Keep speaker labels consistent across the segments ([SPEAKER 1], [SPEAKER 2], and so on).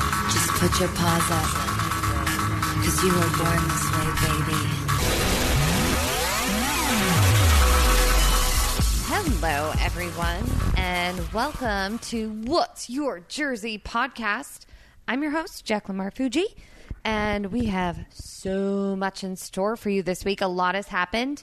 [SPEAKER 1] Put your paws up. Cause you were born this way, baby.
[SPEAKER 2] Hello, everyone, and welcome to What's Your Jersey podcast. I'm your host, Jacqueline Marfuji, and we have so much in store for you this week. A lot has happened.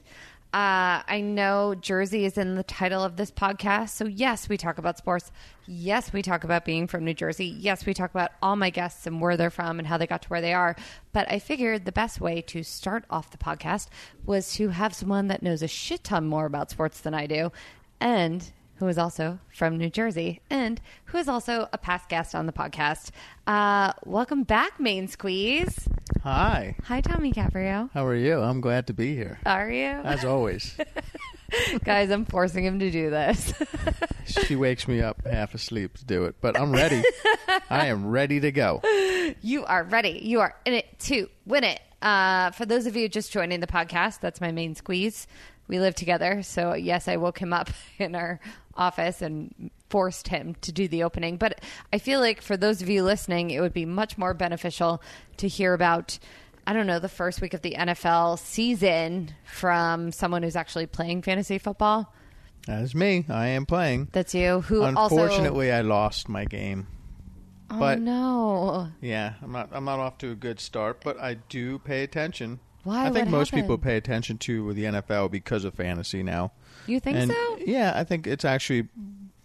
[SPEAKER 2] Uh, I know Jersey is in the title of this podcast, so yes, we talk about sports. Yes, we talk about being from New Jersey. Yes, we talk about all my guests and where they're from and how they got to where they are. But I figured the best way to start off the podcast was to have someone that knows a shit ton more about sports than I do and who is also from New Jersey and who is also a past guest on the podcast. Uh, welcome back, Main Squeeze.
[SPEAKER 3] Hi,
[SPEAKER 2] Hi, Tommy Caprio.
[SPEAKER 3] how are you? I'm glad to be here.
[SPEAKER 2] Are you?
[SPEAKER 3] As always,
[SPEAKER 2] Guys, I'm forcing him to do this.
[SPEAKER 3] she wakes me up half asleep to do it, but I'm ready. I am ready to go.
[SPEAKER 2] You are ready. You are in it to win it. Uh, for those of you just joining the podcast, that's my main squeeze. We live together. So, yes, I woke him up in our office and forced him to do the opening. But I feel like for those of you listening, it would be much more beneficial to hear about, I don't know, the first week of the NFL season from someone who's actually playing fantasy football.
[SPEAKER 3] As me, I am playing.
[SPEAKER 2] That's you, who also.
[SPEAKER 3] Unfortunately, I lost my game.
[SPEAKER 2] Oh,
[SPEAKER 3] but-
[SPEAKER 2] no.
[SPEAKER 3] Yeah, I'm not. I'm not off to a good start, but I do pay attention.
[SPEAKER 2] Why?
[SPEAKER 3] I think
[SPEAKER 2] What
[SPEAKER 3] most
[SPEAKER 2] happened?
[SPEAKER 3] people pay attention to the NFL because of fantasy now.
[SPEAKER 2] You think
[SPEAKER 3] and
[SPEAKER 2] so?
[SPEAKER 3] Yeah, I think it's actually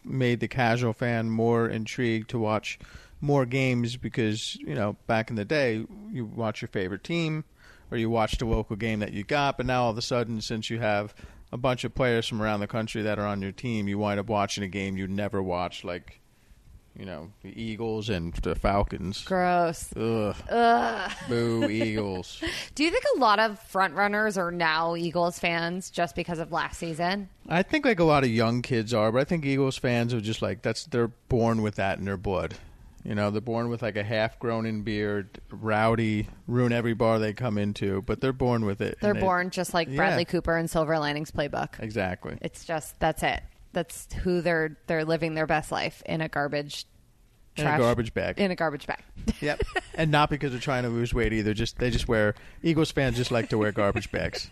[SPEAKER 3] made the casual fan more intrigued to watch more games because you know back in the day you watch your favorite team or you watch the local game that you got, but now all of a sudden since you have a bunch of players from around the country that are on your team, you wind up watching a game you never watched, like you know the Eagles and the Falcons.
[SPEAKER 2] Gross.
[SPEAKER 3] Ugh. Boo Eagles.
[SPEAKER 2] Do you think a lot of front runners are now Eagles fans just because of last season?
[SPEAKER 3] I think like a lot of young kids are, but I think Eagles fans are just like that's they're born with that in their blood. You know, they're born with like a half grown in beard, rowdy, ruin every bar they come into, but they're born with it.
[SPEAKER 2] They're
[SPEAKER 3] and they-
[SPEAKER 2] born just like
[SPEAKER 3] Yeah.
[SPEAKER 2] Bradley Cooper and Silver Linings Playbook.
[SPEAKER 3] Exactly.
[SPEAKER 2] It's just that's it. That's who they're they're living their best life in a garbage
[SPEAKER 3] In
[SPEAKER 2] trash-
[SPEAKER 3] a garbage bag.
[SPEAKER 2] in a garbage bag.
[SPEAKER 3] yep. And not because they're trying to lose weight either, just they just wear Eagles fans just like to wear garbage bags.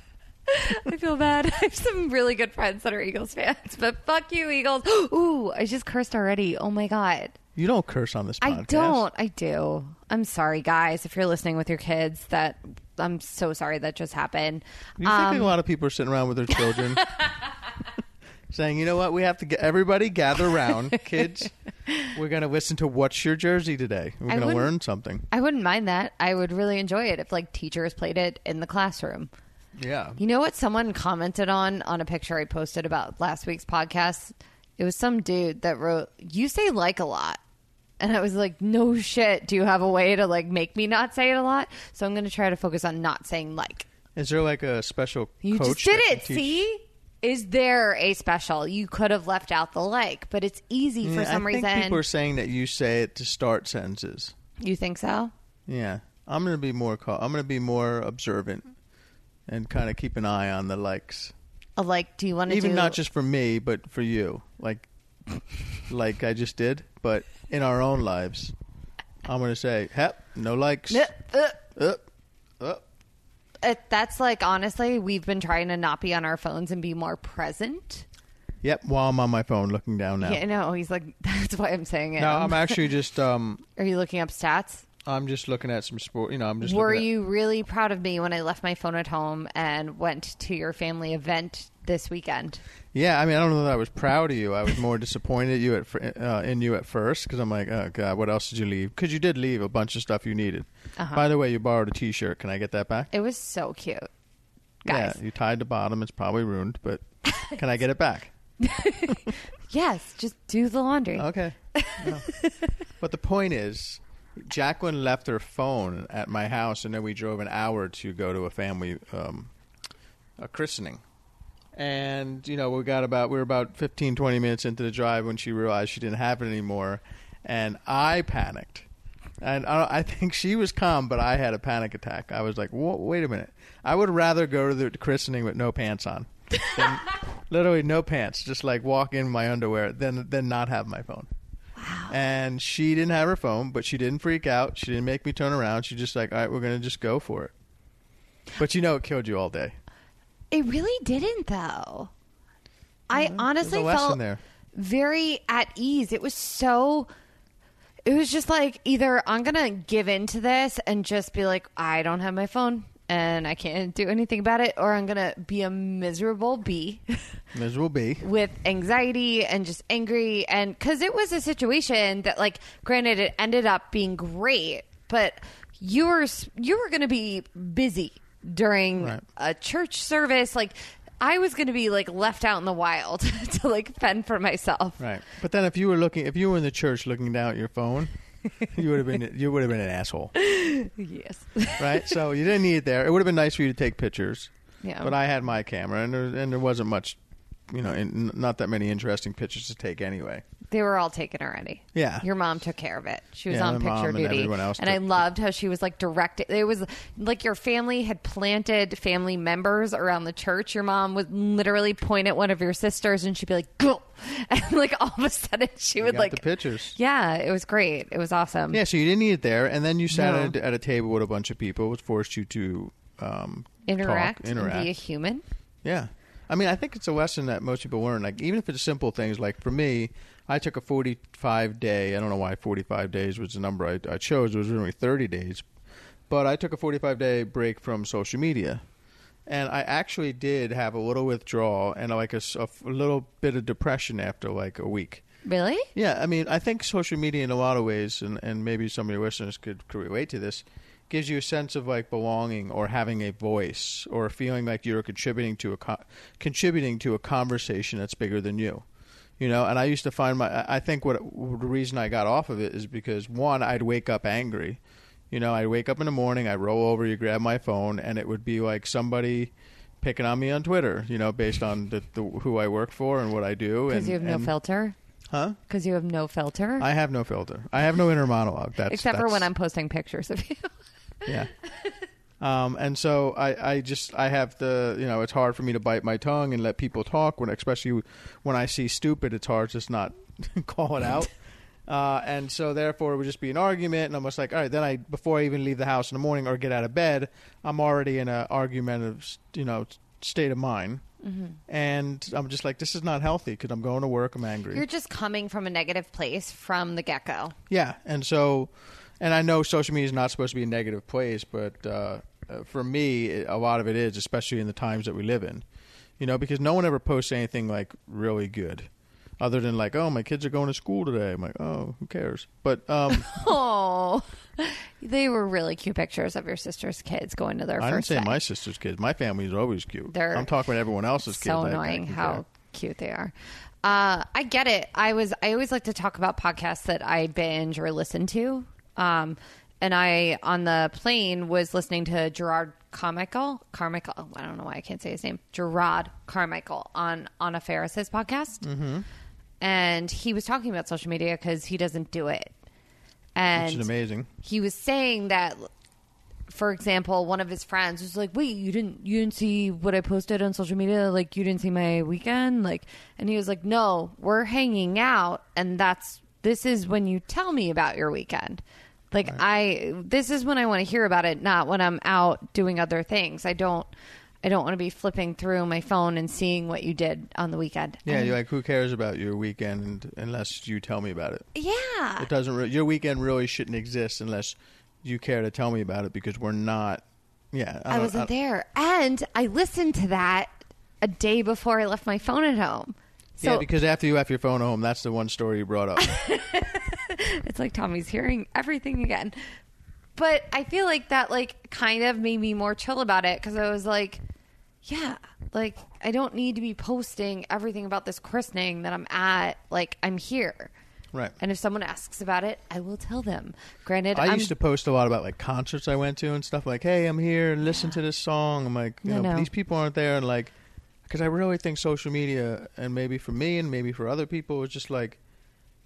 [SPEAKER 2] I feel bad. I have some really good friends that are Eagles fans, but fuck you, Eagles. Ooh, I just cursed already. Oh my god.
[SPEAKER 3] You don't curse on this podcast.
[SPEAKER 2] I don't. I do. I'm sorry, guys. If you're listening with your kids, that I'm so sorry that just happened.
[SPEAKER 3] You
[SPEAKER 2] Um,
[SPEAKER 3] think a lot of people are sitting around with their children saying, you know what, we have to get everybody gather around, kids. We're going to listen to What's Your Jersey today. We're going to
[SPEAKER 2] wouldn't-
[SPEAKER 3] learn something.
[SPEAKER 2] I wouldn't mind that. I would really enjoy it if like teachers played it in the classroom.
[SPEAKER 3] Yeah.
[SPEAKER 2] You know what someone commented on on a picture I posted about last week's podcast? It was some dude that wrote, "You say like a lot." And I was like, "No shit. Do you have a way to like make me not say it a lot?" So I'm going to try to focus on not saying like.
[SPEAKER 3] Is there like a special
[SPEAKER 2] You
[SPEAKER 3] coach
[SPEAKER 2] just did
[SPEAKER 3] that can
[SPEAKER 2] it.
[SPEAKER 3] teach-
[SPEAKER 2] See? Is there a special? You could have left out the like, but it's easy for
[SPEAKER 3] Yeah,
[SPEAKER 2] some
[SPEAKER 3] I think
[SPEAKER 2] reason.
[SPEAKER 3] people are saying that you say it to start sentences.
[SPEAKER 2] You think so?
[SPEAKER 3] Yeah. I'm going to be more cau- I'm going to be more observant and kind of keep an eye on the likes.
[SPEAKER 2] A like, do you want to
[SPEAKER 3] even
[SPEAKER 2] do
[SPEAKER 3] not just for me, but for you, like like I just did, but in our own lives. I'm gonna say, hep, no likes.
[SPEAKER 2] Uh, uh,
[SPEAKER 3] Up, up.
[SPEAKER 2] it, that's like honestly, we've been trying to not be on our phones and be more present.
[SPEAKER 3] Yep, while I'm on my phone looking down now.
[SPEAKER 2] Yeah, no, he's like, that's why I'm saying it.
[SPEAKER 3] No, I'm actually just um
[SPEAKER 2] Are you looking up stats?
[SPEAKER 3] I'm just looking at some sport you know, I'm just
[SPEAKER 2] Were
[SPEAKER 3] looking at-
[SPEAKER 2] you really proud of me when I left my phone at home and went to your family event this weekend?
[SPEAKER 3] Yeah, I mean, I don't know that I was proud of you. I was more disappointed at you at fir- uh, in you at first because I'm like, oh god, what else did you leave? Because you did leave a bunch of stuff you needed.
[SPEAKER 2] Uh-huh.
[SPEAKER 3] By the way, you borrowed a T-shirt. Can I get that back?
[SPEAKER 2] It was so cute. Guys.
[SPEAKER 3] Yeah, you tied the bottom. It's probably ruined, but can I get it back?
[SPEAKER 2] Yes, just do the laundry.
[SPEAKER 3] Okay. No. but the point is, Jacqueline left her phone at my house, and then we drove an hour to go to a family um, a christening. And you know, we got about we were about 15, 20 minutes into the drive when she realized she didn't have it anymore, and I panicked. And I, I think she was calm, but I had a panic attack. I was like, Whoa, "Wait a minute! I would rather go to the christening with no pants on, than literally no pants, just like walk in my underwear, than than not have my phone." And she didn't have her phone, but she didn't freak out. She didn't make me turn around. She just like, all right, we're gonna just go for it. But you know, it killed you all day.
[SPEAKER 2] It really didn't, though. I
[SPEAKER 3] There's Mm-hmm. a
[SPEAKER 2] honestly
[SPEAKER 3] lesson
[SPEAKER 2] felt
[SPEAKER 3] there.
[SPEAKER 2] very at ease. It was so. It was just like either I'm gonna give in to this and just be like, I don't have my phone and I can't do anything about it, or I'm gonna be a miserable bee
[SPEAKER 3] Miserable bee.
[SPEAKER 2] with anxiety and just angry and because it was a situation that like granted it ended up being great but you were s- you were gonna be busy during
[SPEAKER 3] Right.
[SPEAKER 2] a church service like i was gonna be like left out in the wild to like fend for myself
[SPEAKER 3] Right. But then if you were looking, if you were in the church looking down at your phone, you would have been you would have been an asshole,
[SPEAKER 2] yes
[SPEAKER 3] right? So you didn't need it there. It would have been nice for you to take pictures.
[SPEAKER 2] Yeah.
[SPEAKER 3] But I had my camera, and there, and there wasn't much, you know, in, not that many interesting pictures to take anyway.
[SPEAKER 2] they were all taken already
[SPEAKER 3] Yeah.
[SPEAKER 2] your mom took care of it she was
[SPEAKER 3] Yeah,
[SPEAKER 2] on
[SPEAKER 3] my mom
[SPEAKER 2] picture
[SPEAKER 3] and
[SPEAKER 2] duty
[SPEAKER 3] everyone else
[SPEAKER 2] and i
[SPEAKER 3] took-
[SPEAKER 2] loved how she was like directed it was like your family had planted family members around the church your mom would literally point at one of your sisters and she'd be like go and like all of a sudden she would
[SPEAKER 3] got
[SPEAKER 2] like
[SPEAKER 3] the pictures.
[SPEAKER 2] yeah it was great it was awesome
[SPEAKER 3] Yeah, so you didn't need it there, and then you sat
[SPEAKER 2] No.
[SPEAKER 3] at, a, at a table with a bunch of people, which forced you to um,
[SPEAKER 2] interact,
[SPEAKER 3] talk, interact.
[SPEAKER 2] and be a human
[SPEAKER 3] yeah, I mean, I think it's a lesson that most people learn. Like, even if it's simple things, like for me, I took a forty-five day. I don't know why forty-five days was the number I, I chose. It was really thirty days, but I took a forty-five day break from social media. And I actually did have a little withdrawal and like a s a f a little bit of depression after like a week.
[SPEAKER 2] really
[SPEAKER 3] Yeah, I mean, I think social media in a lot of ways, and, and maybe some of your listeners could, could relate to this, gives you a sense of like belonging or having a voice or feeling like you're contributing to a co- contributing to a conversation that's bigger than you. You know, and I used to find my. I I think what the reason I got off of it is because one, I'd wake up angry. You know, I'd wake up in the morning, I roll over, you grab my phone, and it would be like somebody picking on me on Twitter. You know, based on the, the who I work for and what I do.
[SPEAKER 2] because
[SPEAKER 3] and-
[SPEAKER 2] you have no
[SPEAKER 3] and-
[SPEAKER 2] filter
[SPEAKER 3] Huh?
[SPEAKER 2] because you have no filter
[SPEAKER 3] I have no filter. I have no inner monologue. That's
[SPEAKER 2] except for
[SPEAKER 3] that's-
[SPEAKER 2] when i'm posting pictures of you
[SPEAKER 3] yeah. Um, and so I, I just I have the you know it's hard for me to bite my tongue and let people talk when especially when I see stupid it's hard to just not call it out. Uh, and so therefore it would just be an argument and I'm just like all right then I before I even leave the house in the morning or get out of bed I'm already in a argumentative you know state of mind
[SPEAKER 2] Mm-hmm.
[SPEAKER 3] and I'm just like this is not healthy because I'm going to work I'm angry
[SPEAKER 2] you're just coming from a negative place from the get-go
[SPEAKER 3] Yeah, and so, and I know social media is not supposed to be a negative place, but uh, uh, for me, it- a lot of it is, especially in the times that we live in. You know, because no one ever posts anything like really good, other than like, oh, my kids are going to school today. I'm like, oh, who cares? But um,
[SPEAKER 2] Oh, they were really cute pictures of your sister's kids going to their
[SPEAKER 3] I didn't
[SPEAKER 2] first
[SPEAKER 3] say
[SPEAKER 2] day.
[SPEAKER 3] my sister's kids. My family's always cute.
[SPEAKER 2] They're
[SPEAKER 3] I'm talking about everyone else's kids.
[SPEAKER 2] so
[SPEAKER 3] I- I
[SPEAKER 2] annoying
[SPEAKER 3] don't
[SPEAKER 2] how
[SPEAKER 3] care.
[SPEAKER 2] cute they are. Uh, I get it. I was I always like to talk about podcasts that I binge or listen to. Um, and I on the plane was listening to Gerard Carmichael. Carmichael. oh, I don't know why I can't say his name. Gerard Carmichael on Anna Ferris's podcast. Mm-hmm. And he was talking about social media because he doesn't do it. And
[SPEAKER 3] Which is amazing.
[SPEAKER 2] he was saying that for example one of his friends was like wait you didn't you didn't see what i posted on social media like you didn't see my weekend like and he was like no we're hanging out and that's this is when you tell me about your weekend like i this is when i want to hear about it not when i'm out doing other things i don't i don't want to be flipping through my phone and seeing what you did on the weekend
[SPEAKER 3] Yeah,
[SPEAKER 2] And-
[SPEAKER 3] you're like, who cares about your weekend unless you tell me about it?
[SPEAKER 2] yeah
[SPEAKER 3] It doesn't. Re- your weekend really shouldn't exist unless you care to tell me about it because we're not. Yeah,
[SPEAKER 2] I
[SPEAKER 3] don't-
[SPEAKER 2] wasn't
[SPEAKER 3] don't-
[SPEAKER 2] there. And I listened to that a day before I left my phone at home. So
[SPEAKER 3] yeah, because after you left your phone at home, that's the one story you brought up.
[SPEAKER 2] it's like Tommy's hearing everything again. But I feel like that like kind of made me more chill about it because I was like, yeah, like I don't need to be posting everything about this christening that I'm at. Like I'm here.
[SPEAKER 3] right.
[SPEAKER 2] And if someone asks about it, I will tell them. Granted,
[SPEAKER 3] I
[SPEAKER 2] I'm,
[SPEAKER 3] used to post a lot about like concerts I went to and stuff like, hey, I'm here, listen to this song. I'm like, you
[SPEAKER 2] No,
[SPEAKER 3] know,
[SPEAKER 2] no.
[SPEAKER 3] these people aren't there. And like, because I really think social media, and maybe for me and maybe for other people, is just like,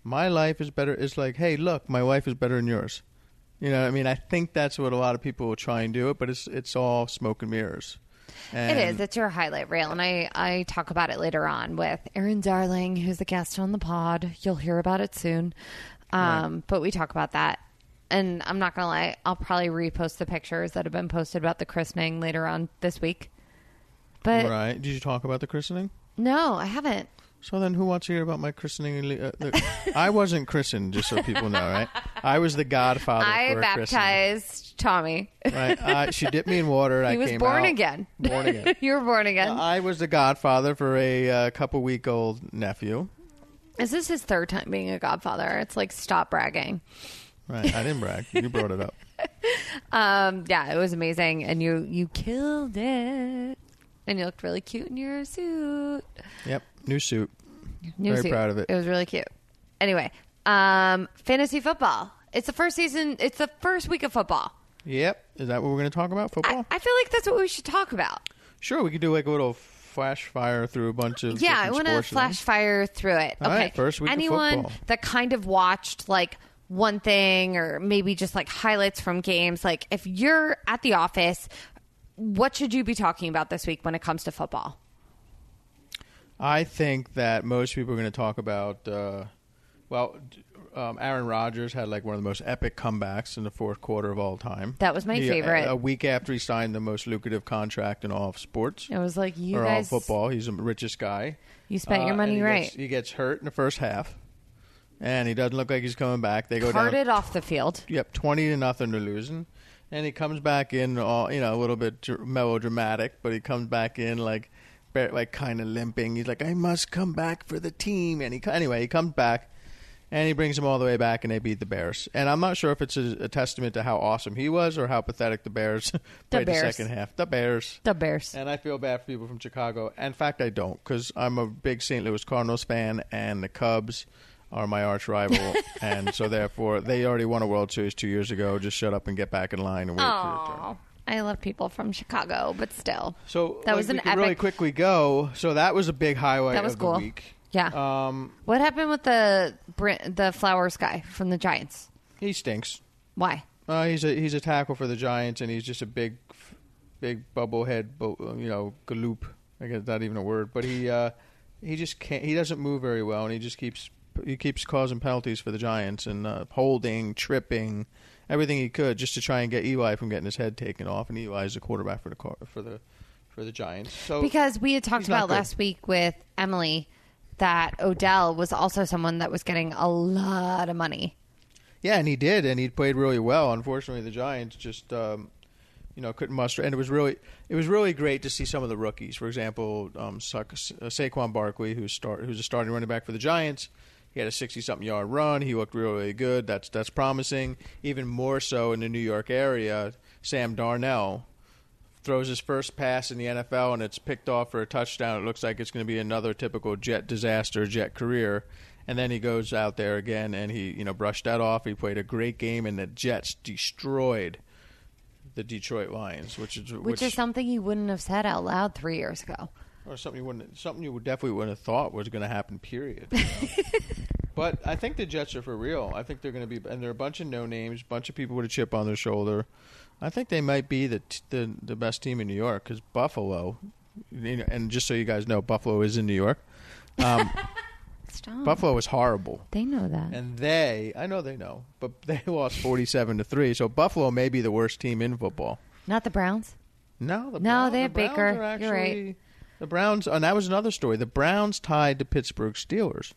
[SPEAKER 3] my life is better. It's like, hey, look, my life is better than yours. You know, what I mean, I think that's what a lot of people will try and do it, but it's it's all smoke and mirrors.
[SPEAKER 2] it
[SPEAKER 3] And-
[SPEAKER 2] is. It's your highlight reel, and I I talk about it later on with Erin Darling, who's a guest on the pod. You'll hear about it soon. Um, but we talk about that, and I'm not gonna lie, I'll probably repost the pictures that have been posted about the christening later on this week. But
[SPEAKER 3] right? Did you talk about the christening?
[SPEAKER 2] no, I haven't.
[SPEAKER 3] So then, who wants to hear about my christening? Uh, the, I wasn't christened, just so people know, right? I was the godfather.
[SPEAKER 2] I
[SPEAKER 3] for a christening,
[SPEAKER 2] baptized Tommy.
[SPEAKER 3] Right? Uh, she dipped me in water. I
[SPEAKER 2] He was
[SPEAKER 3] came
[SPEAKER 2] born
[SPEAKER 3] out
[SPEAKER 2] again.
[SPEAKER 3] Born again.
[SPEAKER 2] you were born again.
[SPEAKER 3] I was the godfather for a uh, couple week old nephew.
[SPEAKER 2] Is this his third time being a godfather? It's like stop bragging.
[SPEAKER 3] Right? I didn't brag. You brought it up.
[SPEAKER 2] Um, yeah, it was amazing, and you you killed it, and you looked really cute in your suit.
[SPEAKER 3] Yep. New suit.
[SPEAKER 2] New
[SPEAKER 3] Very
[SPEAKER 2] suit.
[SPEAKER 3] proud of it.
[SPEAKER 2] It was really cute. Anyway, um, fantasy football. It's the first season. It's the first week of football.
[SPEAKER 3] Yep. Is that what we're going to talk about? Football?
[SPEAKER 2] I, I feel like that's what we should talk about.
[SPEAKER 3] sure. We could do like a little flash fire through a bunch of
[SPEAKER 2] Yeah, I
[SPEAKER 3] different
[SPEAKER 2] want to
[SPEAKER 3] sports
[SPEAKER 2] flash fire through it.
[SPEAKER 3] All
[SPEAKER 2] okay,
[SPEAKER 3] right, first week of
[SPEAKER 2] anyone
[SPEAKER 3] football.
[SPEAKER 2] that kind of watched like one thing or maybe just like highlights from games. Like if you're at the office, what should you be talking about this week when it comes to football?
[SPEAKER 3] I think that most people are going to talk about. Uh, well, d- um, Aaron Rodgers had like one of the most epic comebacks in the fourth quarter of all time.
[SPEAKER 2] That was my
[SPEAKER 3] He- uh,
[SPEAKER 2] favorite.
[SPEAKER 3] A, a week after he signed the most lucrative contract in all of sports
[SPEAKER 2] It was like you
[SPEAKER 3] or
[SPEAKER 2] guys
[SPEAKER 3] all of football. He's the richest guy.
[SPEAKER 2] You spent your
[SPEAKER 3] Uh, and
[SPEAKER 2] money
[SPEAKER 3] he
[SPEAKER 2] right.
[SPEAKER 3] Gets, he gets hurt in the first half, and he doesn't look like he's coming back. They go down
[SPEAKER 2] parted off the field.
[SPEAKER 3] Yep, twenty to nothing to losing, and he comes back in all you know a little bit dr- melodramatic, but he comes back in like ba- like kind of limping. He's like, I must come back for the team, and he co- anyway he comes back. And he brings them all the way back, and they beat the Bears. And I'm not sure if it's a, a testament to how awesome he was or how pathetic the Bears played the
[SPEAKER 2] Bears.
[SPEAKER 3] second half. The Bears.
[SPEAKER 2] The Bears.
[SPEAKER 3] And I feel bad for people from Chicago. In fact, I don't, because I'm a big St. Louis Cardinals fan, and the Cubs are my arch rival, and so therefore they already won a World Series two years ago. Just shut up and get back in line and wait for your turn.
[SPEAKER 2] Oh, I love people from Chicago, but still.
[SPEAKER 3] So
[SPEAKER 2] That
[SPEAKER 3] like,
[SPEAKER 2] was
[SPEAKER 3] we
[SPEAKER 2] an
[SPEAKER 3] could really
[SPEAKER 2] epic-
[SPEAKER 3] quickly go. So that was a big highlight
[SPEAKER 2] That was
[SPEAKER 3] of
[SPEAKER 2] cool.
[SPEAKER 3] the week.
[SPEAKER 2] Yeah.
[SPEAKER 3] Um,
[SPEAKER 2] what happened with the Br- the Flowers guy from the Giants?
[SPEAKER 3] he stinks.
[SPEAKER 2] Why?
[SPEAKER 3] Uh, he's a he's a tackle for the Giants, and he's just a big, big bubblehead, bo- you know, galoop. I guess not even a word, but he uh, he just can't. He doesn't move very well, and he just keeps he keeps causing penalties for the Giants and uh, holding, tripping, everything he could just to try and get Eli from getting his head taken off. And Eli is the quarterback for the car, for the for the Giants. So
[SPEAKER 2] Because we had talked
[SPEAKER 3] Oh, He's not
[SPEAKER 2] about
[SPEAKER 3] good.
[SPEAKER 2] last week with Emily that Odell was also someone that was getting a lot of money.
[SPEAKER 3] Yeah, and he did, and he played really well. Unfortunately, the Giants just, um, you know, couldn't muster. And it was really, it was really great to see some of the rookies. For example, um, Sa- Saquon Barkley, who's start, who's a starting running back for the Giants. He had a sixty-something yard run. He looked really, really good. That's that's promising. Even more so in the New York area, Sam Darnell throws his first pass in the NFL and it's picked off for a touchdown. It looks like it's going to be another typical Jet disaster, Jet career. And then he goes out there again and he, you know, brushed that off. He played a great game and the Jets destroyed the Detroit Lions, which is
[SPEAKER 2] Which, is something you wouldn't have said out loud three years ago.
[SPEAKER 3] or something you wouldn't something you would definitely wouldn't have thought was going to happen. Period. you know? but I think the Jets are for real. I think they're going to be, and they're a bunch of no names, bunch of people with a chip on their shoulder. I think they might be the t- the, the best team in New York because Buffalo, you know, and just so you guys know, Buffalo is in New York.
[SPEAKER 2] Stop.
[SPEAKER 3] Buffalo is horrible.
[SPEAKER 2] they know that.
[SPEAKER 3] And they, I know they know, but they lost forty-seven to three. So Buffalo may be the worst team in football.
[SPEAKER 2] Not the Browns.
[SPEAKER 3] No, the
[SPEAKER 2] No,
[SPEAKER 3] Browns,
[SPEAKER 2] they
[SPEAKER 3] the
[SPEAKER 2] have
[SPEAKER 3] Browns
[SPEAKER 2] Baker.
[SPEAKER 3] Are actually,
[SPEAKER 2] You're right.
[SPEAKER 3] The Browns, and that was another story. The Browns tied to Pittsburgh Steelers,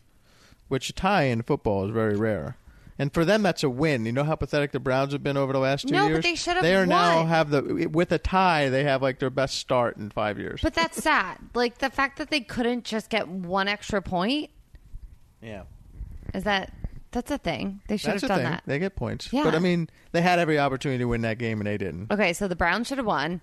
[SPEAKER 3] which a tie in football is very rare. And for them, that's a win. You know how pathetic the Browns have been over the last two
[SPEAKER 2] No, but
[SPEAKER 3] years.
[SPEAKER 2] they should have
[SPEAKER 3] They are now
[SPEAKER 2] won.
[SPEAKER 3] have the with a tie. They have like their best start in five years.
[SPEAKER 2] But that's sad. Like the fact that they couldn't just get one extra point
[SPEAKER 3] yeah,
[SPEAKER 2] is that that's a thing. They should
[SPEAKER 3] that's
[SPEAKER 2] have
[SPEAKER 3] the
[SPEAKER 2] done
[SPEAKER 3] thing.
[SPEAKER 2] that.
[SPEAKER 3] They get points.
[SPEAKER 2] Yeah.
[SPEAKER 3] But I mean, they had every opportunity to win that game and they didn't.
[SPEAKER 2] Okay, so the Browns should have won.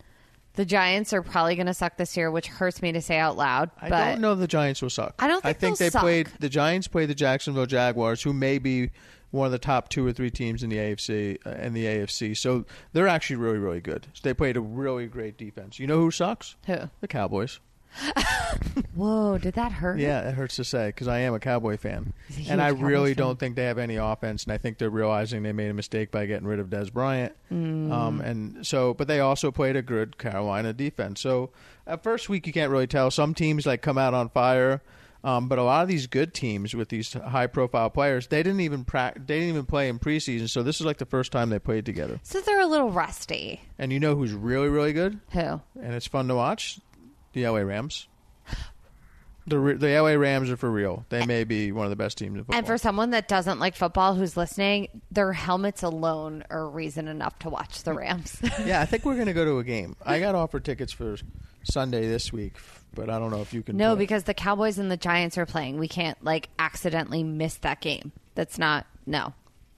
[SPEAKER 2] The Giants are probably going to suck this year, which hurts me to say out loud.
[SPEAKER 3] I
[SPEAKER 2] but
[SPEAKER 3] don't know the Giants will suck.
[SPEAKER 2] I don't
[SPEAKER 3] I
[SPEAKER 2] think
[SPEAKER 3] think
[SPEAKER 2] they'll
[SPEAKER 3] they
[SPEAKER 2] suck.
[SPEAKER 3] played the Giants played the Jacksonville Jaguars, who may be one of the top two or three teams in the AFC uh, in the AFC. So they're actually really really good. So they played a really great defense. You know who sucks?
[SPEAKER 2] Who?
[SPEAKER 3] The Cowboys.
[SPEAKER 2] Whoa, did that hurt?
[SPEAKER 3] Yeah, it hurts to say because I am a Cowboy fan,
[SPEAKER 2] He's a huge
[SPEAKER 3] and I
[SPEAKER 2] Cowboys
[SPEAKER 3] really
[SPEAKER 2] fan.
[SPEAKER 3] don't think they have any offense. And I think they're realizing they made a mistake by getting rid of Des Bryant.
[SPEAKER 2] Mm.
[SPEAKER 3] Um, and so, but they also played a good Carolina defense. So at first week, you can't really tell. Some teams like come out on fire, um, but a lot of these good teams with these high-profile players, they didn't even pra- they didn't even play in preseason. So this is like the first time they played together.
[SPEAKER 2] So they're a little rusty.
[SPEAKER 3] And you know who's really really good?
[SPEAKER 2] Who?
[SPEAKER 3] and it's fun to watch. The LA Rams. The re- the LA Rams are for real. They may be one of the best teams in football.
[SPEAKER 2] And for someone that doesn't like football who's listening, their helmets alone are reason enough to watch the Rams.
[SPEAKER 3] yeah, I think we're going to go to a game. I got offered tickets for Sunday this week, but I don't know if you can.
[SPEAKER 2] no,
[SPEAKER 3] play.
[SPEAKER 2] because the Cowboys and the Giants are playing. We can't like accidentally miss that game. That's not no.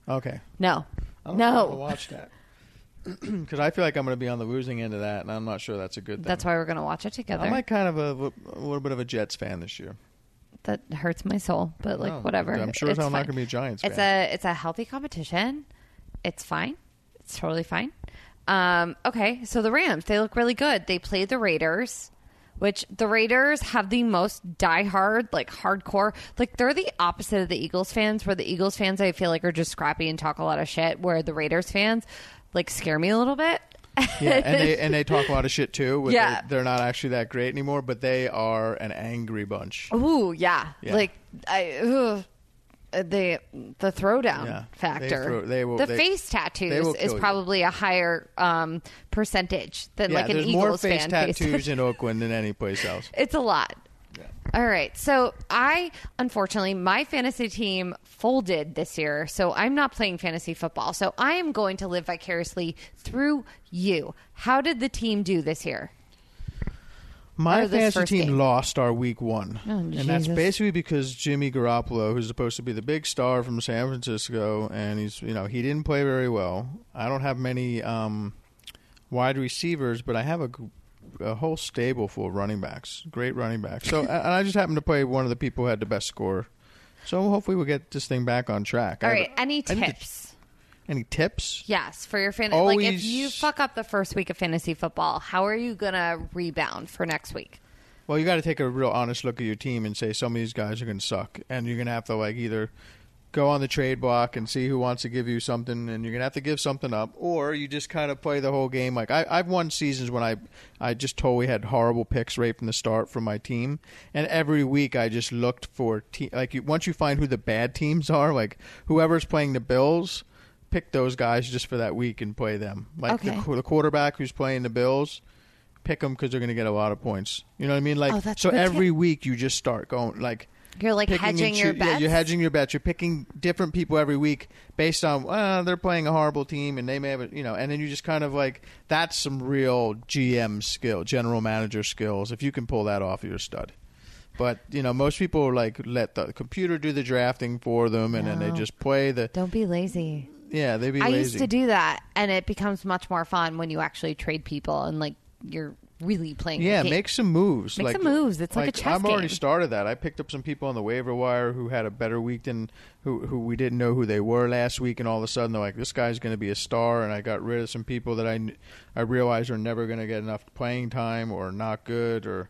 [SPEAKER 3] okay,
[SPEAKER 2] No.
[SPEAKER 3] I don't
[SPEAKER 2] no.
[SPEAKER 3] want to watch that because I feel like I'm going to be on the losing end of that, and I'm not sure that's a good thing.
[SPEAKER 2] That's why we're going to watch it together.
[SPEAKER 3] I'm like kind of a, a little bit of a Jets fan this year.
[SPEAKER 2] that hurts my soul, but like
[SPEAKER 3] No,
[SPEAKER 2] whatever.
[SPEAKER 3] Oh, I'm sure as hell I'm not
[SPEAKER 2] fine.
[SPEAKER 3] gonna be a Giants
[SPEAKER 2] It's
[SPEAKER 3] fan.
[SPEAKER 2] a it's a healthy competition. It's fine. It's totally fine. Um, okay, so the Rams they look really good. They play the Raiders, which the Raiders have the most diehard like hardcore like they're the opposite of the Eagles fans. Where the Eagles fans I feel like are just scrappy and talk a lot of shit. Where the Raiders fans like scare me a little bit.
[SPEAKER 3] Yeah, and they and they talk a lot of shit too. With
[SPEAKER 2] Yeah.
[SPEAKER 3] their- they're not actually that great anymore, but they are an angry bunch.
[SPEAKER 2] Ooh, yeah.
[SPEAKER 3] Yeah.
[SPEAKER 2] Like I ugh, Uh, the the throwdown
[SPEAKER 3] Yeah. They
[SPEAKER 2] factor.
[SPEAKER 3] throw- they will-
[SPEAKER 2] the
[SPEAKER 3] they-
[SPEAKER 2] face
[SPEAKER 3] they will
[SPEAKER 2] tattoos is
[SPEAKER 3] kill you.
[SPEAKER 2] probably a higher um, percentage than
[SPEAKER 3] yeah,
[SPEAKER 2] like an
[SPEAKER 3] there's
[SPEAKER 2] Eagles
[SPEAKER 3] more face
[SPEAKER 2] fan
[SPEAKER 3] tattoos in Oakland than any place else.
[SPEAKER 2] it's a lot. All right. So I unfortunately my fantasy team folded this year, so I'm not playing fantasy football. So I am going to live vicariously through you. How did the team do this year?
[SPEAKER 3] My
[SPEAKER 2] Or this
[SPEAKER 3] fantasy
[SPEAKER 2] first
[SPEAKER 3] team
[SPEAKER 2] game.
[SPEAKER 3] lost our week one, and that's
[SPEAKER 2] Jesus.
[SPEAKER 3] basically because Jimmy Garoppolo, who's supposed to be the big star from San Francisco, and he's you know he didn't play very well. I don't have many um, wide receivers, but I have a, gr- a whole stable full of running backs, great running backs. So and I just happened to play one of the people who had the best score. So hopefully we'll get this thing back on track.
[SPEAKER 2] All
[SPEAKER 3] I have-
[SPEAKER 2] right. Any
[SPEAKER 3] I need to-
[SPEAKER 2] tips?
[SPEAKER 3] any tips?
[SPEAKER 2] Yes, for your fantasy. Like if
[SPEAKER 3] Always-
[SPEAKER 2] you fuck up the first week of fantasy football, how are you gonna rebound for next week?
[SPEAKER 3] Well, you got to take a real honest look at your team and say some of these guys are going to suck, and you're going to have to like either go on the trade block and see who wants to give you something, and you're going to have to give something up, or you just kind of play the whole game. Like I, I've won seasons when I I just totally had horrible picks right from the start from my team, and every week I just looked for te- like you, once you find who the bad teams are, like whoever's playing the Bills. Pick those guys just for that week and play them. Like the
[SPEAKER 2] Okay.
[SPEAKER 3] qu- the quarterback who's playing the Bills, pick them because they're going to get a lot of points. You know what I mean? Like
[SPEAKER 2] Oh, that's
[SPEAKER 3] so
[SPEAKER 2] a good
[SPEAKER 3] every week you just start going like
[SPEAKER 2] You're like
[SPEAKER 3] picking and
[SPEAKER 2] hedging your
[SPEAKER 3] choo- Yeah,
[SPEAKER 2] bets.
[SPEAKER 3] you're hedging your bets. You're picking different people every week based on uh, they're playing a horrible team and they may have a, you know, and then you just kind of like that's some real GM skill, general manager skills. If you can pull that off, you're a stud. But you know, most people like let the computer do the drafting for them, and then they
[SPEAKER 2] No.
[SPEAKER 3] just play the
[SPEAKER 2] Don't be lazy.
[SPEAKER 3] yeah. They be
[SPEAKER 2] I
[SPEAKER 3] lazy.
[SPEAKER 2] used to do that, and it becomes much more fun when you actually trade people and like you're really playing. the
[SPEAKER 3] Yeah,
[SPEAKER 2] game.
[SPEAKER 3] make some moves.
[SPEAKER 2] Make some moves. It's like a chess
[SPEAKER 3] I've already
[SPEAKER 2] game.
[SPEAKER 3] started that. I picked up some people on the waiver wire who had a better week than who who we didn't know who they were last week, and all of a sudden they're like, "This guy's going to be a star." And I got rid of some people that I kn- I realized are never going to get enough playing time or not good or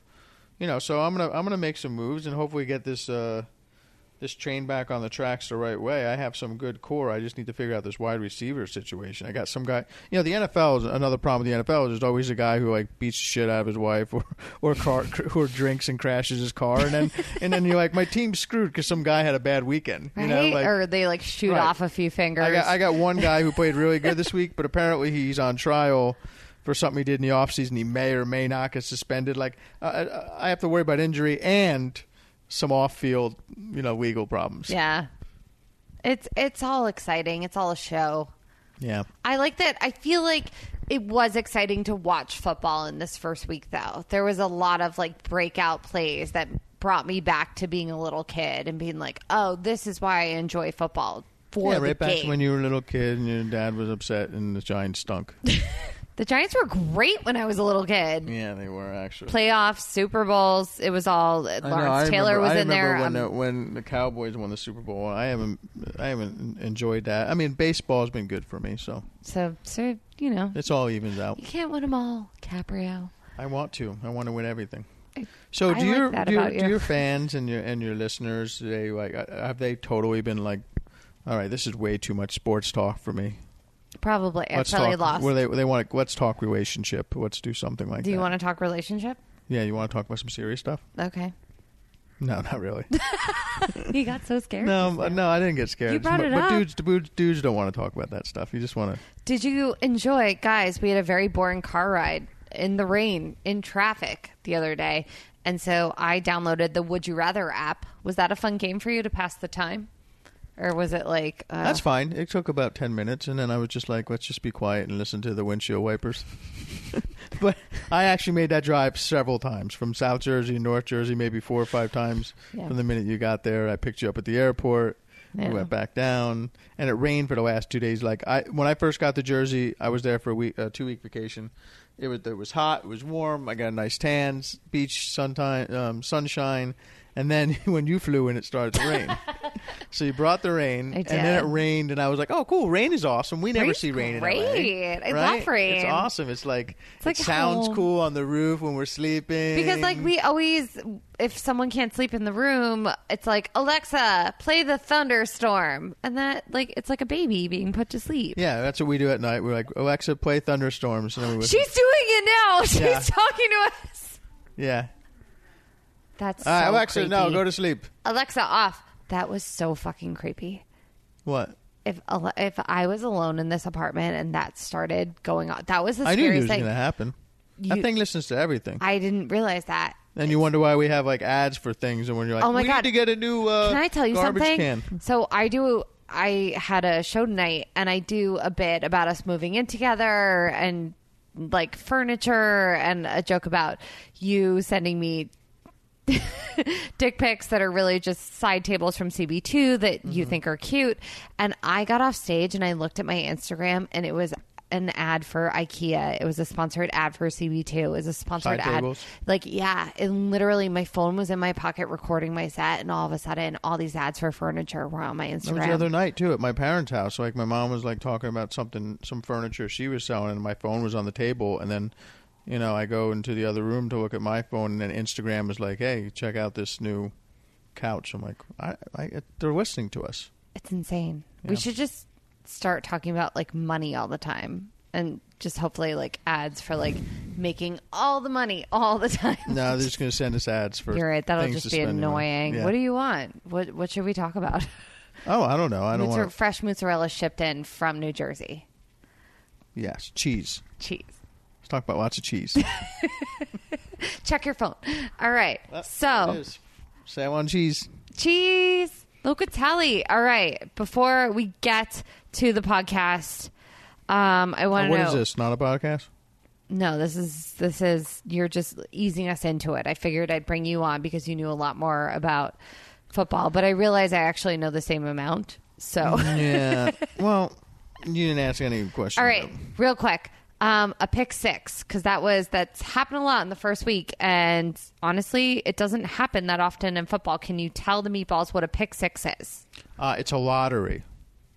[SPEAKER 3] you know. So I'm gonna I'm gonna make some moves and hopefully get this. Uh, this train back on the tracks the right way. I have some good core. I just need to figure out this wide receiver situation. I got some guy. You know, the NFL is another problem. With the NFL is there's always a guy who like beats the shit out of his wife or or car or drinks and crashes his car, and then and then you're like, my team's screwed because some guy had a bad weekend.
[SPEAKER 2] right?
[SPEAKER 3] You know, like.
[SPEAKER 2] or they like shoot
[SPEAKER 3] Right.
[SPEAKER 2] off a few fingers.
[SPEAKER 3] I got, I got one guy who played really good this week, but apparently he's on trial for something he did in the offseason. He may or may not get suspended. Like, I- I, I have to worry about injury and some off field, you know, legal problems.
[SPEAKER 2] yeah, it's it's all exciting. It's all a show.
[SPEAKER 3] Yeah.
[SPEAKER 2] I like that. I feel like it was exciting to watch football in this first week, though. There was a lot of like breakout plays that brought me back to being a little kid and being like, "Oh, this is why I enjoy football." For
[SPEAKER 3] yeah,
[SPEAKER 2] the
[SPEAKER 3] right back
[SPEAKER 2] game.
[SPEAKER 3] to when you were a little kid and your dad was upset and the Giants stunk.
[SPEAKER 2] the Giants were great when I was a little kid.
[SPEAKER 3] yeah, they were actually.
[SPEAKER 2] Playoffs, Super Bowls, it was all uh, Lawrence Taylor was
[SPEAKER 3] I
[SPEAKER 2] in there.
[SPEAKER 3] remember When,
[SPEAKER 2] Um,
[SPEAKER 3] the, when the Cowboys won the Super Bowl, I haven't, I haven't enjoyed that. I mean, baseball's been good for me, so
[SPEAKER 2] so, so you know,
[SPEAKER 3] it's all evens out.
[SPEAKER 2] you can't win them all, Caprio.
[SPEAKER 3] I want to. I want to win everything. So
[SPEAKER 2] I like
[SPEAKER 3] do your
[SPEAKER 2] that
[SPEAKER 3] do, your-
[SPEAKER 2] about
[SPEAKER 3] do
[SPEAKER 2] you.
[SPEAKER 3] your fans and your and your listeners do they like uh, have they totally been like, all right, this is way too much sports talk for me.
[SPEAKER 2] Probably. I
[SPEAKER 3] Let's
[SPEAKER 2] probably
[SPEAKER 3] talk.
[SPEAKER 2] lost.
[SPEAKER 3] Where they they want to, let's talk relationship. Let's do something like
[SPEAKER 2] Do
[SPEAKER 3] that.
[SPEAKER 2] you want to talk relationship?
[SPEAKER 3] yeah, you want to talk about some serious stuff?
[SPEAKER 2] Okay.
[SPEAKER 3] No, not really.
[SPEAKER 2] You got so scared.
[SPEAKER 3] no, but- no, I didn't get scared.
[SPEAKER 2] You brought
[SPEAKER 3] but,
[SPEAKER 2] it
[SPEAKER 3] but
[SPEAKER 2] up.
[SPEAKER 3] dudes, dudes, dudes don't want to talk about that stuff. You just want to.
[SPEAKER 2] Did you enjoy, guys? We had a very boring car ride in the rain in traffic the other day, and so I downloaded the Would You Rather app. Was that a fun game for you to pass the time, or was it like uh,
[SPEAKER 3] That's fine. It took about ten minutes, and then I was just like, let's just be quiet and listen to the windshield wipers. but I actually made that drive several times from South Jersey, North Jersey, maybe four or five times.
[SPEAKER 2] Yeah.
[SPEAKER 3] From the minute you got there, I picked you up at the airport.
[SPEAKER 2] Yeah.
[SPEAKER 3] We went back down, and it rained for the last two days. Like I, when I first got to Jersey, I was there for a week, a two week vacation. It was it was hot, it was warm. I got a nice tan, beach sunshine, um, sunshine, and then when you flew in, it started to rain. so you brought the rain,
[SPEAKER 2] I
[SPEAKER 3] and then
[SPEAKER 2] did.
[SPEAKER 3] it rained, and I was like, "Oh, cool! Rain is awesome. We never
[SPEAKER 2] Rain's
[SPEAKER 3] see rain in LA.
[SPEAKER 2] great. I love
[SPEAKER 3] right? It's
[SPEAKER 2] rain.
[SPEAKER 3] awesome. It's like
[SPEAKER 2] like
[SPEAKER 3] it sounds
[SPEAKER 2] home.
[SPEAKER 3] cool on the roof when we're sleeping
[SPEAKER 2] Because like we always, if someone can't sleep in the room, it's like Alexa, play the thunderstorm, and that like it's like a baby being put to sleep.
[SPEAKER 3] Yeah, that's what we do at night. We're like, Alexa, play thunderstorms, and then we would,
[SPEAKER 2] She's doing it now. She's
[SPEAKER 3] Yeah.
[SPEAKER 2] talking to us.
[SPEAKER 3] yeah.
[SPEAKER 2] That's
[SPEAKER 3] All right,
[SPEAKER 2] so
[SPEAKER 3] Alexa, no,
[SPEAKER 2] creepy.
[SPEAKER 3] go to sleep.
[SPEAKER 2] Alexa off. That was so fucking creepy.
[SPEAKER 3] What?
[SPEAKER 2] If al- if I was alone in this apartment and that started going on, that was the
[SPEAKER 3] I knew it
[SPEAKER 2] scariest
[SPEAKER 3] was
[SPEAKER 2] thing.
[SPEAKER 3] going to happen. I
[SPEAKER 2] You-
[SPEAKER 3] think listens to everything.
[SPEAKER 2] I didn't realize that.
[SPEAKER 3] and you wonder why we have like ads for things, and when you're like,
[SPEAKER 2] Oh my
[SPEAKER 3] we
[SPEAKER 2] God.
[SPEAKER 3] need to get a new uh,
[SPEAKER 2] Can I tell you
[SPEAKER 3] garbage
[SPEAKER 2] something?
[SPEAKER 3] can.
[SPEAKER 2] So I do. I had a show tonight, and I do a bit about us moving in together and like furniture, and a joke about you sending me dick pics that are really just side tables from CB2 that
[SPEAKER 3] Mm-hmm.
[SPEAKER 2] you think are cute. And I got off stage and I looked at my Instagram, and it was an ad for IKEA. It was a sponsored ad for CB2. It was a sponsored
[SPEAKER 3] Side
[SPEAKER 2] ad.
[SPEAKER 3] tables?
[SPEAKER 2] Like, yeah, and literally my phone was in my pocket recording my set, and all of a sudden, all these ads for furniture were on my
[SPEAKER 3] That was
[SPEAKER 2] Instagram.
[SPEAKER 3] the other night too at my parents' house. Like my mom was like talking about something, some furniture she was selling, and my phone was on the table. And then, you know, I go into the other room to look at my phone, and then Instagram is like, "Hey, check out this new couch." I'm like, I, I, "They're listening to us."
[SPEAKER 2] it's insane. We should just start talking about like money all the time, and just hopefully like ads for like making all the money all the time.
[SPEAKER 3] No, they're just going to send us ads for.
[SPEAKER 2] You're right. That'll
[SPEAKER 3] things
[SPEAKER 2] just
[SPEAKER 3] to
[SPEAKER 2] be
[SPEAKER 3] spend your money.
[SPEAKER 2] annoying.
[SPEAKER 3] Yeah.
[SPEAKER 2] What do you want? What What should we talk about?
[SPEAKER 3] Oh, I don't know. I don't
[SPEAKER 2] Mozzarella,
[SPEAKER 3] want. to
[SPEAKER 2] fresh mozzarella shipped in from New Jersey.
[SPEAKER 3] Yes, cheese.
[SPEAKER 2] Cheese.
[SPEAKER 3] Let's talk about lots of cheese. Uh,
[SPEAKER 2] Check your phone. All right.
[SPEAKER 3] There Uh, it
[SPEAKER 2] so
[SPEAKER 3] is. say I want cheese.
[SPEAKER 2] cheese locatelli. All right. Before we get to the podcast, um, I want
[SPEAKER 3] Oh,
[SPEAKER 2] to
[SPEAKER 3] what
[SPEAKER 2] know.
[SPEAKER 3] is this? Not a podcast?
[SPEAKER 2] No, this is this is you're just easing us into it. I figured I'd bring you on because you knew a lot more about football, but I realize I actually know the same amount. So.
[SPEAKER 3] Mm-hmm. Yeah. well, you didn't ask any questions.
[SPEAKER 2] All right, real quick. Um, a pick six because that was that's happened a lot in the first week, and honestly, it doesn't happen that often in football. Can you tell the meatballs what a pick six is?
[SPEAKER 3] Uh, it's a lottery.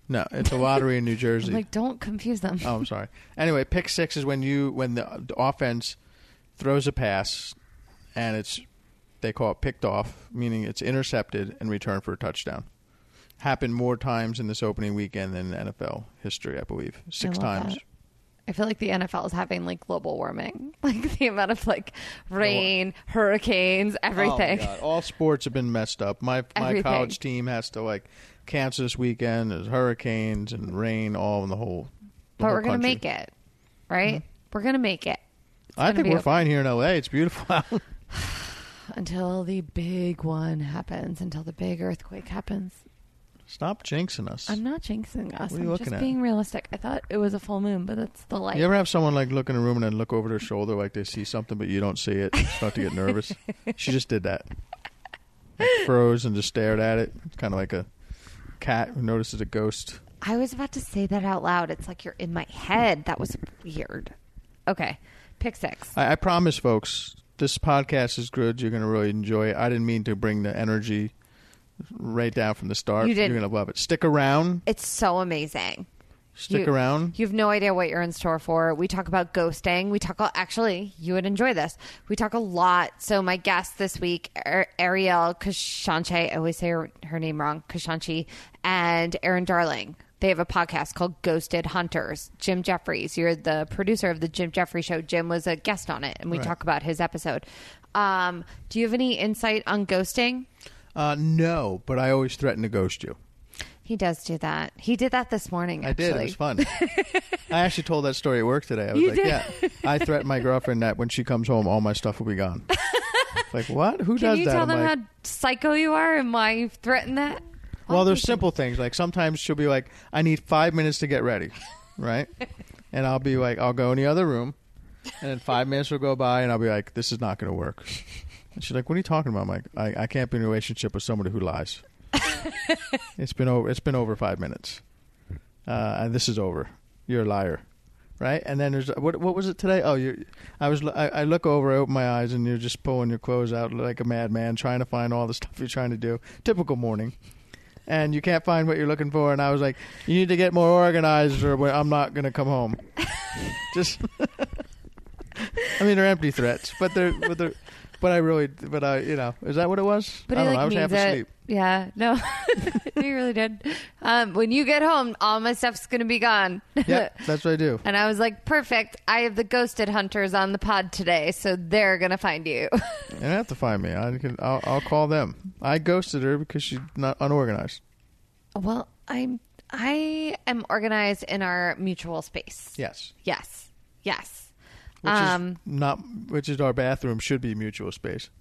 [SPEAKER 3] No, it's a lottery in New Jersey.
[SPEAKER 2] Like, don't confuse them.
[SPEAKER 3] oh, I'm sorry. Anyway, pick six is when you when the the offense throws a pass and it's they call it picked off, meaning it's intercepted and returned for a touchdown. Happened more times in this opening weekend than NFL history, I believe. Six
[SPEAKER 2] I love
[SPEAKER 3] times.
[SPEAKER 2] that. I feel like the NFL is having like global warming, like the amount of like rain, hurricanes, everything.
[SPEAKER 3] Oh, my God. All sports have been messed up. My my
[SPEAKER 2] Everything.
[SPEAKER 3] college team has to like cancel this weekend. There's hurricanes and rain all in the whole. the
[SPEAKER 2] but
[SPEAKER 3] whole
[SPEAKER 2] we're gonna
[SPEAKER 3] country. Mm-hmm.
[SPEAKER 2] make it, right? We're gonna make it
[SPEAKER 3] I
[SPEAKER 2] gonna
[SPEAKER 3] think
[SPEAKER 2] be
[SPEAKER 3] we're
[SPEAKER 2] okay.
[SPEAKER 3] fine here in LA. It's beautiful out.
[SPEAKER 2] until the big one happens, until the big earthquake happens.
[SPEAKER 3] Stop jinxing us.
[SPEAKER 2] I'm not jinxing us.
[SPEAKER 3] What are you
[SPEAKER 2] I'm
[SPEAKER 3] looking
[SPEAKER 2] just
[SPEAKER 3] at?
[SPEAKER 2] being realistic. I thought it was a full moon, but that's the light.
[SPEAKER 3] You ever have someone like look in a room and then look over their shoulder like they see something but you don't see it? You start to get nervous. She just did that. Like, froze and just stared at it. It's kind of like a cat who notices a ghost.
[SPEAKER 2] I was about to say that out loud. It's like you're in my head. That was weird. Okay. Pick six.
[SPEAKER 3] I, I promise, folks, this podcast is good. You're going to really enjoy it. I didn't mean to bring the energy right down from the start.
[SPEAKER 2] You didn't.
[SPEAKER 3] You're going to love it. Stick around.
[SPEAKER 2] It's so amazing.
[SPEAKER 3] Stick
[SPEAKER 2] You-
[SPEAKER 3] around.
[SPEAKER 2] You have no idea what you're in store for. We talk about ghosting. We talk actually, you would enjoy this. We talk a lot. So my guest this week, Ar- Ariel Kashanche, I always say her, her name wrong, Kashanchi, and Aaron Darling. They have a podcast called Ghosted Hunters. Jim Jeffries, you're the producer of the Jim Jeffries show. Jim was a guest on it, and we
[SPEAKER 3] Right.
[SPEAKER 2] talk about his episode. Um, do you have any insight on ghosting?
[SPEAKER 3] Uh, no, but I always threaten to ghost you.
[SPEAKER 2] He does do that. He did that this morning.
[SPEAKER 3] I
[SPEAKER 2] Actually.
[SPEAKER 3] did. It was fun. I actually told that story at work today. I was
[SPEAKER 2] You
[SPEAKER 3] like,
[SPEAKER 2] did?
[SPEAKER 3] yeah. I threatened my girlfriend that when she comes home, all my stuff will be gone. like, what? Who
[SPEAKER 2] Can
[SPEAKER 3] does
[SPEAKER 2] you
[SPEAKER 3] that?
[SPEAKER 2] tell
[SPEAKER 3] I'm
[SPEAKER 2] them
[SPEAKER 3] like,
[SPEAKER 2] how psycho you are and why you threaten that?
[SPEAKER 3] Well, there's simple things. Like sometimes she'll be like, I need five minutes to get ready, right? and I'll be like, I'll go in the other room. And then five minutes will go by, and I'll be like, this is not going to work. And she's like, what are you talking about? I'm like, I, I can't be in a relationship with somebody who lies. it's been over. It's been over five minutes, uh, and this is over. You're a liar, right? And then there's what? What was it today? Oh, you. I was. I, I look over. I open my eyes, and you're just pulling your clothes out like a madman, trying to find all the stuff you're trying to do. Typical morning and you can't find what you're looking for. And I was like, you need to get more organized, or we're- I'm not going to come home. Just, I mean, they're empty threats, but they're, but they're, but I really, but I, you know, is that what it was?
[SPEAKER 2] But
[SPEAKER 3] I
[SPEAKER 2] he
[SPEAKER 3] don't
[SPEAKER 2] like
[SPEAKER 3] know. I was
[SPEAKER 2] means
[SPEAKER 3] half
[SPEAKER 2] it.
[SPEAKER 3] asleep.
[SPEAKER 2] Yeah, no, he really did. Um, when you get home, all my stuff's gonna be gone.
[SPEAKER 3] Yeah, that's what I do.
[SPEAKER 2] and I was like, perfect. I have the ghosted hunters on the pod today, so they're gonna find you.
[SPEAKER 3] You don't have to find me. I can, I'll, I'll call them. I ghosted her because she's not unorganized.
[SPEAKER 2] well, I'm I am organized in our mutual space.
[SPEAKER 3] Yes.
[SPEAKER 2] Yes, yes.
[SPEAKER 3] Which
[SPEAKER 2] um,
[SPEAKER 3] is not, which is our bathroom should be mutual space.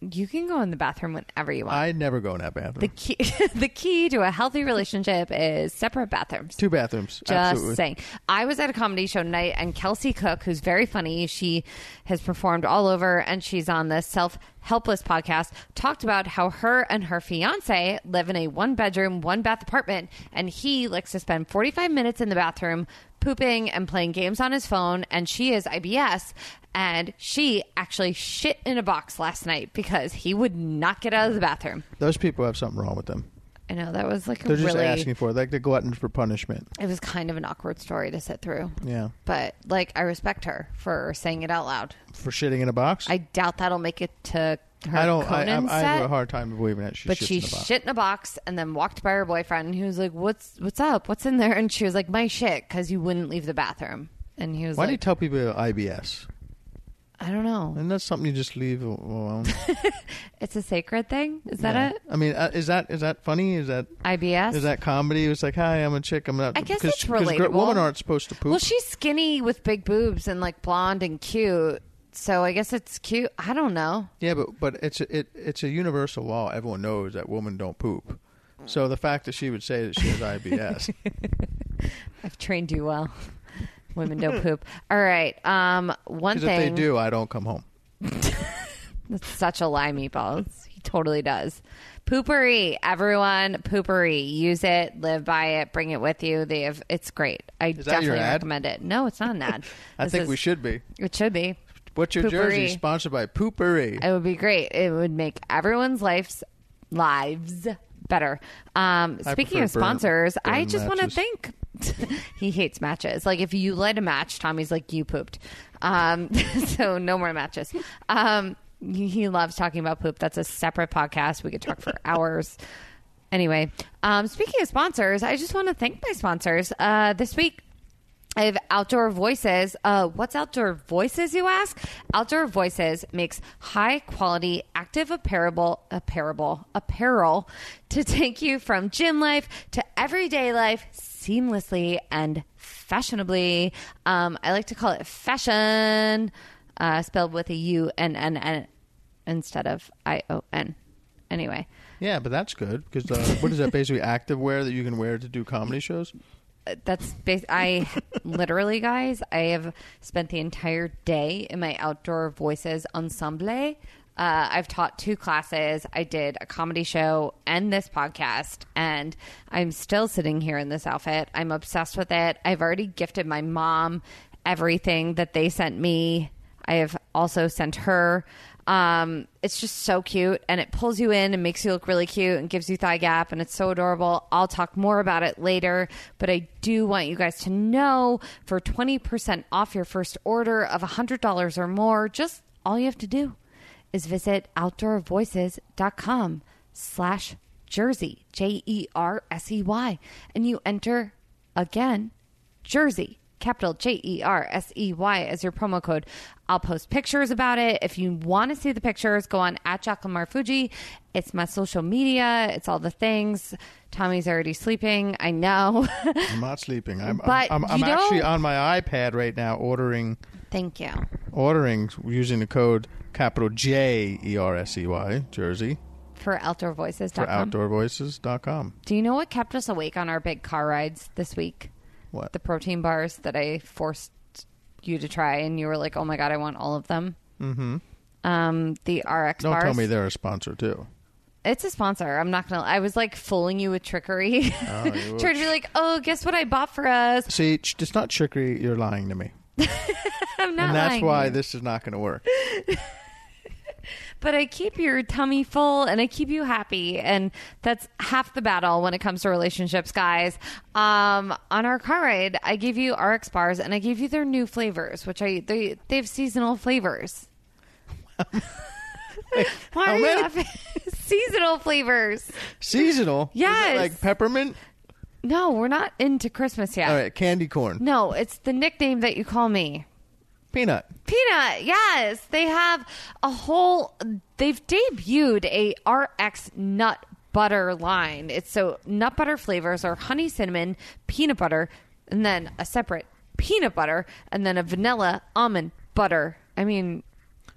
[SPEAKER 2] you can go in the bathroom whenever you want.
[SPEAKER 3] I never go in that bathroom.
[SPEAKER 2] the key, the key to a healthy relationship is separate bathrooms.
[SPEAKER 3] Two bathrooms.
[SPEAKER 2] Just
[SPEAKER 3] absolutely.
[SPEAKER 2] saying. I was at a comedy show tonight, and Kelsey Cook, who's very funny, she has performed all over, and she's on the Self Helpless podcast, talked about how her and her fiance live in a one bedroom, one bath apartment, and he likes to spend 45 minutes in the bathroom pooping and playing games on his phone, and she is IBS. And she actually shit in a box last night because he would not get out of the bathroom.
[SPEAKER 3] Those people have something wrong with them.
[SPEAKER 2] I know that was like a
[SPEAKER 3] They're just
[SPEAKER 2] really
[SPEAKER 3] asking for it, like the gluttons for punishment.
[SPEAKER 2] it was kind of an awkward story to sit through.
[SPEAKER 3] Yeah.
[SPEAKER 2] But like I respect her for saying it out loud.
[SPEAKER 3] for shitting in a box.
[SPEAKER 2] I doubt that'll make it to her
[SPEAKER 3] I don't. I, I,
[SPEAKER 2] Conan
[SPEAKER 3] I
[SPEAKER 2] set.
[SPEAKER 3] have a hard time believing that she
[SPEAKER 2] but
[SPEAKER 3] shits
[SPEAKER 2] she
[SPEAKER 3] in a box.
[SPEAKER 2] shit in a box and then walked by her boyfriend and he was like, What's what's up? What's in there? And she was like, My shit, because you wouldn't leave the bathroom. And he was
[SPEAKER 3] Why do you
[SPEAKER 2] like,
[SPEAKER 3] tell people you have IBS?
[SPEAKER 2] I I don't know.
[SPEAKER 3] Isn't that something you just leave alone? Is
[SPEAKER 2] It's a sacred thing? Is that it?
[SPEAKER 3] I mean, uh, is that is that funny? Is that
[SPEAKER 2] IBS?
[SPEAKER 3] is that comedy? It's like, hi, I'm a chick. I'm not.
[SPEAKER 2] I guess
[SPEAKER 3] because,
[SPEAKER 2] it's
[SPEAKER 3] Because gr-
[SPEAKER 2] relatable.
[SPEAKER 3] women aren't supposed to poop.
[SPEAKER 2] Well, she's skinny with big boobs and like blonde and cute. So I guess it's cute. I don't know.
[SPEAKER 3] yeah, but but it's a, it it's a universal law. Everyone knows that women don't poop. So the fact that she would say that she has IBS,
[SPEAKER 2] I've trained you well. Women don't poop. All right. Um, one
[SPEAKER 3] because if
[SPEAKER 2] thing.
[SPEAKER 3] they do, I don't come home.
[SPEAKER 2] That's such a lie, meatballs. He totally does. Poopery, everyone, poopery. Use it, live by it, bring it with you. They have. It's great. I
[SPEAKER 3] that
[SPEAKER 2] definitely
[SPEAKER 3] your ad?
[SPEAKER 2] recommend it. No, it's not an ad.
[SPEAKER 3] I
[SPEAKER 2] This
[SPEAKER 3] think
[SPEAKER 2] is-
[SPEAKER 3] we should be.
[SPEAKER 2] It should be.
[SPEAKER 3] What's your jersey?
[SPEAKER 2] Poopery.
[SPEAKER 3] Sponsored by Poopery.
[SPEAKER 2] It would be great. It would make everyone's lives lives better. Um,
[SPEAKER 3] I
[SPEAKER 2] speaking
[SPEAKER 3] prefer
[SPEAKER 2] of sponsors,
[SPEAKER 3] burn-
[SPEAKER 2] I
[SPEAKER 3] burn
[SPEAKER 2] just want to
[SPEAKER 3] matches.
[SPEAKER 2] thank. he hates matches. Like if you light a match, Tommy's like you pooped. Um, so no more matches. Um, he he loves talking about poop. That's a separate podcast. We could talk for hours. Anyway, um, speaking of sponsors, I just want to thank my sponsors uh, this week. I have Outdoor Voices. Uh, what's Outdoor Voices, you ask? Outdoor Voices makes high quality, active apparel, apparel, apparel to take you from gym life to everyday life seamlessly and fashionably. Um, I like to call it fashion, uh, spelled with a U and an N instead of I O N. Anyway,
[SPEAKER 3] Yeah, but that's good because uh, what is that basically active wear that you can wear to do comedy shows?
[SPEAKER 2] that's bas- I literally, guys, I have spent the entire day in my outdoor voices ensemble. Uh, I've taught two classes. I did a comedy show and this podcast, and I'm still sitting here in this outfit. I'm obsessed with it. I've already gifted my mom everything that they sent me. I have also sent her. Um, it's just so cute and it pulls you in and makes you look really cute and gives you thigh gap and it's so adorable. I'll talk more about it later, but I do want you guys to know for 20% off your first order of $100 or more, just all you have to do is visit outdoorvoices.com slash jersey, J E R S E Y, and you enter again Jersey, capital J E R S E Y, as your promo code. I'll post pictures about it. If you want to see the pictures, go on at Jacqueline Fuji. It's my social media, it's all the things. Tommy's already sleeping. I know.
[SPEAKER 3] I'm not sleeping. I'm,
[SPEAKER 2] But
[SPEAKER 3] I'm, I'm, I'm
[SPEAKER 2] you
[SPEAKER 3] actually
[SPEAKER 2] don't-
[SPEAKER 3] on my iPad right now ordering
[SPEAKER 2] Thank you.
[SPEAKER 3] ordering using the code capital J E R S E Y Jersey
[SPEAKER 2] For outdoorvoices.com.
[SPEAKER 3] for outdoorvoices.com.
[SPEAKER 2] Do you know what kept us awake on our big car rides this week?
[SPEAKER 3] What?
[SPEAKER 2] The protein bars that I forced you to try, and you were like, "Oh my god, I want all of them." Mm-hmm. Um, the RX
[SPEAKER 3] Don't
[SPEAKER 2] bars.
[SPEAKER 3] tell me they're a sponsor too.
[SPEAKER 2] It's a sponsor. I'm not gonna. I was like fooling you with trickery.
[SPEAKER 3] Oh, you were.
[SPEAKER 2] Trying to be like, "Oh, guess what I bought for us?"
[SPEAKER 3] See, ch- it's not trickery. You're lying to me,
[SPEAKER 2] I'm not.
[SPEAKER 3] and that's
[SPEAKER 2] lying.
[SPEAKER 3] why this is not going to work.
[SPEAKER 2] But I keep your tummy full and I keep you happy. And that's half the battle when it comes to relationships, guys. Um, on our car ride, I gave you RX bars and I gave you their new flavors, which I they they have seasonal flavors. Why
[SPEAKER 3] how
[SPEAKER 2] are you
[SPEAKER 3] many?
[SPEAKER 2] laughing? seasonal flavors.
[SPEAKER 3] Seasonal. Is it
[SPEAKER 2] Yes.
[SPEAKER 3] like peppermint.
[SPEAKER 2] No, we're not into Christmas yet.
[SPEAKER 3] All right, candy corn,
[SPEAKER 2] No, it's the nickname that you call me.
[SPEAKER 3] peanut.
[SPEAKER 2] Peanut, yes. They have a whole they've debuted a RX nut butter line. It's so nut butter flavors are honey cinnamon, peanut butter, and then a separate peanut butter and then a vanilla almond butter. I mean,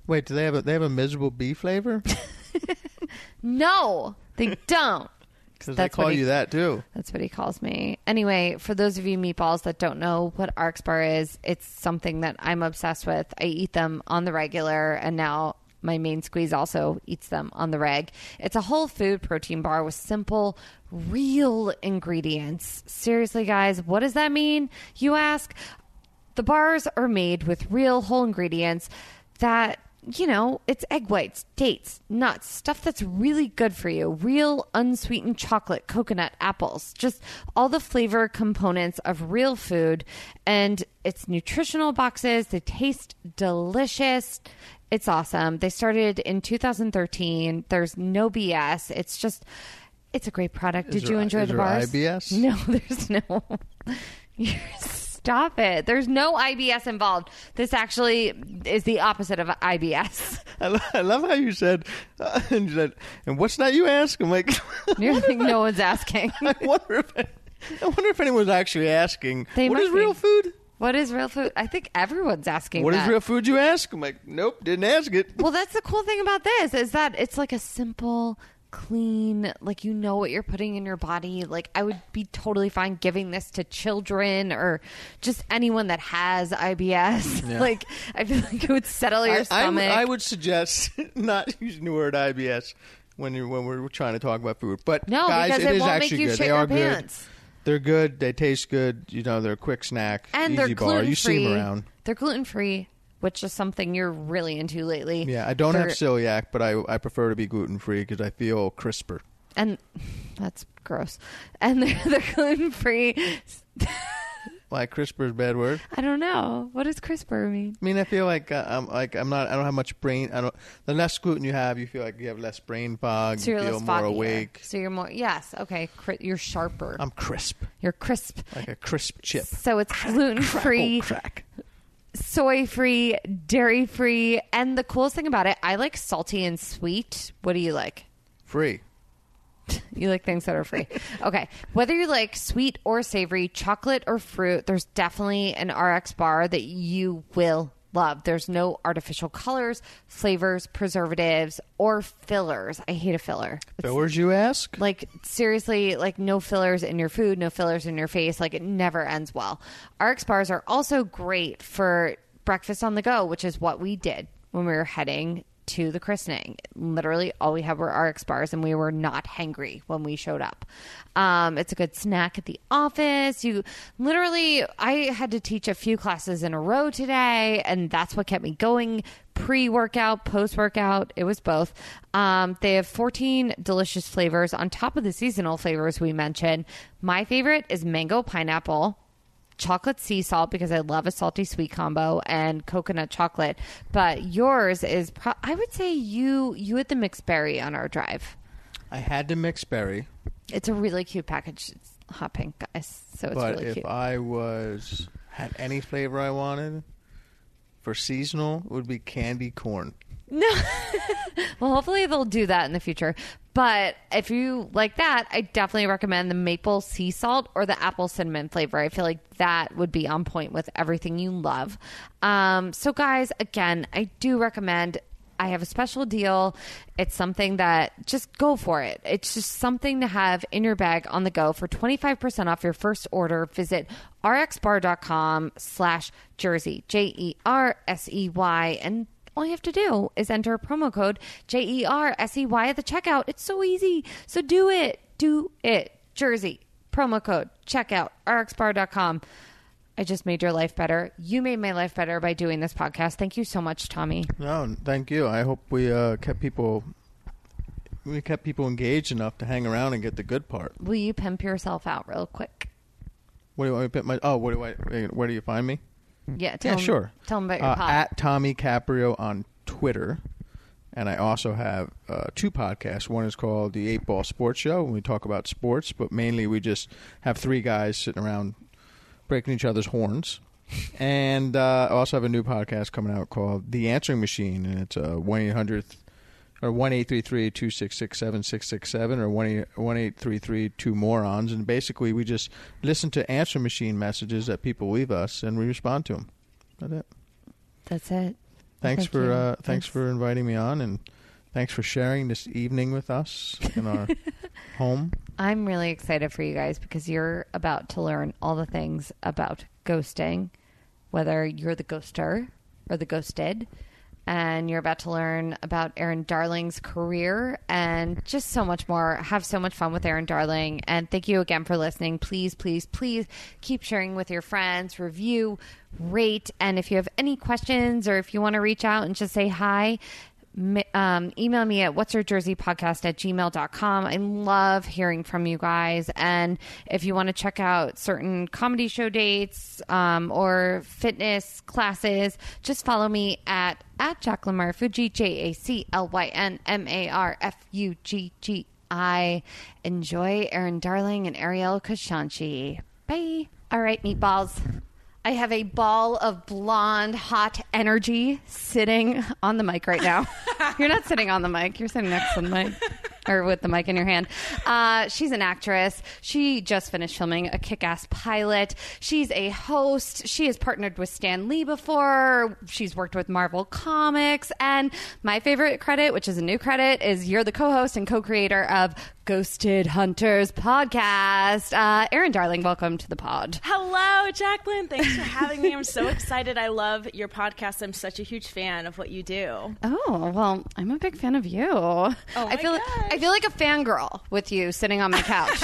[SPEAKER 3] Wait, do they have a they have a miserable bee flavor?
[SPEAKER 2] no, they don't.
[SPEAKER 3] Because they
[SPEAKER 2] That's what
[SPEAKER 3] call
[SPEAKER 2] he-
[SPEAKER 3] you that too.
[SPEAKER 2] That's what he calls me. Anyway, for those of you meatballs that don't know what RX bar is, it's something that I'm obsessed with. I eat them on the regular, and now my main squeeze also eats them on the reg. It's a whole food protein bar with simple, real ingredients. Seriously, guys, what does that mean? You ask. The bars are made with real whole ingredients that, you know, it's egg whites, dates, nuts, stuff that's really good for you, real unsweetened chocolate, coconut, apples, just all the flavor components of real food. And it's nutritional boxes, they taste delicious. It's awesome. They started in 2013. There's no BS. It's just, it's a great product. Did
[SPEAKER 3] there
[SPEAKER 2] you
[SPEAKER 3] I-
[SPEAKER 2] enjoy
[SPEAKER 3] is
[SPEAKER 2] the
[SPEAKER 3] there
[SPEAKER 2] bars?
[SPEAKER 3] IBS?
[SPEAKER 2] No, there's no. You're- Stop it. There's no IBS involved. This actually is the opposite of IBS.
[SPEAKER 3] I, lo- I love how you said, uh, and you said, and what's that you ask? I'm like,
[SPEAKER 2] You're like, no one's asking.
[SPEAKER 3] I wonder if I wonder if anyone's actually asking
[SPEAKER 2] They
[SPEAKER 3] what
[SPEAKER 2] might
[SPEAKER 3] is real
[SPEAKER 2] be.
[SPEAKER 3] food.
[SPEAKER 2] What is real food? I think everyone's asking.
[SPEAKER 3] What is
[SPEAKER 2] that.
[SPEAKER 3] real food? You ask. I'm like, nope, didn't ask it.
[SPEAKER 2] Well, that's the cool thing about this is that it's like a simple, clean, like you know what you're putting in your body. Like I would be totally fine giving this to children or just anyone that has IBS.
[SPEAKER 3] Yeah.
[SPEAKER 2] like I feel like it would settle your
[SPEAKER 3] I, I'm-
[SPEAKER 2] stomach.
[SPEAKER 3] I would suggest not using the word IBS when you when we're trying to talk about food. But
[SPEAKER 2] No,
[SPEAKER 3] guys,
[SPEAKER 2] because
[SPEAKER 3] it
[SPEAKER 2] it
[SPEAKER 3] is
[SPEAKER 2] won't make
[SPEAKER 3] actually
[SPEAKER 2] you
[SPEAKER 3] good.
[SPEAKER 2] shit
[SPEAKER 3] They
[SPEAKER 2] your
[SPEAKER 3] are
[SPEAKER 2] pants.
[SPEAKER 3] good. They're good. They taste good. You know, they're a quick snack.
[SPEAKER 2] and
[SPEAKER 3] easy
[SPEAKER 2] they're
[SPEAKER 3] bar.
[SPEAKER 2] gluten
[SPEAKER 3] You see
[SPEAKER 2] free.
[SPEAKER 3] them around.
[SPEAKER 2] They're gluten free, which is something you're really into lately.
[SPEAKER 3] Yeah, I don't have
[SPEAKER 2] They're-
[SPEAKER 3] celiac, but I I prefer to be gluten free because I feel crisper.
[SPEAKER 2] and that's gross. And they're, they're gluten free.
[SPEAKER 3] Like crisper is a bad word.
[SPEAKER 2] I don't know what does CRISPR mean.
[SPEAKER 3] I mean, I feel like uh, I'm like I'm not. I don't have much brain. I don't. The less gluten you have, you feel like you have less brain fog.
[SPEAKER 2] So you're
[SPEAKER 3] you feel
[SPEAKER 2] less
[SPEAKER 3] more
[SPEAKER 2] foggier.
[SPEAKER 3] awake. Um,
[SPEAKER 2] So you're more yes, okay. Cri- you're sharper.
[SPEAKER 3] I'm crisp,
[SPEAKER 2] you're crisp.
[SPEAKER 3] like a crisp chip.
[SPEAKER 2] So it's gluten free,
[SPEAKER 3] Oh, crack. oh,
[SPEAKER 2] soy free, dairy free, and the coolest thing about it, I like salty and sweet. What do you like?
[SPEAKER 3] Free.
[SPEAKER 2] You like things that are free. Okay. Whether you like sweet or savory, chocolate or fruit, there's definitely an RX bar that you will love. There's no artificial colors, flavors, preservatives, or fillers. I hate a filler.
[SPEAKER 3] Fillers, you ask?
[SPEAKER 2] Like seriously, like no fillers in your food, no fillers in your face. Like it never ends well. RX bars are also great for breakfast on the go, which is what we did when we were heading to the christening. Literally, all we had were RX bars, and we were not hangry when we showed up. Um, it's a good snack at the office. You literally, I had to teach a few classes in a row today, and that's what kept me going pre workout, post workout. It was both. Um, they have 14 delicious flavors on top of the seasonal flavors we mentioned. My favorite is mango pineapple. Chocolate sea salt because I love a salty sweet combo and coconut chocolate. But yours is, pro- I would say you you had the mixed berry on our drive.
[SPEAKER 3] I had to mix berry,
[SPEAKER 2] It's a really cute package. It's hot pink, guys. So it's
[SPEAKER 3] but
[SPEAKER 2] really
[SPEAKER 3] if
[SPEAKER 2] cute.
[SPEAKER 3] I was had any flavor I wanted for seasonal, it would be candy corn.
[SPEAKER 2] Well, hopefully they'll do that in the future. But if you like that, I definitely recommend the maple sea salt or the apple cinnamon flavor. I feel like that would be on point with everything you love. Um, so, guys, again, I do recommend. I have a special deal. It's something that just go for it. It's just something to have in your bag on the go for 25% off your first order. Visit rxbar.com slash jersey, J E R S E Y, and all you have to do is enter promo code J E R S E Y at the checkout. It's so easy. So do it. Do it. Jersey. Promo code checkout rxbar.com. I just made your life better. You made my life better by doing this podcast. Thank you so much, Tommy.
[SPEAKER 3] No, thank you. I hope we uh, kept people we kept people engaged enough to hang around and get the good part.
[SPEAKER 2] Will you pimp yourself out real quick?
[SPEAKER 3] What do I put my? Oh, what do I? Where do you find me?
[SPEAKER 2] Yeah, tell
[SPEAKER 3] Mm. yeah,
[SPEAKER 2] 'em-
[SPEAKER 3] sure.
[SPEAKER 2] Tell them about your
[SPEAKER 3] uh,
[SPEAKER 2] pod.
[SPEAKER 3] At Tommy Caprio on Twitter. And I also have uh, two podcasts. One is called The Eight Ball Sports Show, and we talk about sports, but mainly we just have three guys sitting around breaking each other's horns. And uh, I also have a new podcast coming out called The Answering Machine, and it's uh, a 1 800 or 1 833 266 7667 or 1 833 2 Morons. And basically, we just listen to answer machine messages that people leave us and we respond to them. That's it
[SPEAKER 2] That's it.
[SPEAKER 3] thanks
[SPEAKER 2] Thank
[SPEAKER 3] for
[SPEAKER 2] you.
[SPEAKER 3] uh, thanks for inviting me on and thanks for sharing this evening with us in our home
[SPEAKER 2] I'm really excited for you guys because you're about to learn all the things about ghosting, whether you're the ghoster or the ghosted. And you're about to learn about Aaron Darling's career and just so much more. Have so much fun with Aaron Darling. And thank you again for listening. Please, please, please keep sharing with your friends, review, rate. And if you have any questions or if you want to reach out and just say hi, m- um, email me at what's your jersey podcast at gmail.com i love hearing from you guys and if you want to check out certain comedy show dates um, or fitness classes just follow me at at jacqueline Marafuji, j-a-c-l-y-n-m-a-r-f-u-g-g-i enjoy aaron darling and ariel kashanchi bye all right meatballs I have a ball of blonde, hot energy sitting on the mic right now. you're not sitting on the mic, you're sitting next to the mic. Or with the mic in your hand. Uh, she's an actress. She just finished filming a kick ass pilot. She's a host. She has partnered with Stan Lee before. She's worked with Marvel Comics. And my favorite credit, which is a new credit, is you're the co host and co creator of Ghosted Hunters podcast. Uh, Aaron Darling, welcome to the pod.
[SPEAKER 4] Hello, Jacqueline. Thanks for having me. I'm so excited. I love your podcast. I'm such a huge fan of what you do.
[SPEAKER 2] Oh well, I'm a big fan of you. Oh I
[SPEAKER 4] my
[SPEAKER 2] feel
[SPEAKER 4] gosh.
[SPEAKER 2] I feel like a fangirl with you sitting on my couch.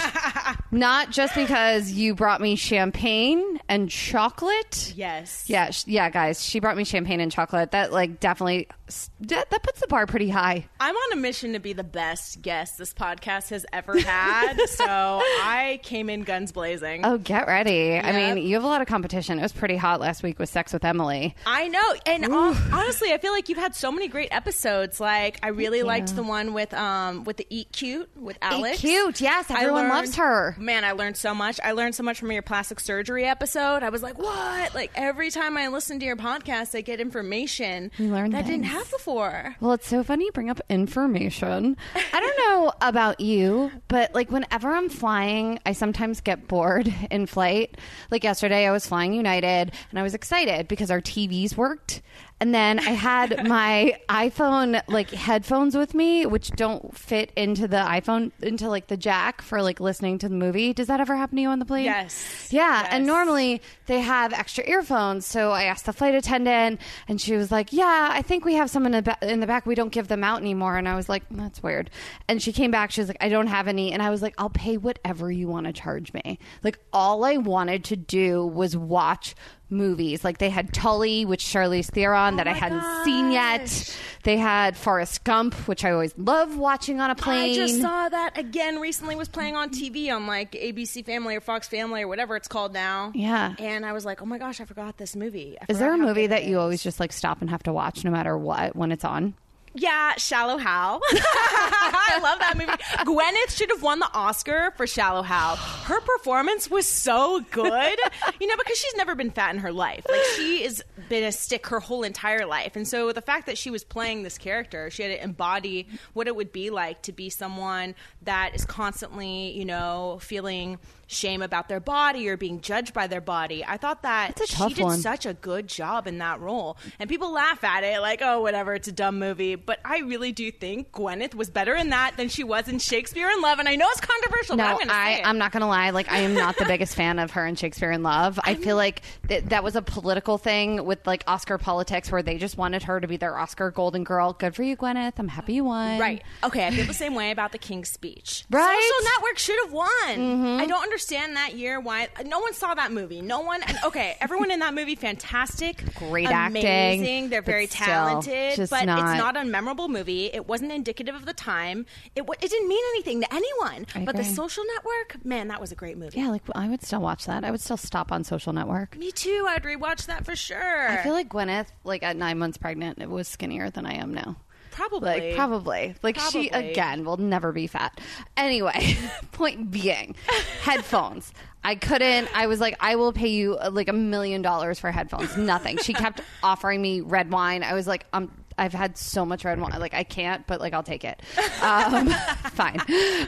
[SPEAKER 2] Not just because you brought me champagne and chocolate.
[SPEAKER 4] Yes.
[SPEAKER 2] Yeah, sh- yeah, guys. She brought me champagne and chocolate. That like definitely s- that, that puts the bar pretty high.
[SPEAKER 4] I'm on a mission to be the best guest this podcast has ever had. so I came in guns blazing.
[SPEAKER 2] Oh, get ready. I
[SPEAKER 4] Yep.
[SPEAKER 2] mean, you have a lot of competition. It was pretty hot last week with Sex with Emily.
[SPEAKER 4] I know. And um, honestly, I feel like you've had so many great episodes. Like I really liked the one with um with the Eat Cute with Alex.
[SPEAKER 2] Cute, yes,
[SPEAKER 4] I
[SPEAKER 2] everyone
[SPEAKER 4] learned-
[SPEAKER 2] loves her.
[SPEAKER 4] Man, I learned so much. I learned so much from your plastic surgery episode. I was like, "What?" Like every time I listen to your podcast, I get information
[SPEAKER 2] You learn
[SPEAKER 4] that I didn't
[SPEAKER 2] things.
[SPEAKER 4] have before.
[SPEAKER 2] Well, it's so funny you bring up information. I don't know about you, but like whenever I'm flying, I sometimes get bored in flight. Like yesterday, I was flying United and I was excited because our TVs worked. And then I had my iPhone like headphones with me, which don't fit into the iPhone into like the jack for like listening to the movie. Does that ever happen to you on the plane?
[SPEAKER 4] Yes.
[SPEAKER 2] Yeah. And
[SPEAKER 4] Yes.
[SPEAKER 2] normally they have extra earphones, so I asked the flight attendant, and she was like, "Yeah, I think we have some in the ba- in the back. We don't give them out anymore." And I was like, "That's weird." And she came back. She was like, "I don't have any," and I was like, "I'll pay whatever you want to charge me." Like all I wanted to do was watch movies. Like they had Tully, which Charlize
[SPEAKER 4] Oh
[SPEAKER 2] Theron that I hadn't seen yet. They had Forrest Gump, which I always love watching on a plane.
[SPEAKER 4] I just saw that again recently. Was playing on TV on like ABC Family or Fox Family or whatever it's called now.
[SPEAKER 2] Yeah.
[SPEAKER 4] And I was like, oh my gosh, I forgot this movie. I
[SPEAKER 2] Is there a
[SPEAKER 4] forgot how
[SPEAKER 2] movie
[SPEAKER 4] good
[SPEAKER 2] that
[SPEAKER 4] it
[SPEAKER 2] you
[SPEAKER 4] is.
[SPEAKER 2] always just like stop and have to watch no matter what when it's on?
[SPEAKER 4] Yeah, Shallow Hal. I love that movie. Gwyneth should have won the Oscar for Shallow Hal. Her performance was so good, you know, because she's never been fat in her life. Like she has been a stick her whole entire life, and so the fact that she was playing this character, she had to embody what it would be like to be someone that is constantly, you know, feeling shame about their body or being judged by their body. I thought that
[SPEAKER 2] That's a
[SPEAKER 4] she
[SPEAKER 2] tough
[SPEAKER 4] did
[SPEAKER 2] one.
[SPEAKER 4] such such a good job in that role. And people laugh at it, like, oh, whatever, it's a dumb movie. But I really do think Gwyneth was better in that than she was in Shakespeare in Love. And I know it's controversial, but I'm
[SPEAKER 2] No,
[SPEAKER 4] going to say
[SPEAKER 2] I,
[SPEAKER 4] it.
[SPEAKER 2] I'm not gonna lie. Like, I am not the biggest fan of her and Shakespeare in Love. I feel like th- that was a political thing with like Oscar politics, where they just wanted her to be their Oscar golden girl. Good for you, Gwyneth. I'm happy you won.
[SPEAKER 4] Right. Okay. I feel the same way about the King's Speech.
[SPEAKER 2] Right? Mm-hmm.
[SPEAKER 4] Social Network should have won. I don't understand that year why no one saw that movie. No one. and Okay. Everyone in that movie, fantastic,
[SPEAKER 2] Great
[SPEAKER 4] amazing.
[SPEAKER 2] acting,
[SPEAKER 4] They're
[SPEAKER 2] but
[SPEAKER 4] very
[SPEAKER 2] still,
[SPEAKER 4] talented,
[SPEAKER 2] just
[SPEAKER 4] but
[SPEAKER 2] not-
[SPEAKER 4] it's not a memorable movie. It wasn't indicative of the time. It wa- it didn't mean anything to anyone.
[SPEAKER 2] I
[SPEAKER 4] but the
[SPEAKER 2] agree.
[SPEAKER 4] Social Network, man, that was a great movie.
[SPEAKER 2] Yeah. Like, I would still watch that. I would still stop on Social Network.
[SPEAKER 4] Me too. I'd rewatch that for sure.
[SPEAKER 2] I feel like Gwyneth, like at nine months pregnant, it was skinnier than I am now.
[SPEAKER 4] probably
[SPEAKER 2] Like probably. Like she
[SPEAKER 4] Probably.
[SPEAKER 2] again will never be fat. Anyway, point being, headphones. I couldn't. I was like, I will pay you uh, like a million dollars for headphones. Nothing. She kept offering me red wine. I was like, um, I've had so much red wine. Like I can't, but like I'll take it. Um, fine.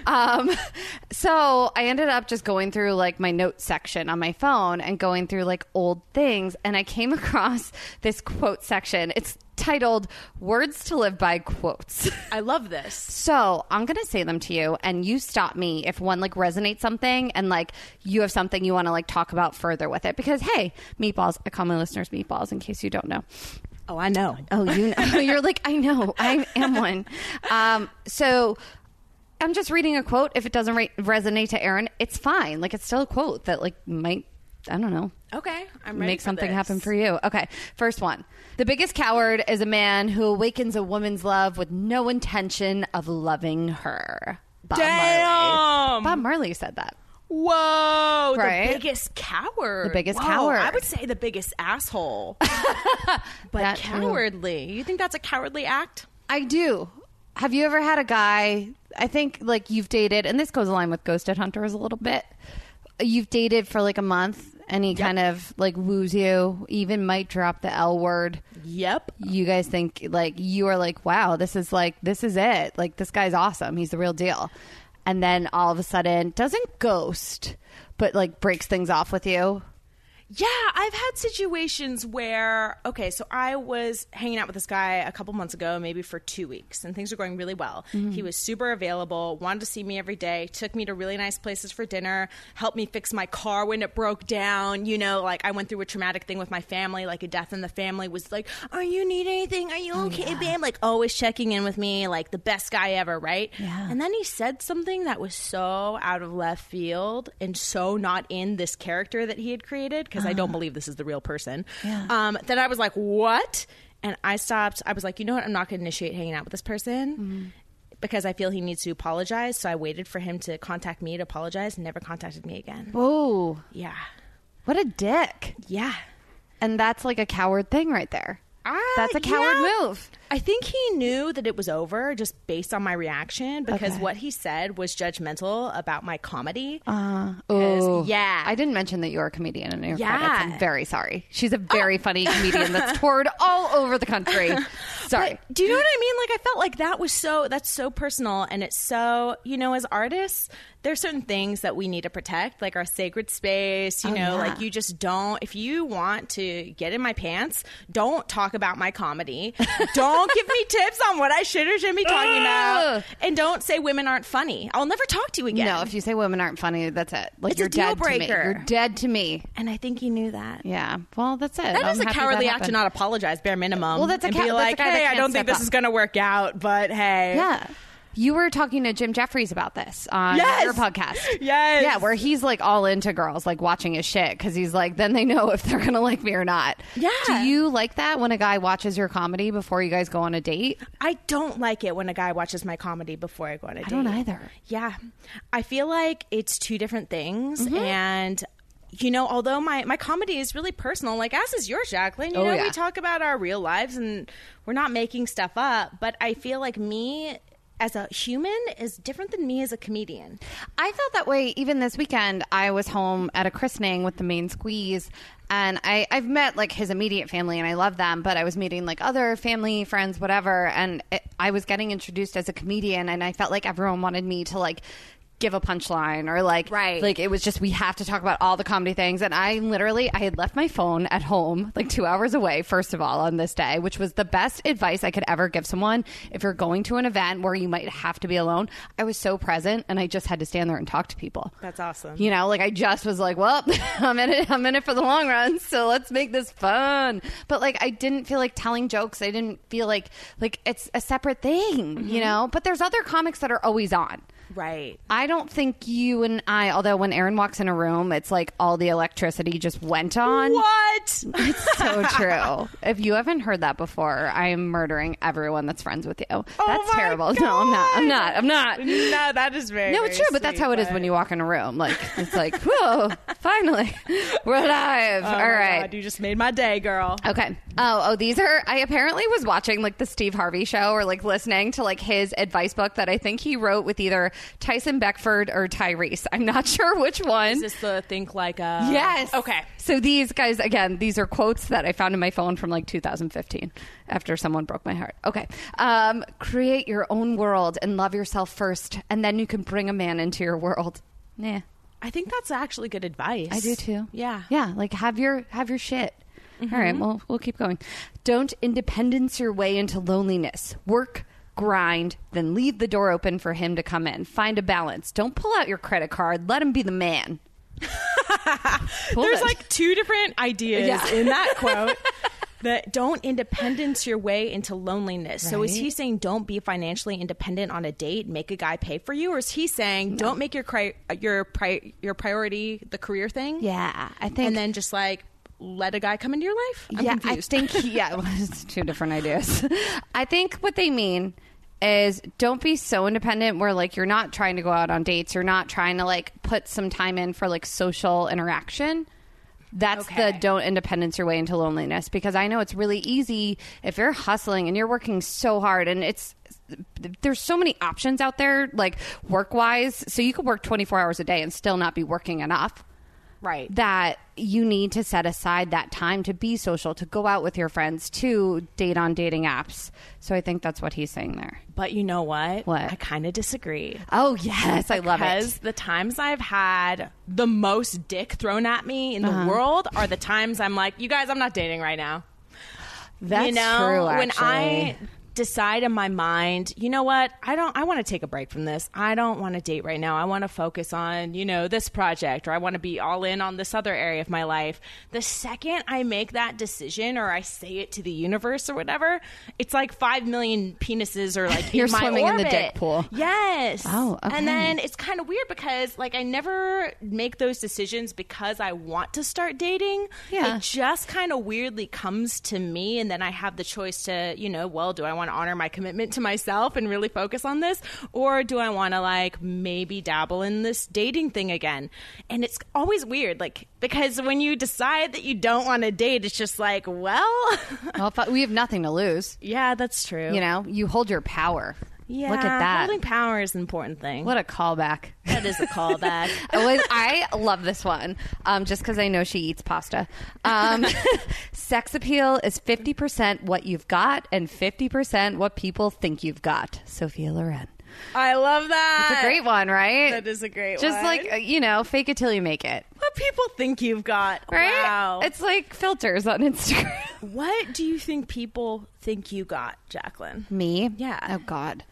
[SPEAKER 2] Um, so I ended up just going through like my notes section on my phone and going through like old things, and I came across this quote section. It's titled Words to Live By Quotes.
[SPEAKER 4] I love this.
[SPEAKER 2] so I'm going to say them to you and you stop me if one like resonates something and like you have something you want to like talk about further with it. Because hey, meatballs, I call my listeners meatballs in case you don't know.
[SPEAKER 4] Oh, I know.
[SPEAKER 2] Oh, you know, you're like, I know, I am one. Um, so I'm just reading a quote. If it doesn't re- resonate to Aaron, it's fine. Like it's still a quote that like might, I don't know,
[SPEAKER 4] Okay, I'm ready
[SPEAKER 2] make
[SPEAKER 4] for
[SPEAKER 2] something
[SPEAKER 4] this.
[SPEAKER 2] happen for you. Okay, first one. The biggest coward is a man who awakens a woman's love with no intention of loving her. Bob Marley.
[SPEAKER 4] Damn.
[SPEAKER 2] Bob Marley said that.
[SPEAKER 4] Whoa,
[SPEAKER 2] Right?
[SPEAKER 4] the biggest coward.
[SPEAKER 2] The biggest
[SPEAKER 4] Whoa,
[SPEAKER 2] coward.
[SPEAKER 4] I would say the biggest asshole. but
[SPEAKER 2] That mm. too.
[SPEAKER 4] cowardly. You think that's a cowardly act?
[SPEAKER 2] I do. Have you ever had a guy? I think like you've dated, and this goes along with Ghosted Hunters a little bit. You've dated for like a month, and he kind of like woos you. Even might drop the L word.
[SPEAKER 4] Yep.
[SPEAKER 2] You guys think like you are like, wow, this is like this is it. Like this guy's awesome. He's the real deal. And then all of a sudden, doesn't ghost, but like breaks things off with you.
[SPEAKER 4] Yeah, I've had situations where, okay, so I was hanging out with this guy a couple months ago, maybe for two weeks, and things were going really well. He was super available, wanted to see me every day, took me to really nice places for dinner, helped me fix my car when it broke down. You know, like I went through a traumatic thing with my family, like a death in the family was like, Are you need anything? Are you okay, babe? Like always checking in with me, like the best guy ever, right?
[SPEAKER 2] Yeah.
[SPEAKER 4] And then he said something that was so out of left field and so not in this character that he had created because I don't believe this is the real person.
[SPEAKER 2] Yeah.
[SPEAKER 4] Um, then I was like, what? And I stopped. I was like, you know what? I'm not going to initiate hanging out with this person. Because I feel he needs to apologize, so I waited for him to contact me to apologize. and Never contacted me again.
[SPEAKER 2] Whoa,
[SPEAKER 4] Yeah,
[SPEAKER 2] what a dick!
[SPEAKER 4] yeah.
[SPEAKER 2] And that's like a coward thing right there.
[SPEAKER 4] Ah,
[SPEAKER 2] That's a coward
[SPEAKER 4] yeah.
[SPEAKER 2] move.
[SPEAKER 4] I I think he knew that it was over just based on my reaction because what he said was judgmental about my comedy.
[SPEAKER 2] Oh,
[SPEAKER 4] Uh, yeah.
[SPEAKER 2] I didn't mention that you're a comedian in your
[SPEAKER 4] Yeah. Oh.
[SPEAKER 2] credits. I'm very sorry. She's a very funny comedian that's toured all over the country. Sorry.
[SPEAKER 4] But do you know what I mean? Like I felt like that was so that's so personal and it's so you know as artists there's certain things that we need to protect like our sacred space.
[SPEAKER 2] Oh,
[SPEAKER 4] You know, like you just don't if you want to get in my pants, don't talk about my comedy. don't give me tips on what I should or shouldn't be talking about, and don't say women aren't funny. I'll never talk to you again.
[SPEAKER 2] No, if you say women aren't funny, that's it. Like
[SPEAKER 4] It's a
[SPEAKER 2] you're dead
[SPEAKER 4] deal
[SPEAKER 2] to me.
[SPEAKER 4] breaker.
[SPEAKER 2] You're dead to me.
[SPEAKER 4] and I think he knew that.
[SPEAKER 2] Yeah. Well, that's it.
[SPEAKER 4] That is a cowardly act to
[SPEAKER 2] action.
[SPEAKER 4] not apologize, bare minimum.
[SPEAKER 2] Well, that's a
[SPEAKER 4] and
[SPEAKER 2] ca-
[SPEAKER 4] be
[SPEAKER 2] that's a
[SPEAKER 4] like,
[SPEAKER 2] guy that
[SPEAKER 4] hey, I
[SPEAKER 2] can't
[SPEAKER 4] don't think
[SPEAKER 2] step
[SPEAKER 4] this is
[SPEAKER 2] up."
[SPEAKER 4] going to work out, but hey,
[SPEAKER 2] Yeah. You were talking to Jim Jeffries about this on
[SPEAKER 4] Yes!
[SPEAKER 2] your podcast.
[SPEAKER 4] Yes.
[SPEAKER 2] Yeah, where he's like all into girls, like watching his shit because he's like, then they know if they're going to like me or not.
[SPEAKER 4] Yeah.
[SPEAKER 2] Do you like that when a guy watches your comedy before you guys go on a date?
[SPEAKER 4] I don't like it when a guy watches my comedy before I go on a date. I
[SPEAKER 2] don't either.
[SPEAKER 4] Yeah. I feel like it's two different things
[SPEAKER 2] Mm-hmm.
[SPEAKER 4] and you know, although my, my comedy is really personal, like as is yours, Jacqueline, you
[SPEAKER 2] Oh,
[SPEAKER 4] know,
[SPEAKER 2] yeah.
[SPEAKER 4] we talk about our real lives and we're not making stuff up, but I feel like me as a human is different than me as a comedian.
[SPEAKER 2] I felt that way even this weekend. I was home at a christening with the main squeeze, and I, I've met like his immediate family, and I love them. But I was meeting like other family, friends, whatever, and it, I was getting introduced as a comedian, and I felt like everyone wanted me to like give a punchline or like
[SPEAKER 4] Right.
[SPEAKER 2] like it was just we have to talk about all the comedy things and i literally i had left my phone at home like two hours away first of all on this day which was the best advice i could ever give someone if you're going to an event where you might have to be alone i was so present and i just had to stand there and talk to people
[SPEAKER 4] That's awesome.
[SPEAKER 2] you know like i just was like well i'm in it i'm in it for the long run so let's make this fun but like i didn't feel like telling jokes i didn't feel like like it's a separate thing
[SPEAKER 4] Mm-hmm.
[SPEAKER 2] you know but there's other comics that are always on
[SPEAKER 4] Right.
[SPEAKER 2] I don't think you and I, although when Aaron walks in a room, it's like all the electricity just went on.
[SPEAKER 4] What?
[SPEAKER 2] It's so true. if you haven't heard that before, I am murdering everyone that's friends with you. that's
[SPEAKER 4] Oh my
[SPEAKER 2] terrible. No, I'm not. I'm not. I'm not.
[SPEAKER 4] no, that is very
[SPEAKER 2] No, it's true, but that's how it is when you walk in a room. Like it's like, whoa, finally, we're alive.
[SPEAKER 4] Oh
[SPEAKER 2] All right.
[SPEAKER 4] you just made my day, girl.
[SPEAKER 2] Okay. Oh, oh, these are. I apparently was watching like the Steve Harvey show or like listening to like his advice book that I think he wrote with either Tyson Beckford or Tyrese. I'm not sure which one.
[SPEAKER 4] Is this the think like a
[SPEAKER 2] yes.
[SPEAKER 4] Okay.
[SPEAKER 2] So these guys, again, these are quotes that I found in my phone from like 2015 after someone broke my heart. Okay. Um, create your own world and love yourself first, and then you can bring a man into your world. Yeah.
[SPEAKER 4] I think that's actually good advice.
[SPEAKER 2] I do too.
[SPEAKER 4] Yeah. Mm-hmm.
[SPEAKER 2] Yeah. Like have your have your shit. All right. Well, we'll keep going. Don't independence your way into loneliness. Work, grind, then leave the door open for him to come in. Find a balance. Don't pull out your credit card. Let him be the man. Pull
[SPEAKER 4] There's
[SPEAKER 2] it.
[SPEAKER 4] like two different ideas
[SPEAKER 2] Yeah.
[SPEAKER 4] in that quote. That don't independence your way into loneliness. So is
[SPEAKER 2] Right.
[SPEAKER 4] he saying don't be financially independent on a date, make a guy pay for you, or is he saying don't make your cri- your pri- your priority the career thing?
[SPEAKER 2] Yeah. I think
[SPEAKER 4] and then just like let a guy come into your life. I'm
[SPEAKER 2] yeah,
[SPEAKER 4] confused.
[SPEAKER 2] I think yeah, well, it's two different ideas. I think what they mean is don't be so independent where like you're not trying to go out on dates, you're not trying to like put some time in for like social interaction. That's the
[SPEAKER 4] Okay.
[SPEAKER 2] don't independence your way into loneliness because I know it's really easy if you're hustling and you're working so hard and it's there's so many options out there like work wise so you could work 24 hours a day and still not be working enough
[SPEAKER 4] right.
[SPEAKER 2] that you need to set aside that time to be social, to go out with your friends, to date on dating apps. So I think that's what he's saying there.
[SPEAKER 4] but you know what?
[SPEAKER 2] What?
[SPEAKER 4] I kind of disagree.
[SPEAKER 2] Oh yes, I love
[SPEAKER 4] because
[SPEAKER 2] it.
[SPEAKER 4] the times I've had the most dick thrown at me in
[SPEAKER 2] Uh-huh.
[SPEAKER 4] the world are the times I'm like, you guys, I'm not dating right now.
[SPEAKER 2] That's
[SPEAKER 4] you know,
[SPEAKER 2] true. Actually.
[SPEAKER 4] when I decide in my mind, you know what? I don't I want to take a break from this. I don't want to date right now. I want to focus on, you know, this project or I want to be all in on this other area of my life. The second I make that decision or I say it to the universe or whatever, it's like 5 million penises are like
[SPEAKER 2] You're
[SPEAKER 4] in my
[SPEAKER 2] swimming in the
[SPEAKER 4] orbit.
[SPEAKER 2] dick pool.
[SPEAKER 4] Yes.
[SPEAKER 2] Oh, okay.
[SPEAKER 4] And then it's kind of weird because like I never make those decisions because I want to start dating.
[SPEAKER 2] Yeah.
[SPEAKER 4] It just kind of weirdly comes to me and then I have the choice to, you know, well, do I want want to honor my commitment to myself and really focus on this? Or do I want to like maybe dabble in this dating thing again? And it's always weird, like, because when you decide that you don't want to date, it's just like, well,
[SPEAKER 2] Well, if I- we have nothing to lose.
[SPEAKER 4] yeah, that's true.
[SPEAKER 2] You know, you hold your power.
[SPEAKER 4] yeah,
[SPEAKER 2] Look at that.
[SPEAKER 4] Holding power is an important thing.
[SPEAKER 2] What a callback.
[SPEAKER 4] that is a callback.
[SPEAKER 2] I was- I love this one um, just because I know she eats pasta. Um, sex appeal is 50% what you've got and 50% what people think you've got. Sophia Loren.
[SPEAKER 4] I love that.
[SPEAKER 2] It's a great one, right?
[SPEAKER 4] That is a great
[SPEAKER 2] Just
[SPEAKER 4] one.
[SPEAKER 2] like, uh, you know, fake it till you make it.
[SPEAKER 4] What people think you've got.
[SPEAKER 2] Right?
[SPEAKER 4] Wow.
[SPEAKER 2] It's like filters on Instagram.
[SPEAKER 4] what do you think people think you got, Jacqueline?
[SPEAKER 2] Me?
[SPEAKER 4] Yeah.
[SPEAKER 2] Oh, God.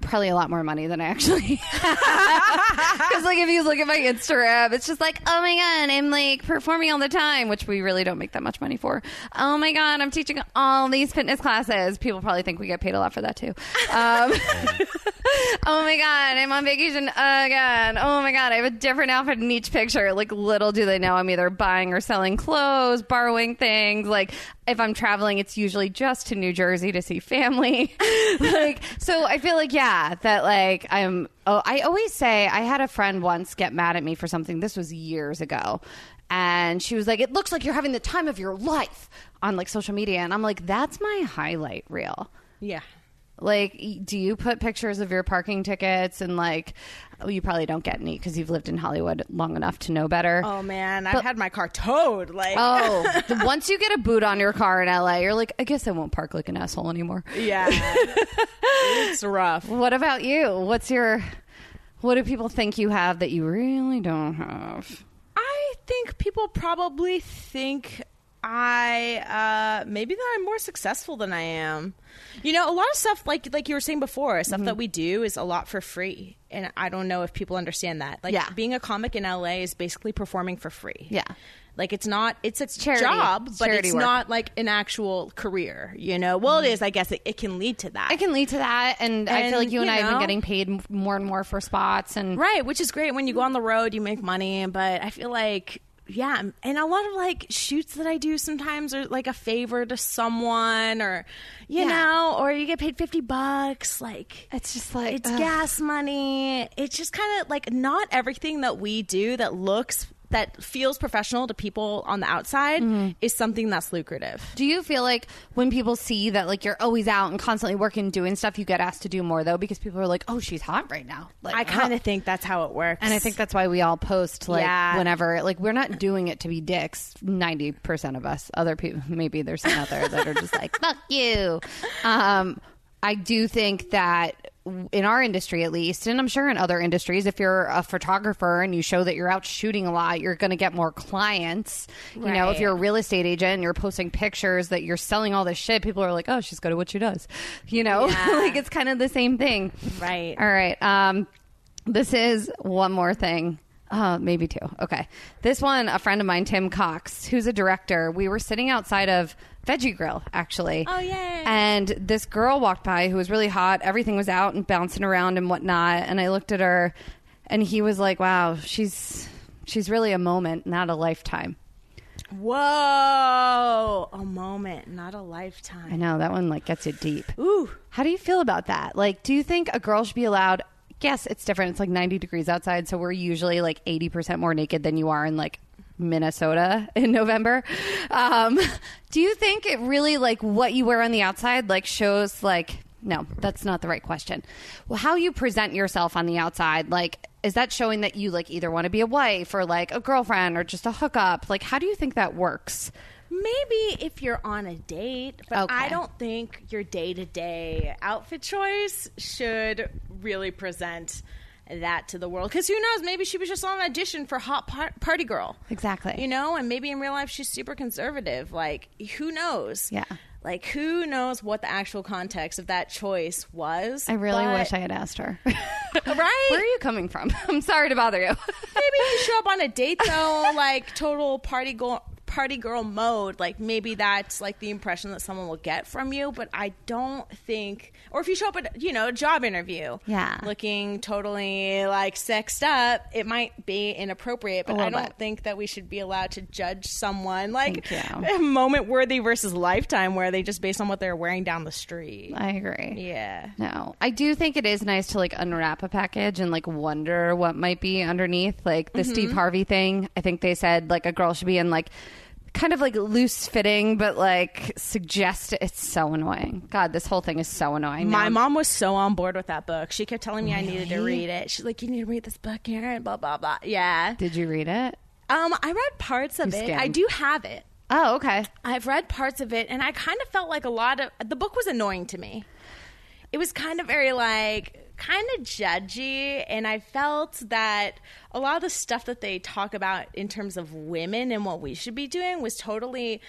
[SPEAKER 2] Probably a lot more money than I actually Because, like, if you look at my Instagram, it's just like, oh my God, I'm like performing all the time, which we really don't make that much money for. Oh my God, I'm teaching all these fitness classes. People probably think we get paid a lot for that, too. Um, oh my God, I'm on vacation again. Oh my God, I have a different outfit in each picture. Like, little do they know I'm either buying or selling clothes, borrowing things. Like, if I'm traveling, it's usually just to New Jersey to see family. like, so I feel like, yeah, that like I'm Oh, I always say I had a friend once get mad at me for something. This was years ago. And she was like, It looks like you're having the time of your life on like social media. And I'm like, That's my highlight reel.
[SPEAKER 4] Yeah.
[SPEAKER 2] Like, y- do you put pictures of your parking tickets and like, oh, you probably don't get any because you've lived in Hollywood long enough to know better.
[SPEAKER 4] Oh man, I've had my car towed. Like,
[SPEAKER 2] Oh, the- once you get a boot on your car in LA, you're like, I guess I won't park like an asshole anymore.
[SPEAKER 4] yeah, it's rough.
[SPEAKER 2] What about you? What's your, what do people think you have that you really don't have?
[SPEAKER 4] I think people probably think I uh, maybe that I'm more successful than I am. You know, a lot of stuff like like you were saying before,
[SPEAKER 2] Mm-hmm.
[SPEAKER 4] stuff that we do is a lot for free, and I don't know if people understand that. Like
[SPEAKER 2] Yeah.
[SPEAKER 4] being a comic in LA is basically performing for free.
[SPEAKER 2] Yeah.
[SPEAKER 4] Like it's not it's a
[SPEAKER 2] charity-
[SPEAKER 4] job, but
[SPEAKER 2] charity
[SPEAKER 4] it's
[SPEAKER 2] work. Mm-hmm.
[SPEAKER 4] not like an actual career. You know, well it is. I guess it, it can lead to that.
[SPEAKER 2] It can lead to that, and, I feel
[SPEAKER 4] And,
[SPEAKER 2] like you and
[SPEAKER 4] you
[SPEAKER 2] I have been
[SPEAKER 4] know-
[SPEAKER 2] getting paid m- more and more for spots, and
[SPEAKER 4] Right, which is great. When you go on the road, you make money, but I feel like yeah, m- and a lot of like shoots that I do sometimes are like a favor to someone or you
[SPEAKER 2] Yeah.
[SPEAKER 4] know, or you get paid 50 bucks like
[SPEAKER 2] it's just like
[SPEAKER 4] it's
[SPEAKER 2] ugh.
[SPEAKER 4] gas money. It's just kind of like not everything that we do that looks that feels professional to people on the outside
[SPEAKER 2] Mm-hmm.
[SPEAKER 4] is something that's lucrative.
[SPEAKER 2] Do you feel like when people see that like you're always out and constantly working, doing stuff, you get asked to do more though because people are like, "Oh, she's hot right now." Like,
[SPEAKER 4] I kind
[SPEAKER 2] oh.
[SPEAKER 4] of think that's how it works.
[SPEAKER 2] and I think that's why we all post like
[SPEAKER 4] Yeah.
[SPEAKER 2] whenever like we're not doing it to be dicks. Ninety percent of us, other people, maybe there's some out there that are just like fuck you. Um, I do think that w- in our industry, at least, and I'm sure in other industries, if you're a photographer and you show that you're out shooting a lot, you're going to get more clients. You know, if
[SPEAKER 4] Right.
[SPEAKER 2] you're a real estate agent and you're posting pictures that you're selling all this shit, people are like, oh, she's good at what she does. You know,
[SPEAKER 4] Yeah.
[SPEAKER 2] like it's kind of the same thing.
[SPEAKER 4] Right.
[SPEAKER 2] All right. Um, this is one more thing. Uh, maybe two. Okay. This one, a friend of mine, Tim Cox, who's a director, we were sitting outside of Veggie Grill, actually.
[SPEAKER 4] Oh, yay.
[SPEAKER 2] And this girl walked by who was really hot. Everything was out and bouncing around and whatnot. And I looked at her and he was like, wow, she's. She's really a moment, not a lifetime.
[SPEAKER 4] whoa, a moment, not a lifetime.
[SPEAKER 2] I know that one like gets you deep.
[SPEAKER 4] Ooh.
[SPEAKER 2] How do you feel about that? Like, do you think a girl should be allowed? Yes, it's different. It's like 90 degrees outside, so we're usually like 80% more naked than you are in like Minnesota in November. Um, do you think it really like what you wear on the outside like shows like no, that's not the right question. Well, how you present yourself on the outside, like is that showing that you like either want to be a wife or like a girlfriend or just a hookup? Like how do you think that works?
[SPEAKER 4] Maybe if you're on a date, but
[SPEAKER 2] Okay.
[SPEAKER 4] I don't think your day to day outfit choice should really present that to the world. Because who knows? Maybe she was just on audition for Hot par- Party Girl.
[SPEAKER 2] Exactly.
[SPEAKER 4] You know, and maybe in real life she's super conservative. Like, who knows?
[SPEAKER 2] Yeah.
[SPEAKER 4] Like, who knows what the actual context of that choice was?
[SPEAKER 2] I really
[SPEAKER 4] but-
[SPEAKER 2] wish I had asked her.
[SPEAKER 4] Right?
[SPEAKER 2] Where are you coming from? I'm sorry to bother you.
[SPEAKER 4] Maybe you show up on a date though, like total party girl, party girl mode, like maybe that's like the impression that someone will get from you. But I don't think, or if you show up at you know a job interview,
[SPEAKER 2] Yeah.
[SPEAKER 4] looking totally like sexed up, it might be inappropriate. But I
[SPEAKER 2] little
[SPEAKER 4] don't
[SPEAKER 2] bit.
[SPEAKER 4] think that we should be allowed to judge someone like
[SPEAKER 2] Thank
[SPEAKER 4] moment worthy versus lifetime worthy just based on what they're wearing down the street.
[SPEAKER 2] I agree.
[SPEAKER 4] Yeah.
[SPEAKER 2] No, I do think it is nice to like unwrap a package and like wonder what might be underneath, like
[SPEAKER 4] Mm-hmm.
[SPEAKER 2] the Steve Harvey thing. I think they said like a girl should be in like kind of like loose fitting, but like suggest it's so annoying. God, this whole thing is so annoying.
[SPEAKER 4] My
[SPEAKER 2] Now-
[SPEAKER 4] mom was so on board with that book. She kept telling me I needed to read it. She's like, "You need to read this book, Aaron." Blah blah blah. Yeah.
[SPEAKER 2] did you read it?
[SPEAKER 4] Um, I read parts of
[SPEAKER 2] You
[SPEAKER 4] it.
[SPEAKER 2] scammed.
[SPEAKER 4] I do have it.
[SPEAKER 2] Oh, okay.
[SPEAKER 4] I've read parts of it, and I kind of felt like a lot of the book was annoying to me. It was kind of very like kind of judgy, and I felt that a lot of the stuff that they talk about in terms of women and what we should be doing was totally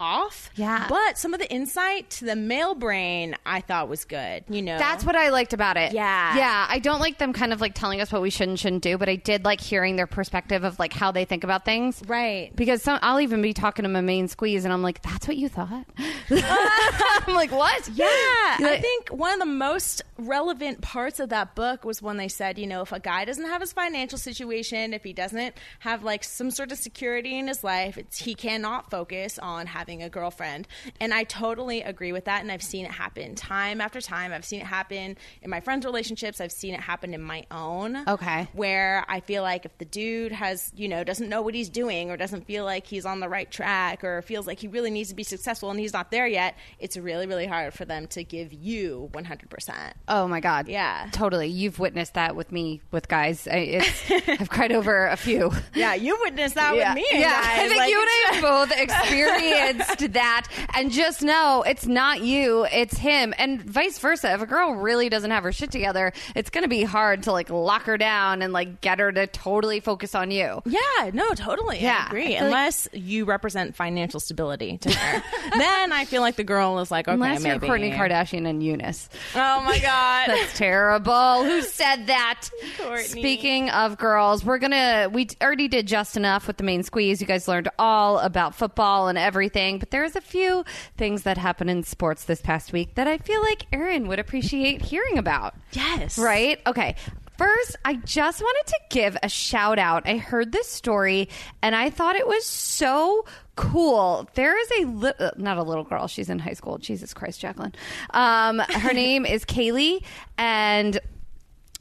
[SPEAKER 4] off.
[SPEAKER 2] Yeah.
[SPEAKER 4] but some of the insight to the male brain I thought was good. You know,
[SPEAKER 2] That's what I liked about it.
[SPEAKER 4] Yeah.
[SPEAKER 2] Yeah. I don't like them kind of like telling us what we should and shouldn't do, but I did like hearing their perspective of like how they think about things.
[SPEAKER 4] Right.
[SPEAKER 2] Because some, I'll even be talking to my main squeeze and I'm like, that's what you thought? I'm like, what?
[SPEAKER 4] Yeah, I
[SPEAKER 2] Like-
[SPEAKER 4] think one of the most relevant parts of that book was when they said, you know, if a guy doesn't have his financial situation, if he doesn't have like some sort of security in his life, it's, he cannot focus on having a girlfriend. And I totally agree with that. And I've seen it happen time after time. I've seen it happen in my friends' relationships. I've seen it happen in my own.
[SPEAKER 2] Okay.
[SPEAKER 4] Where I feel like if the dude has, you know, doesn't know what he's doing or doesn't feel like he's on the right track or feels like he really needs to be successful and he's not there yet, it's really, really hard for them to give you 100%.
[SPEAKER 2] Oh my god!
[SPEAKER 4] Yeah.
[SPEAKER 2] totally. You've witnessed that with me with guys. I, it's, I've cried over a few.
[SPEAKER 4] Yeah, you witnessed that
[SPEAKER 2] yeah,
[SPEAKER 4] with me.
[SPEAKER 2] yeah.
[SPEAKER 4] guys.
[SPEAKER 2] I think
[SPEAKER 4] Like,
[SPEAKER 2] you and
[SPEAKER 4] it's-
[SPEAKER 2] I both experienced that, and just know it's not you, it's him, and vice versa. If a girl really doesn't have her shit together, it's going to be hard to like lock her down and like get her to totally focus on you.
[SPEAKER 4] Yeah, no, totally.
[SPEAKER 2] Yeah,
[SPEAKER 4] I agree.
[SPEAKER 2] I feel like-
[SPEAKER 4] Unless you represent financial stability to her. then I feel like the girl is like, okay,
[SPEAKER 2] Unless you're
[SPEAKER 4] maybe.
[SPEAKER 2] Courtney Kardashian and Eunice.
[SPEAKER 4] Oh my God.
[SPEAKER 2] That's terrible. Who said that?
[SPEAKER 4] Courtney.
[SPEAKER 2] Speaking of girls, we're gonna we already did just enough with the main squeeze. You guys learned all about football and everything, but there's a few things that happened in sports this past week that I feel like Erin would appreciate hearing about.
[SPEAKER 4] Yes.
[SPEAKER 2] Right? Okay. First, I just wanted to give a shout out. I heard this story and I thought it was so cool. There is a li- uh, not a little girl. She's in high school. Jesus Christ, Jacqueline. Um, her name is Kaylee, and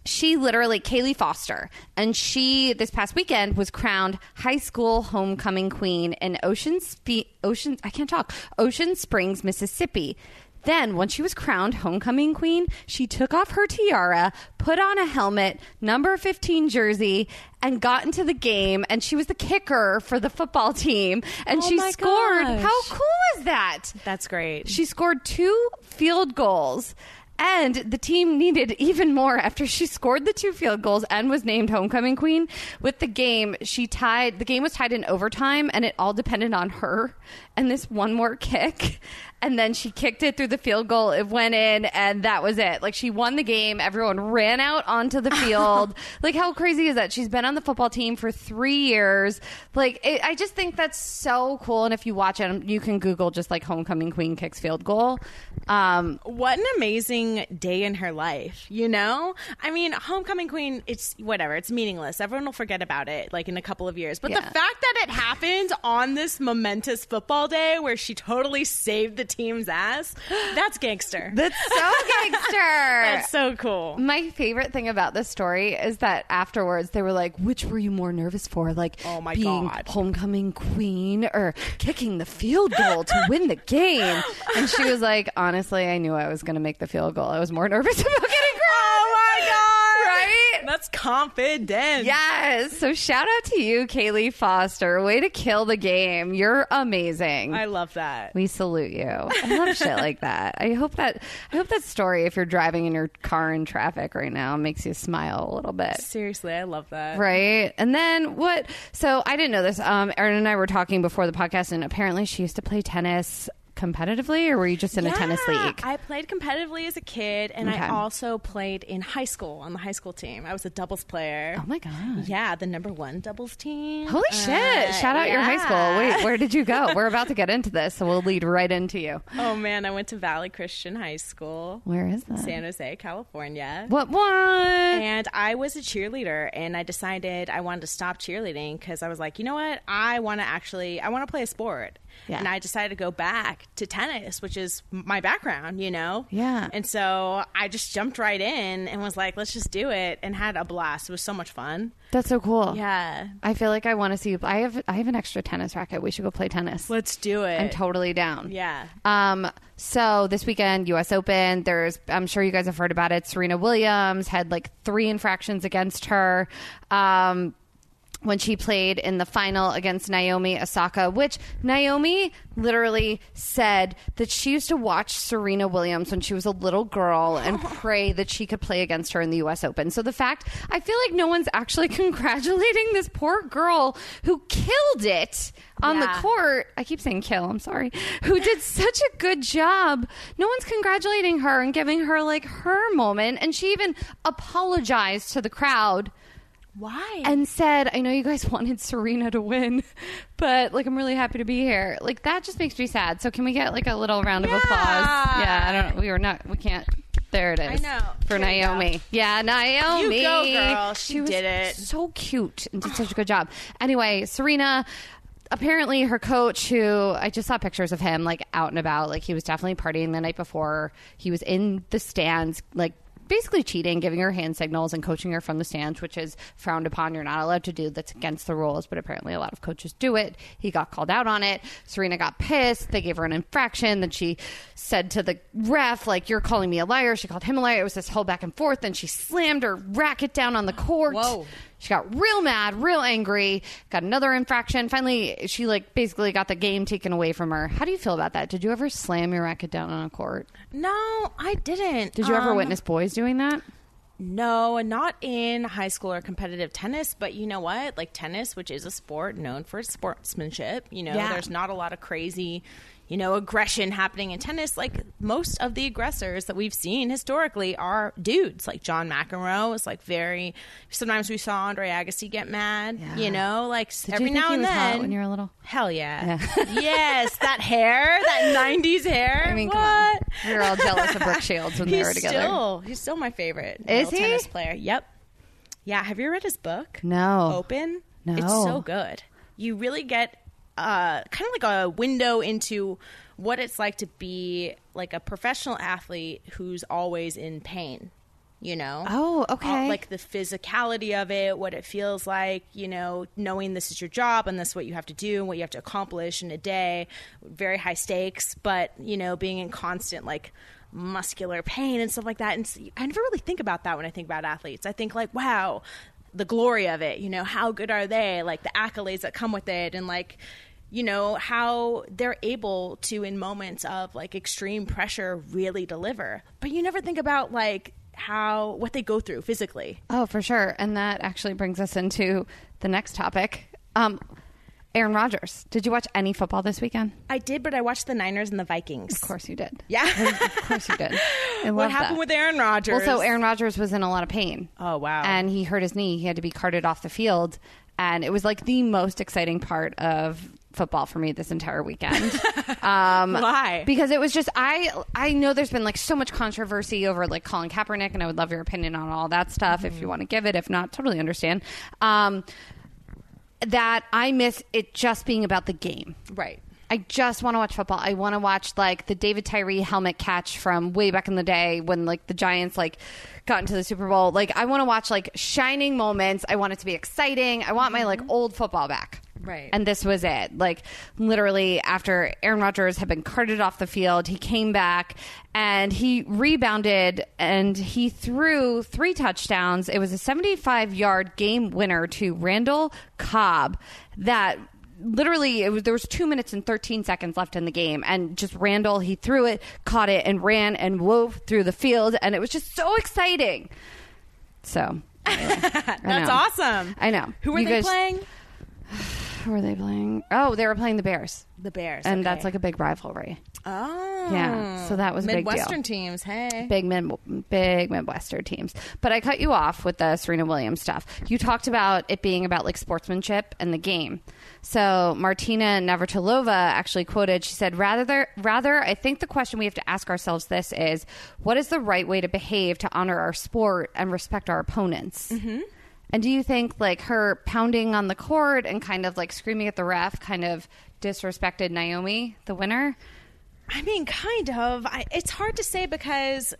[SPEAKER 2] she literally Kaylee Foster, and she this past weekend was crowned high school homecoming queen in Ocean Spe- Ocean I can't talk Ocean Springs, Mississippi. Then, once she was crowned homecoming queen, she took off her tiara, put on a helmet, number 15 jersey, and got into the game. And she was the kicker for the football team. And
[SPEAKER 4] Oh
[SPEAKER 2] she
[SPEAKER 4] my
[SPEAKER 2] scored.
[SPEAKER 4] gosh.
[SPEAKER 2] How cool is that?
[SPEAKER 4] That's great.
[SPEAKER 2] She scored two field goals. And the team needed even more after she scored the two field goals and was named homecoming queen. With the game, she tied the game was tied in overtime and it all depended on her and this one more kick. And then she kicked it through the field goal. It went in and that was it. Like she won the game. Everyone ran out onto the field. like how crazy is that? She's been on the football team for three years. Like it, I just think that's so cool. And if you watch it, you can Google just like homecoming queen kicks field goal. Um,
[SPEAKER 4] what an amazing day in her life, you know? I mean, homecoming queen, it's whatever, it's meaningless. Everyone will forget about it like in a couple of years. But the
[SPEAKER 2] Yeah.
[SPEAKER 4] fact that it happened on this momentous football day where she totally saved the team's ass, that's gangster.
[SPEAKER 2] that's so gangster.
[SPEAKER 4] that's so cool.
[SPEAKER 2] My favorite thing about this story is that afterwards they were like, "Which were you more nervous for? Like,
[SPEAKER 4] Oh my
[SPEAKER 2] being
[SPEAKER 4] God.
[SPEAKER 2] homecoming queen or kicking the field goal to win the game?" And she was like, "Honestly, I knew I was going to make the field goal. I was more nervous about getting crowned."
[SPEAKER 4] Oh my God.
[SPEAKER 2] Right?
[SPEAKER 4] That's confident.
[SPEAKER 2] Yes. So shout out to you, Kaylee Foster. Way to kill the game. You're amazing.
[SPEAKER 4] I love that.
[SPEAKER 2] we salute you. I love shit like that. I hope that I hope that story, if you're driving in your car in traffic right now, makes you smile a little bit.
[SPEAKER 4] Seriously, I love that.
[SPEAKER 2] Right. And then what? So I didn't know this. Um, Erin and I were talking before the podcast, and apparently she used to play tennis competitively, or were you just in a tennis
[SPEAKER 4] Yeah,
[SPEAKER 2] league?
[SPEAKER 4] I played competitively as a kid, and
[SPEAKER 2] Okay.
[SPEAKER 4] I also played in high school on the high school team. I was a doubles player.
[SPEAKER 2] Oh my god!
[SPEAKER 4] Yeah, Uh, the number one doubles team.
[SPEAKER 2] Holy shit! Shout out your high school. Wait, where did you go? We're about to get into this, so we'll lead right into you.
[SPEAKER 4] Oh man, I went to Valley Christian High School,
[SPEAKER 2] Where is that?
[SPEAKER 4] San Jose, California.
[SPEAKER 2] What? What?
[SPEAKER 4] And I was a cheerleader, and I decided I wanted to stop cheerleading because I was like, you know what? I want to actually, I want to play a sport.
[SPEAKER 2] Yeah.
[SPEAKER 4] And I decided to go back to tennis, which is my background, you know?
[SPEAKER 2] Yeah.
[SPEAKER 4] And so I just jumped right in and was like, let's just do it and had a blast. It was so much fun.
[SPEAKER 2] That's so cool.
[SPEAKER 4] Yeah.
[SPEAKER 2] I feel like I want to see you. I have I have an extra tennis racket. We should go play tennis.
[SPEAKER 4] Let's do it.
[SPEAKER 2] I'm totally down.
[SPEAKER 4] Yeah.
[SPEAKER 2] Um. So this weekend, U.S. Open. There's. I'm sure you guys have heard about it. Serena Williams had like three infractions against her. Um. When she played in the final against Naomi Osaka, which Naomi literally said that she used to watch Serena Williams when she was a little girl and pray that she could play against her in the US Open. So the fact, I feel like no one's actually congratulating this poor girl who killed it on the
[SPEAKER 4] Yeah.
[SPEAKER 2] court court, I keep saying kill, I'm sorry, who did such a good job. No one's congratulating her and giving her like her moment. And she even apologized to the crowd
[SPEAKER 4] Why?
[SPEAKER 2] and said, I know you guys wanted Serena to win, but like I'm really happy to be here. Like that just makes me sad. So can we get like a little round of applause?
[SPEAKER 4] Yeah.
[SPEAKER 2] Yeah, I don't we were not we can't there it is.
[SPEAKER 4] know.
[SPEAKER 2] For
[SPEAKER 4] There you go.
[SPEAKER 2] Naomi. Yeah, Naomi.
[SPEAKER 4] You go, girl. She
[SPEAKER 2] was
[SPEAKER 4] did it.
[SPEAKER 2] So cute and did such a good job. Anyway, Serena apparently her coach who I just saw pictures of him like out and about, like he was definitely partying the night before. He was in the stands like basically cheating, giving her hand signals and coaching her from the stands, which is frowned upon. You're not allowed to do. That's against the rules, but apparently a lot of coaches do it. He got called out on it. Serena got pissed. They gave her an infraction. Then she said to the ref, like, you're calling me a liar. She called him a liar. It was this whole back and forth. Then she slammed her racket down on the court.
[SPEAKER 4] Whoa.
[SPEAKER 2] She got real mad, real angry, got another infraction. Finally, she like basically got the game taken away from her. How do you feel about that? Did you ever slam your racket down on a court?
[SPEAKER 4] no, I didn't.
[SPEAKER 2] Did you ever
[SPEAKER 4] Um,
[SPEAKER 2] witness boys doing that?
[SPEAKER 4] No, not in high school or competitive tennis, but you know what? Like tennis, which is a sport known for its sportsmanship, you know,
[SPEAKER 2] Yeah.
[SPEAKER 4] there's not a lot of crazy, you know, aggression happening in tennis. Like most of the aggressors that we've seen historically are dudes. Like John McEnroe is like very sometimes we saw Andre Agassi get mad,
[SPEAKER 2] Yeah.
[SPEAKER 4] you know, like
[SPEAKER 2] Did
[SPEAKER 4] every
[SPEAKER 2] you think
[SPEAKER 4] now
[SPEAKER 2] he
[SPEAKER 4] and
[SPEAKER 2] was hot
[SPEAKER 4] then
[SPEAKER 2] when you were little?
[SPEAKER 4] Hell yeah. yes, that hair, that 90s hair.
[SPEAKER 2] I mean,
[SPEAKER 4] what?
[SPEAKER 2] come on. We were all jealous of Brooke Shields when they
[SPEAKER 4] He's
[SPEAKER 2] were together.
[SPEAKER 4] Still, he's still my favorite.
[SPEAKER 2] Is
[SPEAKER 4] male
[SPEAKER 2] he?
[SPEAKER 4] Tennis player. Yep. Yeah. Have you read his book?
[SPEAKER 2] No.
[SPEAKER 4] Open.
[SPEAKER 2] No.
[SPEAKER 4] It's so good. You really get uh, kind of like a window into what it's like to be like a professional athlete who's always in pain. You know.
[SPEAKER 2] Oh, okay.
[SPEAKER 4] like the physicality of it, what it feels like, you know, knowing this is your job and this is what you have to do and what you have to accomplish in a day, very high stakes, but, you know, being in constant like muscular pain and stuff like that. And s- I never really think about that when I think about athletes. I think like, wow, the glory of it, you know, how good are they? Like the accolades that come with it and like, you know how they're able to in moments of like extreme pressure really deliver but you never think about like how what they go through physically
[SPEAKER 2] Oh, for sure. And that actually brings us into the next topic. Um, Aaron Rodgers. Did you watch any football this weekend?
[SPEAKER 4] i did but i watched the niners and the vikings
[SPEAKER 2] Of course you did.
[SPEAKER 4] yeah
[SPEAKER 2] Of course you did. I
[SPEAKER 4] what
[SPEAKER 2] love
[SPEAKER 4] happened
[SPEAKER 2] that.
[SPEAKER 4] with aaron rodgers
[SPEAKER 2] Well, so Aaron Rodgers was in a lot of pain.
[SPEAKER 4] Oh, wow.
[SPEAKER 2] And he hurt his knee. He had to be carted off the field, and it was like the most exciting part of football for me this entire weekend. um,
[SPEAKER 4] Why?
[SPEAKER 2] Because it was just I. I know there's been like so much controversy over like Colin Kaepernick, and I would love your opinion on all that stuff if
[SPEAKER 4] Mm-hmm.
[SPEAKER 2] you want to give it. If not, totally understand. Um, that I miss it just being about the game.
[SPEAKER 4] right
[SPEAKER 2] I just want to watch football. I want to watch like the David Tyree helmet catch from way back in the day when like the Giants like got into the Super Bowl. Like I want to watch like shining moments. I want it to be exciting. I want my like old football back.
[SPEAKER 4] Right.
[SPEAKER 2] And this was it. Like literally after Aaron Rodgers had been carted off the field, he came back and he rebounded and he threw three touchdowns. It was a 75-yard game winner to Randall Cobb that literally it was there was 2 minutes and 13 seconds left in the game and just Randall he threw it, caught it and ran and wove through the field and it was just so exciting. So anyway, I
[SPEAKER 4] that's
[SPEAKER 2] know.
[SPEAKER 4] awesome
[SPEAKER 2] I know.
[SPEAKER 4] who were
[SPEAKER 2] You
[SPEAKER 4] they
[SPEAKER 2] guys-
[SPEAKER 4] playing
[SPEAKER 2] who were they playing?
[SPEAKER 5] Oh, they were playing the Bears,
[SPEAKER 4] The Bears,
[SPEAKER 2] And
[SPEAKER 4] okay.
[SPEAKER 2] that's like a big rivalry.
[SPEAKER 4] oh
[SPEAKER 2] Yeah, so that was a big deal.
[SPEAKER 4] Midwestern teams. Hey,
[SPEAKER 2] Big mid, big Midwestern teams. But I cut you off with the Serena Williams stuff. You talked about it being about like sportsmanship and the game. So Martina Navratilova actually quoted. She said, "Rather, rather, I think the question we have to ask ourselves this is, what is the right way to behave to honor our sport and respect our opponents?" Mm-hmm. And do you think like her pounding on the court and kind of like screaming at the ref kind of disrespected Naomi, the winner?
[SPEAKER 4] I mean, kind of. I, it's hard to say because.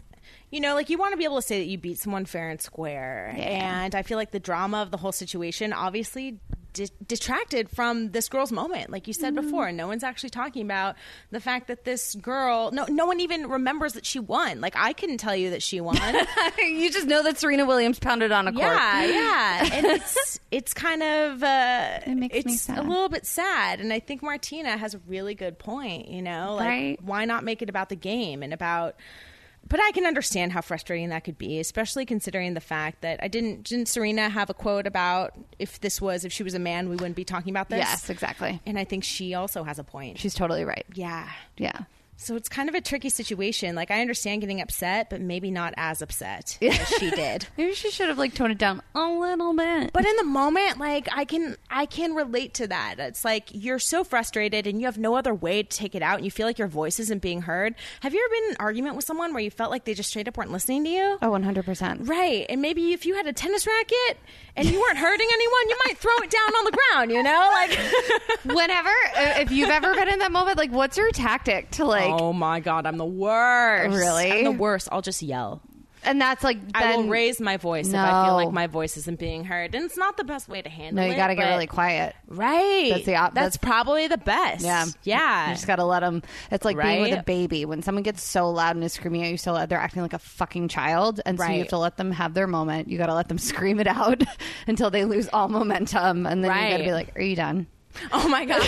[SPEAKER 4] You know, like you want to be able to say that you beat someone fair and square. And I feel like the drama of the whole situation obviously de- detracted from this girl's moment. Like you said before, no one's actually talking about the fact that this girl, no, no one even remembers that she won. Like I couldn't tell you that she won.
[SPEAKER 2] you just know that Serena Williams pounded on a court.
[SPEAKER 4] Yeah, yeah. And it's it's kind of uh,
[SPEAKER 2] It makes me
[SPEAKER 4] it's a
[SPEAKER 2] sad.
[SPEAKER 4] little bit sad, and I think Martina has a really good point. You know, like
[SPEAKER 2] Right.
[SPEAKER 4] why not make it about the game and about. But I can understand how frustrating that could be, especially considering the fact that I didn't didn't Serena have a quote about if this was if she was a man we wouldn't be talking about this.
[SPEAKER 2] Yes, exactly.
[SPEAKER 4] And I think she also has a point.
[SPEAKER 2] She's totally right.
[SPEAKER 4] yeah.
[SPEAKER 2] Yeah.
[SPEAKER 4] So it's kind of a tricky situation. Like I understand getting upset, but maybe not as upset as she did.
[SPEAKER 2] Maybe she should have like toned it down a little bit.
[SPEAKER 4] but in the moment like i can i can relate to that it's like you're so frustrated and you have no other way to take it out and you feel like your voice isn't being heard have you ever been in an argument with someone where you felt like they just straight up weren't listening to you
[SPEAKER 2] oh, 100%.
[SPEAKER 4] Right, and maybe if you had a tennis racket and you weren't hurting anyone, you might throw it down on the ground. You know, like
[SPEAKER 2] Whenever, i- if you've ever been in that moment, like what's your tactic to like,
[SPEAKER 4] oh my god, I'm the worst.
[SPEAKER 2] Really?
[SPEAKER 4] I'm the worst. I'll just yell.
[SPEAKER 2] and that's like,
[SPEAKER 4] I will
[SPEAKER 2] then-
[SPEAKER 4] raise my voice if I feel
[SPEAKER 2] No.
[SPEAKER 4] like my voice isn't being heard, and it's not the best way to handle
[SPEAKER 2] No,
[SPEAKER 4] it.
[SPEAKER 2] you got to get
[SPEAKER 4] but-
[SPEAKER 2] really quiet.
[SPEAKER 4] Right.
[SPEAKER 2] That's the op- that's-
[SPEAKER 4] That's, probably the best.
[SPEAKER 2] Yeah.
[SPEAKER 4] Yeah.
[SPEAKER 2] You just got to let them. It's like being with a
[SPEAKER 4] Right?
[SPEAKER 2] baby. When someone gets so loud and is screaming at you so loud, they're acting like a fucking child. And so you have
[SPEAKER 4] Right.
[SPEAKER 2] to let them have their moment. You got to let them scream it out until they lose all momentum. And then you got to
[SPEAKER 4] Right.
[SPEAKER 2] be like, are you done?
[SPEAKER 4] oh my god.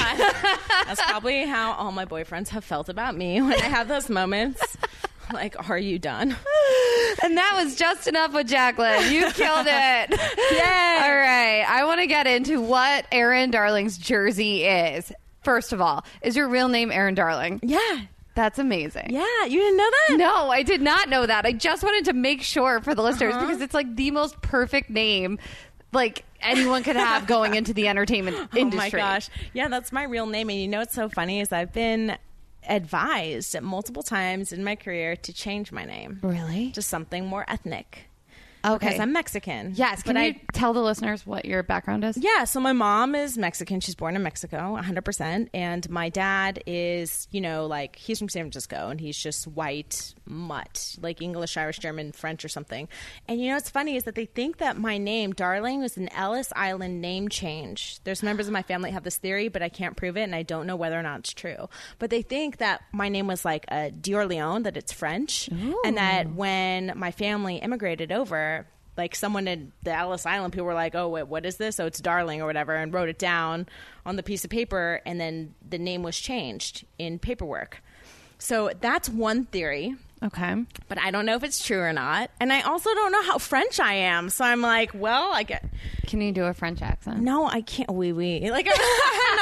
[SPEAKER 4] That's probably how all my boyfriends have felt about me when I have those moments. like, are you done?
[SPEAKER 2] And that was just enough with Jacqueline. You killed it.
[SPEAKER 4] Yay.
[SPEAKER 2] All right. I want to get into what Aaron Darling's jersey is. First of all, is your real name Aaron Darling?
[SPEAKER 4] Yeah.
[SPEAKER 2] That's amazing.
[SPEAKER 4] Yeah. You didn't know that?
[SPEAKER 2] No, I did not know that. I just wanted to make sure for the listeners
[SPEAKER 4] Uh-huh.
[SPEAKER 2] because it's like the most perfect name like anyone could have going into the entertainment industry.
[SPEAKER 4] Oh my gosh. Yeah, that's my real name. And you know what's so funny is I've been advised multiple times in my career to change my name
[SPEAKER 2] Really?
[SPEAKER 4] to something more ethnic.
[SPEAKER 2] Okay.
[SPEAKER 4] Because I'm Mexican.
[SPEAKER 2] yes, can
[SPEAKER 4] but
[SPEAKER 2] you
[SPEAKER 4] I
[SPEAKER 2] tell the listeners what your background is?
[SPEAKER 4] Yeah, so my mom is Mexican. She's born in Mexico, 100%. And my dad is, you know, like he's from San Francisco and he's just white mutt, like English, Irish, German, French or something. And you know what's funny is that they think that my name, Darling, was an Ellis Island name change. There's members of my family that have this theory, but I can't prove it and I don't know whether or not it's true. But they think that my name was like a D'Orleans, that it's French, and that when my family immigrated over, like someone in the Ellis Island, people were like, "Oh, wait, what is this? Oh, it's Darling or whatever," and wrote it down on the piece of paper, and then the name was changed in paperwork. So that's one theory,
[SPEAKER 2] Okay.
[SPEAKER 4] but I don't know if it's true or not, and I also don't know how French I am. So I'm like, well, I get
[SPEAKER 2] Can you do a French accent?
[SPEAKER 4] no, I can't. Wee wee, like I'm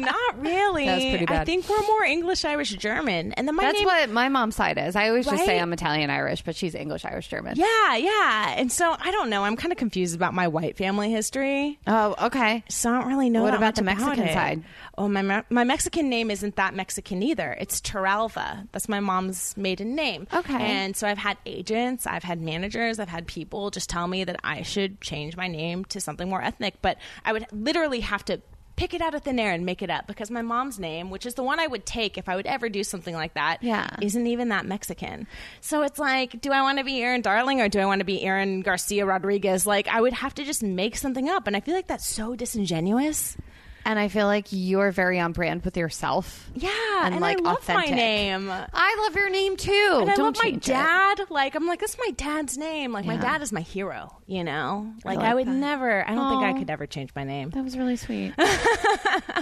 [SPEAKER 4] not, not really.
[SPEAKER 2] That was pretty
[SPEAKER 4] I
[SPEAKER 2] bad.
[SPEAKER 4] think we're more English, Irish, German, and then my
[SPEAKER 2] That's
[SPEAKER 4] name
[SPEAKER 2] what my mom's side is. I always just say
[SPEAKER 4] Right?
[SPEAKER 2] I'm Italian Irish, but she's English Irish German.
[SPEAKER 4] Yeah, yeah. And so I don't know. I'm kind of confused about my white family history.
[SPEAKER 2] Oh, okay.
[SPEAKER 4] So I don't really know.
[SPEAKER 2] What
[SPEAKER 4] that
[SPEAKER 2] about
[SPEAKER 4] much
[SPEAKER 2] the Mexican
[SPEAKER 4] it.
[SPEAKER 2] side?
[SPEAKER 4] Oh, my Me- my Mexican name isn't that Mexican either. It's Teralva. That's my mom's maiden name.
[SPEAKER 2] Okay.
[SPEAKER 4] And so I've had agents, I've had managers, I've had people just tell me that I should change my name to something more ethnic, but I would literally have to pick it out of thin air and make it up because my mom's name, which is the one I would take if I would ever do something like that,
[SPEAKER 2] Yeah.
[SPEAKER 4] isn't even that Mexican. So it's like, do I want to be Aaron Darling or do I want to be Aaron Garcia Rodriguez? Like, I would have to just make something up. And I feel like that's so disingenuous.
[SPEAKER 2] And I feel like you're very on brand with yourself.
[SPEAKER 4] Yeah.
[SPEAKER 2] And,
[SPEAKER 4] And,
[SPEAKER 2] like,
[SPEAKER 4] I love
[SPEAKER 2] authentic.
[SPEAKER 4] my name.
[SPEAKER 2] I love your name too.
[SPEAKER 4] And I
[SPEAKER 2] Don't
[SPEAKER 4] love my
[SPEAKER 2] change it.
[SPEAKER 4] dad. Like, I'm like, that's my dad's name. Like, my
[SPEAKER 2] Yeah.
[SPEAKER 4] dad is my hero, you know? Like, I,
[SPEAKER 2] like
[SPEAKER 4] would
[SPEAKER 2] that.
[SPEAKER 4] never, I don't think
[SPEAKER 2] Aw.
[SPEAKER 4] I could ever change my name.
[SPEAKER 2] That was really sweet.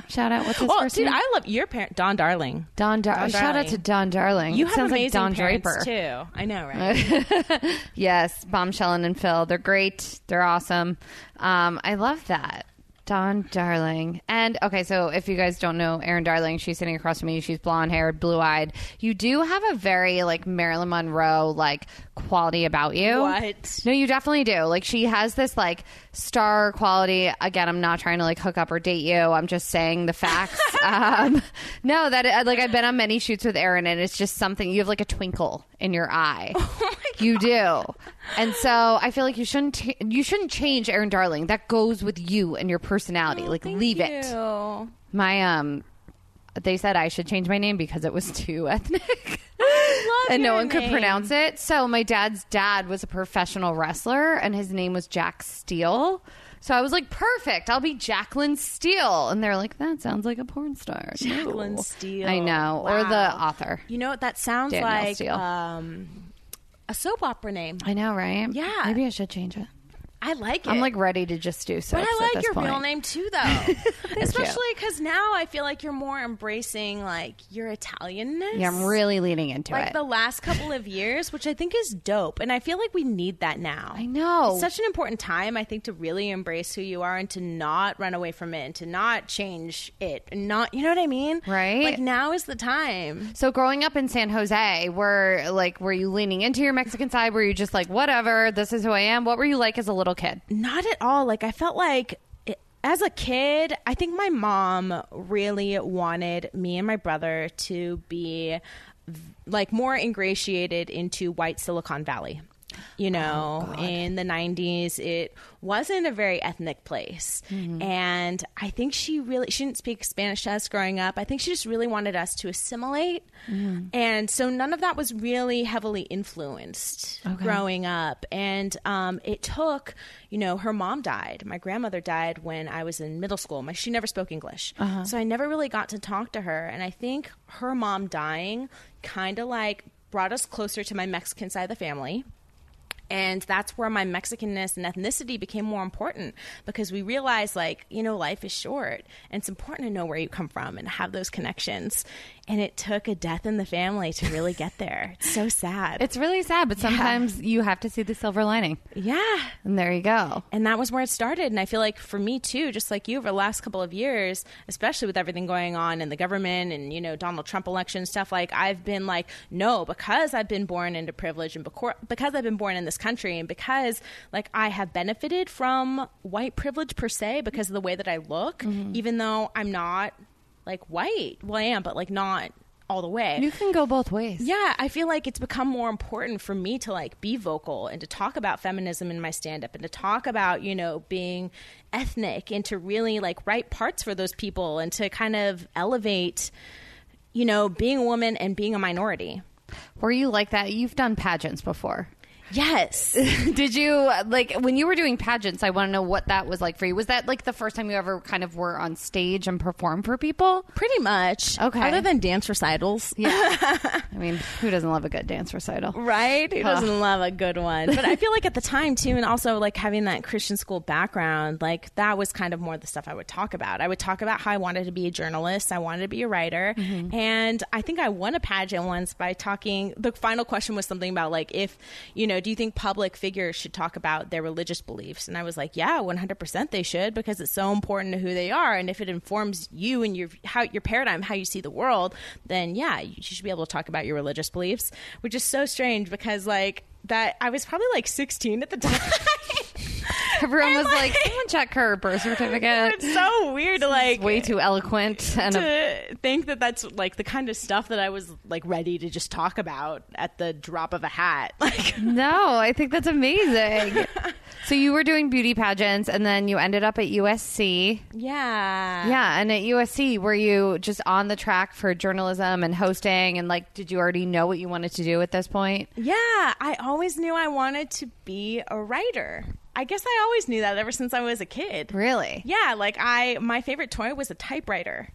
[SPEAKER 2] Shout out. What's his
[SPEAKER 4] Well,
[SPEAKER 2] first
[SPEAKER 4] dude,
[SPEAKER 2] name?
[SPEAKER 4] I love your parent, Don Darling.
[SPEAKER 2] Don, Dar-
[SPEAKER 4] Don
[SPEAKER 2] Shout out
[SPEAKER 4] Darling.
[SPEAKER 2] to Don Darling.
[SPEAKER 4] You
[SPEAKER 2] It
[SPEAKER 4] have
[SPEAKER 2] sounds
[SPEAKER 4] amazing
[SPEAKER 2] like Don
[SPEAKER 4] parents,
[SPEAKER 2] Draper. Uh,
[SPEAKER 4] too. I know, right?
[SPEAKER 2] Yes, Bombshell and Phil. They're great. They're awesome. Um, I love that. Dawn Darling. And okay, so if you guys don't know Erin Darling, she's sitting across from me. She's blonde haired, blue eyed. You do have a very like Marilyn Monroe like quality about you.
[SPEAKER 4] What?
[SPEAKER 2] No, you definitely do. Like she has this like star quality. Again, I'm not trying to like hook up or date you. I'm just saying the facts. um, no, that like I've been on many shoots with Erin, and it's just something you have like a twinkle in your eye. You do, and so I feel like you shouldn't t- you shouldn't change Erin Darling. That goes with you and your personality. like leave it.
[SPEAKER 4] Ew.
[SPEAKER 2] My um, they said I should change my name because it was too ethnic.
[SPEAKER 4] love
[SPEAKER 2] and no
[SPEAKER 4] your
[SPEAKER 2] one could
[SPEAKER 4] name.
[SPEAKER 2] pronounce it. So my dad's dad was a professional wrestler, and his name was Jack Steele. So I was like, perfect. I'll be Jacqueline Steele. And they're like, that sounds like a porn star. No.
[SPEAKER 4] Jacqueline Steele.
[SPEAKER 2] I know. Or the
[SPEAKER 4] Wow.
[SPEAKER 2] author.
[SPEAKER 4] You know what? That sounds
[SPEAKER 2] Danielle
[SPEAKER 4] like
[SPEAKER 2] Steele.
[SPEAKER 4] um, a soap opera name.
[SPEAKER 2] I know, right?
[SPEAKER 4] Yeah.
[SPEAKER 2] Maybe I should change it.
[SPEAKER 4] I like it.
[SPEAKER 2] I'm like ready to just do so.
[SPEAKER 4] But I like your real name too, though. Especially because now I feel like you're more embracing like your Italianness.
[SPEAKER 2] Yeah, I'm really leaning into
[SPEAKER 4] like
[SPEAKER 2] it.
[SPEAKER 4] the last couple of years, which I think is dope, and I feel like we need that now.
[SPEAKER 2] I know.
[SPEAKER 4] It's such an important time, I think, to really embrace who you are and to not run away from it and to not change it and not, you know what I mean?
[SPEAKER 2] Right.
[SPEAKER 4] Like now is the time.
[SPEAKER 2] So growing up in San Jose, were like were you leaning into your Mexican side? Were you just like whatever, this is who I am? What were you like as a little kid?
[SPEAKER 4] Not at all. Like I felt like it- as a kid, I think my mom really wanted me and my brother to be v- like more ingratiated into white Silicon Valley. You know, in the 90s, it wasn't a very ethnic place. And I think she really, she didn't speak Spanish to us growing up. I think she just really wanted us to assimilate. And so none of that was really heavily influenced growing up. And um, it took, you know, her mom died. My grandmother died when I was in middle school. My, she never spoke English. So I never really got to talk to her. And I think her mom dying kind of like brought us closer to my Mexican side of the family. And that's where my Mexicanness and ethnicity became more important because we realized, like, you know, life is short and it's important to know where you come from and have those connections. And it took a death in the family to really get there. It's so sad.
[SPEAKER 2] It's really sad, but sometimes you have to see the silver lining.
[SPEAKER 4] yeah.
[SPEAKER 2] And there you go.
[SPEAKER 4] And that was where it started. And I feel like for me too, just like you over the last couple of years, especially with everything going on in the government and, you know, Donald Trump election stuff, like I've been like, no, because I've been born into privilege and becor- because I've been born in this country and because like I have benefited from white privilege per se because of the way that I look, even though I'm not like white. Well, I am, but like not all the way.
[SPEAKER 2] You can go both ways.
[SPEAKER 4] Yeah, I feel like it's become more important for me to like be vocal and to talk about feminism in my stand up and to talk about, you know, being ethnic and to really like write parts for those people and to kind of elevate you know, being a woman and being a minority.
[SPEAKER 2] Were you like that? You've done pageants before.
[SPEAKER 4] Yes.
[SPEAKER 2] Did you like when you were doing pageants? I want to know what that was like for you. Was that like the first time you ever kind of were on stage and performed for people?
[SPEAKER 4] Pretty much.
[SPEAKER 2] Okay.
[SPEAKER 4] Other than dance recitals.
[SPEAKER 2] I mean, who doesn't love a good dance recital?
[SPEAKER 4] Right? Who doesn't love a good one? But I feel like at the time too, and also like having that Christian school background, like that was kind of more the stuff I would talk about. I would talk about how I wanted to be a journalist, I wanted to be a writer, and I think I won a pageant once by talking. The final question was something about like if you know, do you think public figures should talk about their religious beliefs? And I was like, yeah, one hundred percent they should because it's so important to who they are, and if it informs you and your how your paradigm, how you see the world, then yeah, you should be able to talk about your religious beliefs, which is so strange because like that I was probably like 16 at the time.
[SPEAKER 2] Everyone was like, "Someone check her birth certificate."
[SPEAKER 4] it's so weird to like
[SPEAKER 2] Way too eloquent and a
[SPEAKER 4] to think that that's like the kind of stuff that I was like ready to just talk about at the drop of a hat. Like
[SPEAKER 2] No, I think that's amazing. so you were doing beauty pageants and then you ended up at USC.
[SPEAKER 4] yeah.
[SPEAKER 2] Yeah, and at USC were you just on the track for journalism and hosting and like did you already know what you wanted to do at this point?
[SPEAKER 4] Yeah, I always knew I wanted to be a writer. I guess I always knew that ever since I was a kid.
[SPEAKER 2] Really?
[SPEAKER 4] Yeah, like I my favorite toy was a typewriter.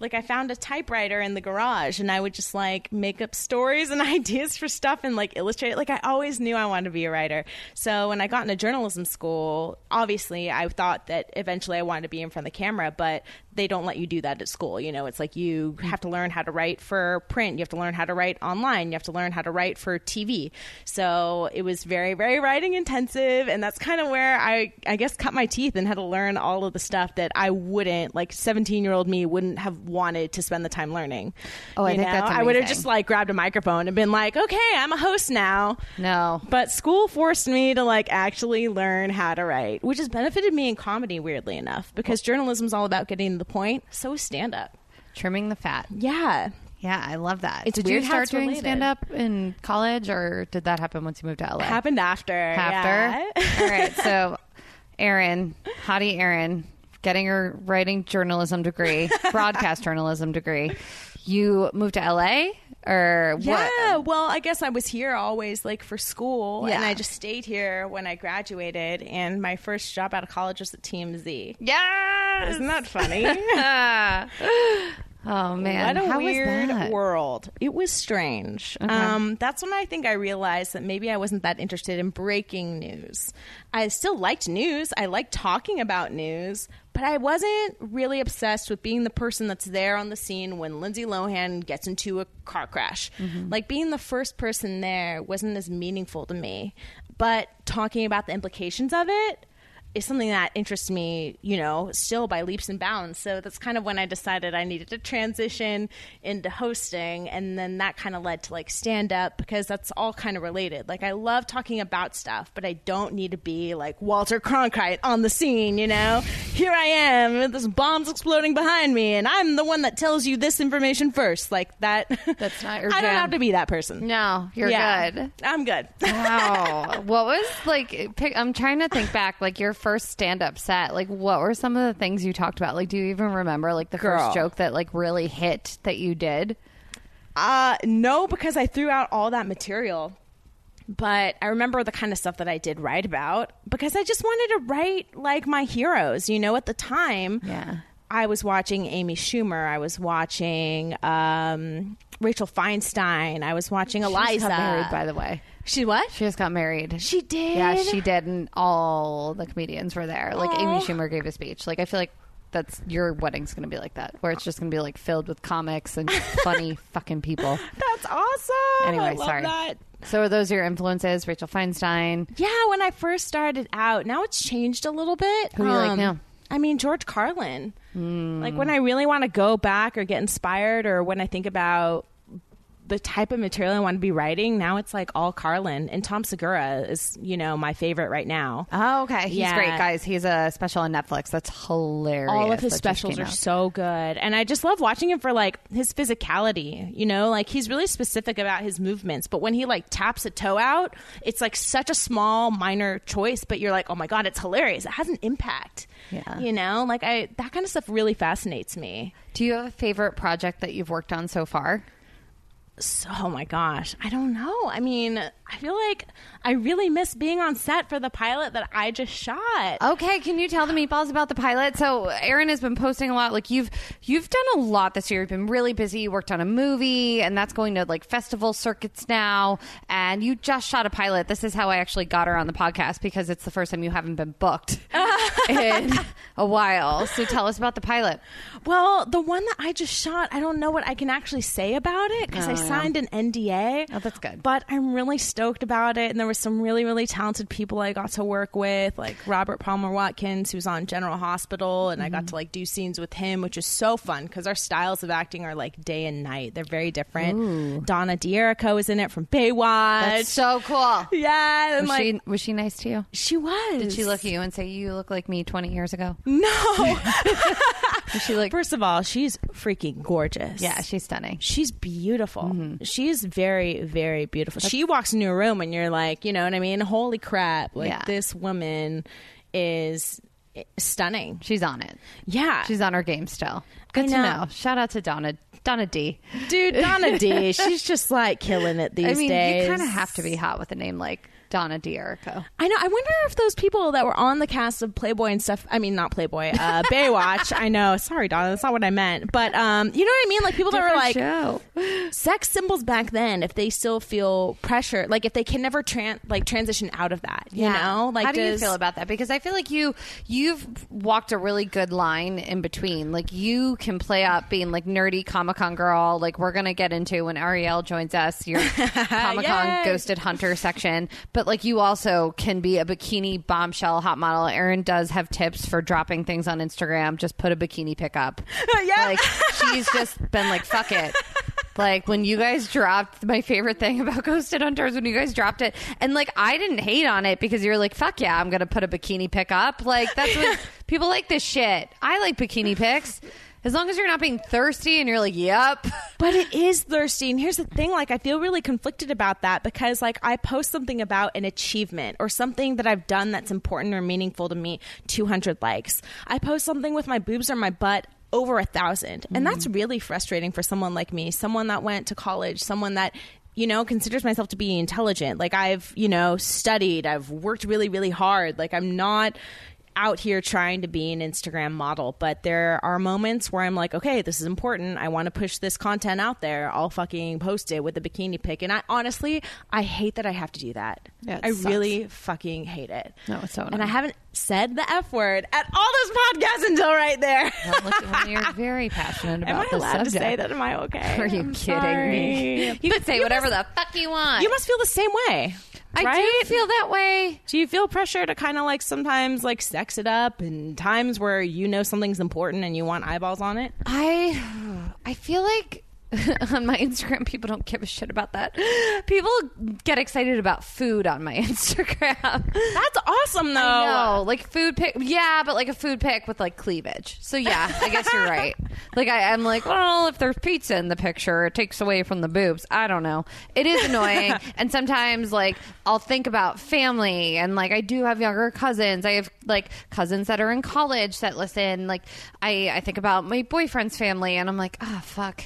[SPEAKER 4] like I found a typewriter in the garage and I would just like make up stories and ideas for stuff and like illustrate it. Like I always knew I wanted to be a writer. So when I got into journalism school, obviously I thought that eventually I wanted to be in front of the camera, but they don't let you do that at school. You know, it's like you have to learn how to write for print, you have to learn how to write online, you have to learn how to write for TV. So it was very, very writing intensive. And that's kind of where I, I guess, cut my teeth and had to learn all of the stuff that I wouldn't, like 17 year old me, wouldn't have wanted to spend the time learning.
[SPEAKER 2] Oh, I
[SPEAKER 4] You
[SPEAKER 2] think that's
[SPEAKER 4] I would have
[SPEAKER 2] amazing.
[SPEAKER 4] just like grabbed a microphone and been like, okay, I'm a host now.
[SPEAKER 2] No.
[SPEAKER 4] But school forced me to like actually learn how to write, which has benefited me in comedy, weirdly enough, because journalism's all about getting to the point. So is stand up.
[SPEAKER 2] Trimming the fat.
[SPEAKER 4] Yeah.
[SPEAKER 2] Yeah, I love that.
[SPEAKER 4] It's
[SPEAKER 2] did
[SPEAKER 4] weird
[SPEAKER 2] you
[SPEAKER 4] how
[SPEAKER 2] start
[SPEAKER 4] it's
[SPEAKER 2] doing
[SPEAKER 4] related.
[SPEAKER 2] stand up in college, or did that happen once you moved to LA?
[SPEAKER 4] Happened after.
[SPEAKER 2] After.
[SPEAKER 4] yeah.
[SPEAKER 2] All right. So, Erin, hottie Erin, getting her writing journalism degree, broadcast journalism degree. You moved to LA, or
[SPEAKER 4] Yeah,
[SPEAKER 2] what?
[SPEAKER 4] well, I guess I was here always, like for school, and
[SPEAKER 2] Yeah.
[SPEAKER 4] I just stayed here when I graduated. And my first job out of college was at TMZ.
[SPEAKER 2] Yes.
[SPEAKER 4] Isn't that funny?
[SPEAKER 2] Oh man,
[SPEAKER 4] what a
[SPEAKER 2] how was
[SPEAKER 4] weird
[SPEAKER 2] that?
[SPEAKER 4] world. It was strange. Um, that's when I think I realized that maybe I wasn't that interested in breaking news. I still liked news. I liked talking about news, but I wasn't really obsessed with being the person that's there on the scene when Lindsay Lohan gets into a car crash.
[SPEAKER 2] Mm-hmm.
[SPEAKER 4] Like being the first person there wasn't as meaningful to me. But talking about the implications of it is something that interests me, you know, still by leaps and bounds. So that's kind of when I decided I needed to transition into hosting. And then that kind of led to like stand up because that's all kind of related. Like I love talking about stuff, but I don't need to be like Walter Cronkite on the scene, you know? Here I am, with this bomb's exploding behind me, and I'm the one that tells you this information first. Like that.
[SPEAKER 2] That's not your
[SPEAKER 4] I don't
[SPEAKER 2] jam.
[SPEAKER 4] have to be that person.
[SPEAKER 2] No, you're
[SPEAKER 4] Yeah.
[SPEAKER 2] good.
[SPEAKER 4] I'm good.
[SPEAKER 2] Wow. what was like? Pick, I'm trying to think back. Like your first stand-up set. Like what were some of the things you talked about? Like do you even remember? Like the
[SPEAKER 4] Girl.
[SPEAKER 2] first joke that like really hit that you did.
[SPEAKER 4] Uh, no, because I threw out all that material. But I remember the kind of stuff that I did write about because I just wanted to write like my heroes. You know, at the time,
[SPEAKER 2] Yeah.
[SPEAKER 4] I was watching Amy Schumer, I was watching um, Rachel Feinstein, I was watching
[SPEAKER 2] She
[SPEAKER 4] Eliza.
[SPEAKER 2] just got married, by the way.
[SPEAKER 4] she what?
[SPEAKER 2] She just got married.
[SPEAKER 4] She did?
[SPEAKER 2] Yeah, she did, and all the comedians were there. Like Amy
[SPEAKER 4] Aw.
[SPEAKER 2] Schumer gave a speech. Like I feel like that's your wedding's going to be like that, where it's just going to be like filled with comics and funny fucking people.
[SPEAKER 4] That's awesome.
[SPEAKER 2] Anyway,
[SPEAKER 4] I love
[SPEAKER 2] sorry.
[SPEAKER 4] that.
[SPEAKER 2] So are those your influences? Rachel Feinstein.
[SPEAKER 4] Yeah, when I first started out, now it's changed a little bit. Um,
[SPEAKER 2] Who do you like now? Hmm.
[SPEAKER 4] I mean, George Carlin. Like when I really want to go back or get inspired, or when I think about the type of material I want to be writing, now it's like all Carlin. And Tom Segura is, you know, my favorite right now.
[SPEAKER 2] Oh, okay. He's
[SPEAKER 4] Yeah.
[SPEAKER 2] great, guys. He's a special on Netflix. That's hilarious.
[SPEAKER 4] all of
[SPEAKER 2] Oh, That just
[SPEAKER 4] his Oh, specials
[SPEAKER 2] came
[SPEAKER 4] are
[SPEAKER 2] out.
[SPEAKER 4] so good and i just love watching him for like his physicality you know like he's really specific about his movements but when he like taps a toe out it's like such a small minor choice but you're like oh my god it's hilarious it has an impact
[SPEAKER 2] Yeah.
[SPEAKER 4] you know like i that kind of stuff really fascinates me
[SPEAKER 2] Do you have a favorite project that you've worked on so far?
[SPEAKER 4] so, oh my gosh i don't know i mean i feel like i really miss being on set for the pilot that i just shot
[SPEAKER 2] Okay, can you tell the meatballs about the pilot? So Aaron has been posting a lot. Like you've you've done a lot this year. You've been really busy. You worked on a movie, and that's going to like festival circuits now. And you just shot a pilot. This is how I actually got her on the podcast because it's the first time you haven't been booked in a while. So tell us about the pilot.
[SPEAKER 4] Well, the one that I just shot, I don't know what I can actually say about it because I signed an NDA.
[SPEAKER 2] Oh, that's good.
[SPEAKER 4] But I'm really stoked about it, and there were some really, really talented people I got to work with, like Robert Palmer Watkins, who's on General Hospital, and I got
[SPEAKER 2] Mm-hmm.
[SPEAKER 4] to like do scenes with him, which is so fun because our styles of acting are like day and night; they're very different. Donna D'Errico is in it from Baywatch.
[SPEAKER 2] That's so cool.
[SPEAKER 4] yeah, and
[SPEAKER 2] Was
[SPEAKER 4] Uh, like
[SPEAKER 2] she was she nice to you?
[SPEAKER 4] she was.
[SPEAKER 2] Did she look at you and say you look like me 20 years ago?
[SPEAKER 4] No.
[SPEAKER 2] Was she like
[SPEAKER 4] First of all, she's freaking gorgeous.
[SPEAKER 2] yeah, she's stunning.
[SPEAKER 4] She's beautiful.
[SPEAKER 2] Mm-hmm.
[SPEAKER 4] She's very, very beautiful. she walks into a room and you're like, you know what I mean? Holy crap. Like,
[SPEAKER 2] Yeah.
[SPEAKER 4] this woman is stunning.
[SPEAKER 2] She's on it.
[SPEAKER 4] Yeah.
[SPEAKER 2] She's on her game still. Good
[SPEAKER 4] I
[SPEAKER 2] to
[SPEAKER 4] know.
[SPEAKER 2] know. Shout out to Donna Donna D.
[SPEAKER 4] Dude, Donna D, she's just like killing it these
[SPEAKER 2] I mean,
[SPEAKER 4] days.
[SPEAKER 2] you kind of have to be hot with a name like Donna D. Errico.
[SPEAKER 4] I know. I wonder if those people that were on the cast of Playboy and stuff. I mean, not Playboy, uh, Baywatch. I know. Sorry, Donna, that's not what I meant. But um, you know what I mean? Like people that were like
[SPEAKER 2] show.
[SPEAKER 4] sex symbols back then. If they still feel pressure, like if they can never tran- like transition out of that, you know? Like
[SPEAKER 2] how do you
[SPEAKER 4] does-
[SPEAKER 2] feel about that? Because I feel like you you've walked a really good line in between. Like you can play up being like nerdy Comic Con girl. Like we're gonna get into when Ariel joins us, your Comic Con
[SPEAKER 4] Yay.
[SPEAKER 2] ghosted hunter section. But like you also can be a bikini bombshell hot model. Erin does have tips for dropping things on Instagram. Just put a bikini pick up.
[SPEAKER 4] Yeah.
[SPEAKER 2] Like she's just been like, fuck it. Like when you guys dropped my favorite thing about Ghosted Hunters when you guys dropped it, and like I didn't hate on it because you were like, "Fuck yeah, I'm gonna put a bikini pic up." Like that's what people like this shit. I like bikini pics as long as you're not being thirsty and you're like, "Yep."
[SPEAKER 4] But it is thirsty. And here's the thing like, I feel really conflicted about that because, like, I post something about an achievement or something that I've done that's important or meaningful to me, 200 likes. I post something with my boobs or my butt over a thousand. And that's really frustrating for someone like me, someone that went to college, someone that you know considers myself to be intelligent like i've you know studied i've worked really really hard like i'm not out here trying to be an Instagram model, but there are moments where I'm like, okay, this is important. I want to push this content out there. I'll fucking post it with a bikini pic. And I honestly, I hate that I have to do that.
[SPEAKER 2] Yeah, it
[SPEAKER 4] I
[SPEAKER 2] sucks.
[SPEAKER 4] really fucking hate it.
[SPEAKER 2] No, it's so
[SPEAKER 4] And I
[SPEAKER 2] annoying.
[SPEAKER 4] haven't said the F word at all those podcasts until right there.
[SPEAKER 2] Don't look at me. You're very passionate
[SPEAKER 4] Am
[SPEAKER 2] about
[SPEAKER 4] I
[SPEAKER 2] the
[SPEAKER 4] allowed
[SPEAKER 2] subject.
[SPEAKER 4] to say that? Am I okay?
[SPEAKER 2] Are you
[SPEAKER 4] I'm
[SPEAKER 2] kidding me?
[SPEAKER 4] sorry.
[SPEAKER 2] You can say whatever the fuck you want.
[SPEAKER 4] You must feel the same way.
[SPEAKER 2] I
[SPEAKER 4] right?
[SPEAKER 2] do feel that way.
[SPEAKER 4] Do you feel pressure to kind of like sometimes like sex it up and times where you know something's important and you want eyeballs on it?
[SPEAKER 2] I I feel like on my Instagram people don't give a shit about that. People get excited about food on my Instagram.
[SPEAKER 4] That's awesome though.
[SPEAKER 2] I know, like food pick. Yeah, but like a food pick with like cleavage. So yeah, I guess you're right. Like I, I'm like, well, if there's pizza in the picture, it takes away from the boobs. I don't know. It is annoying, and sometimes like I'll think about family, and like I do have younger cousins. I have like cousins that are in college that listen. Like I, I think about my boyfriend's family, and I'm like, ah, fuck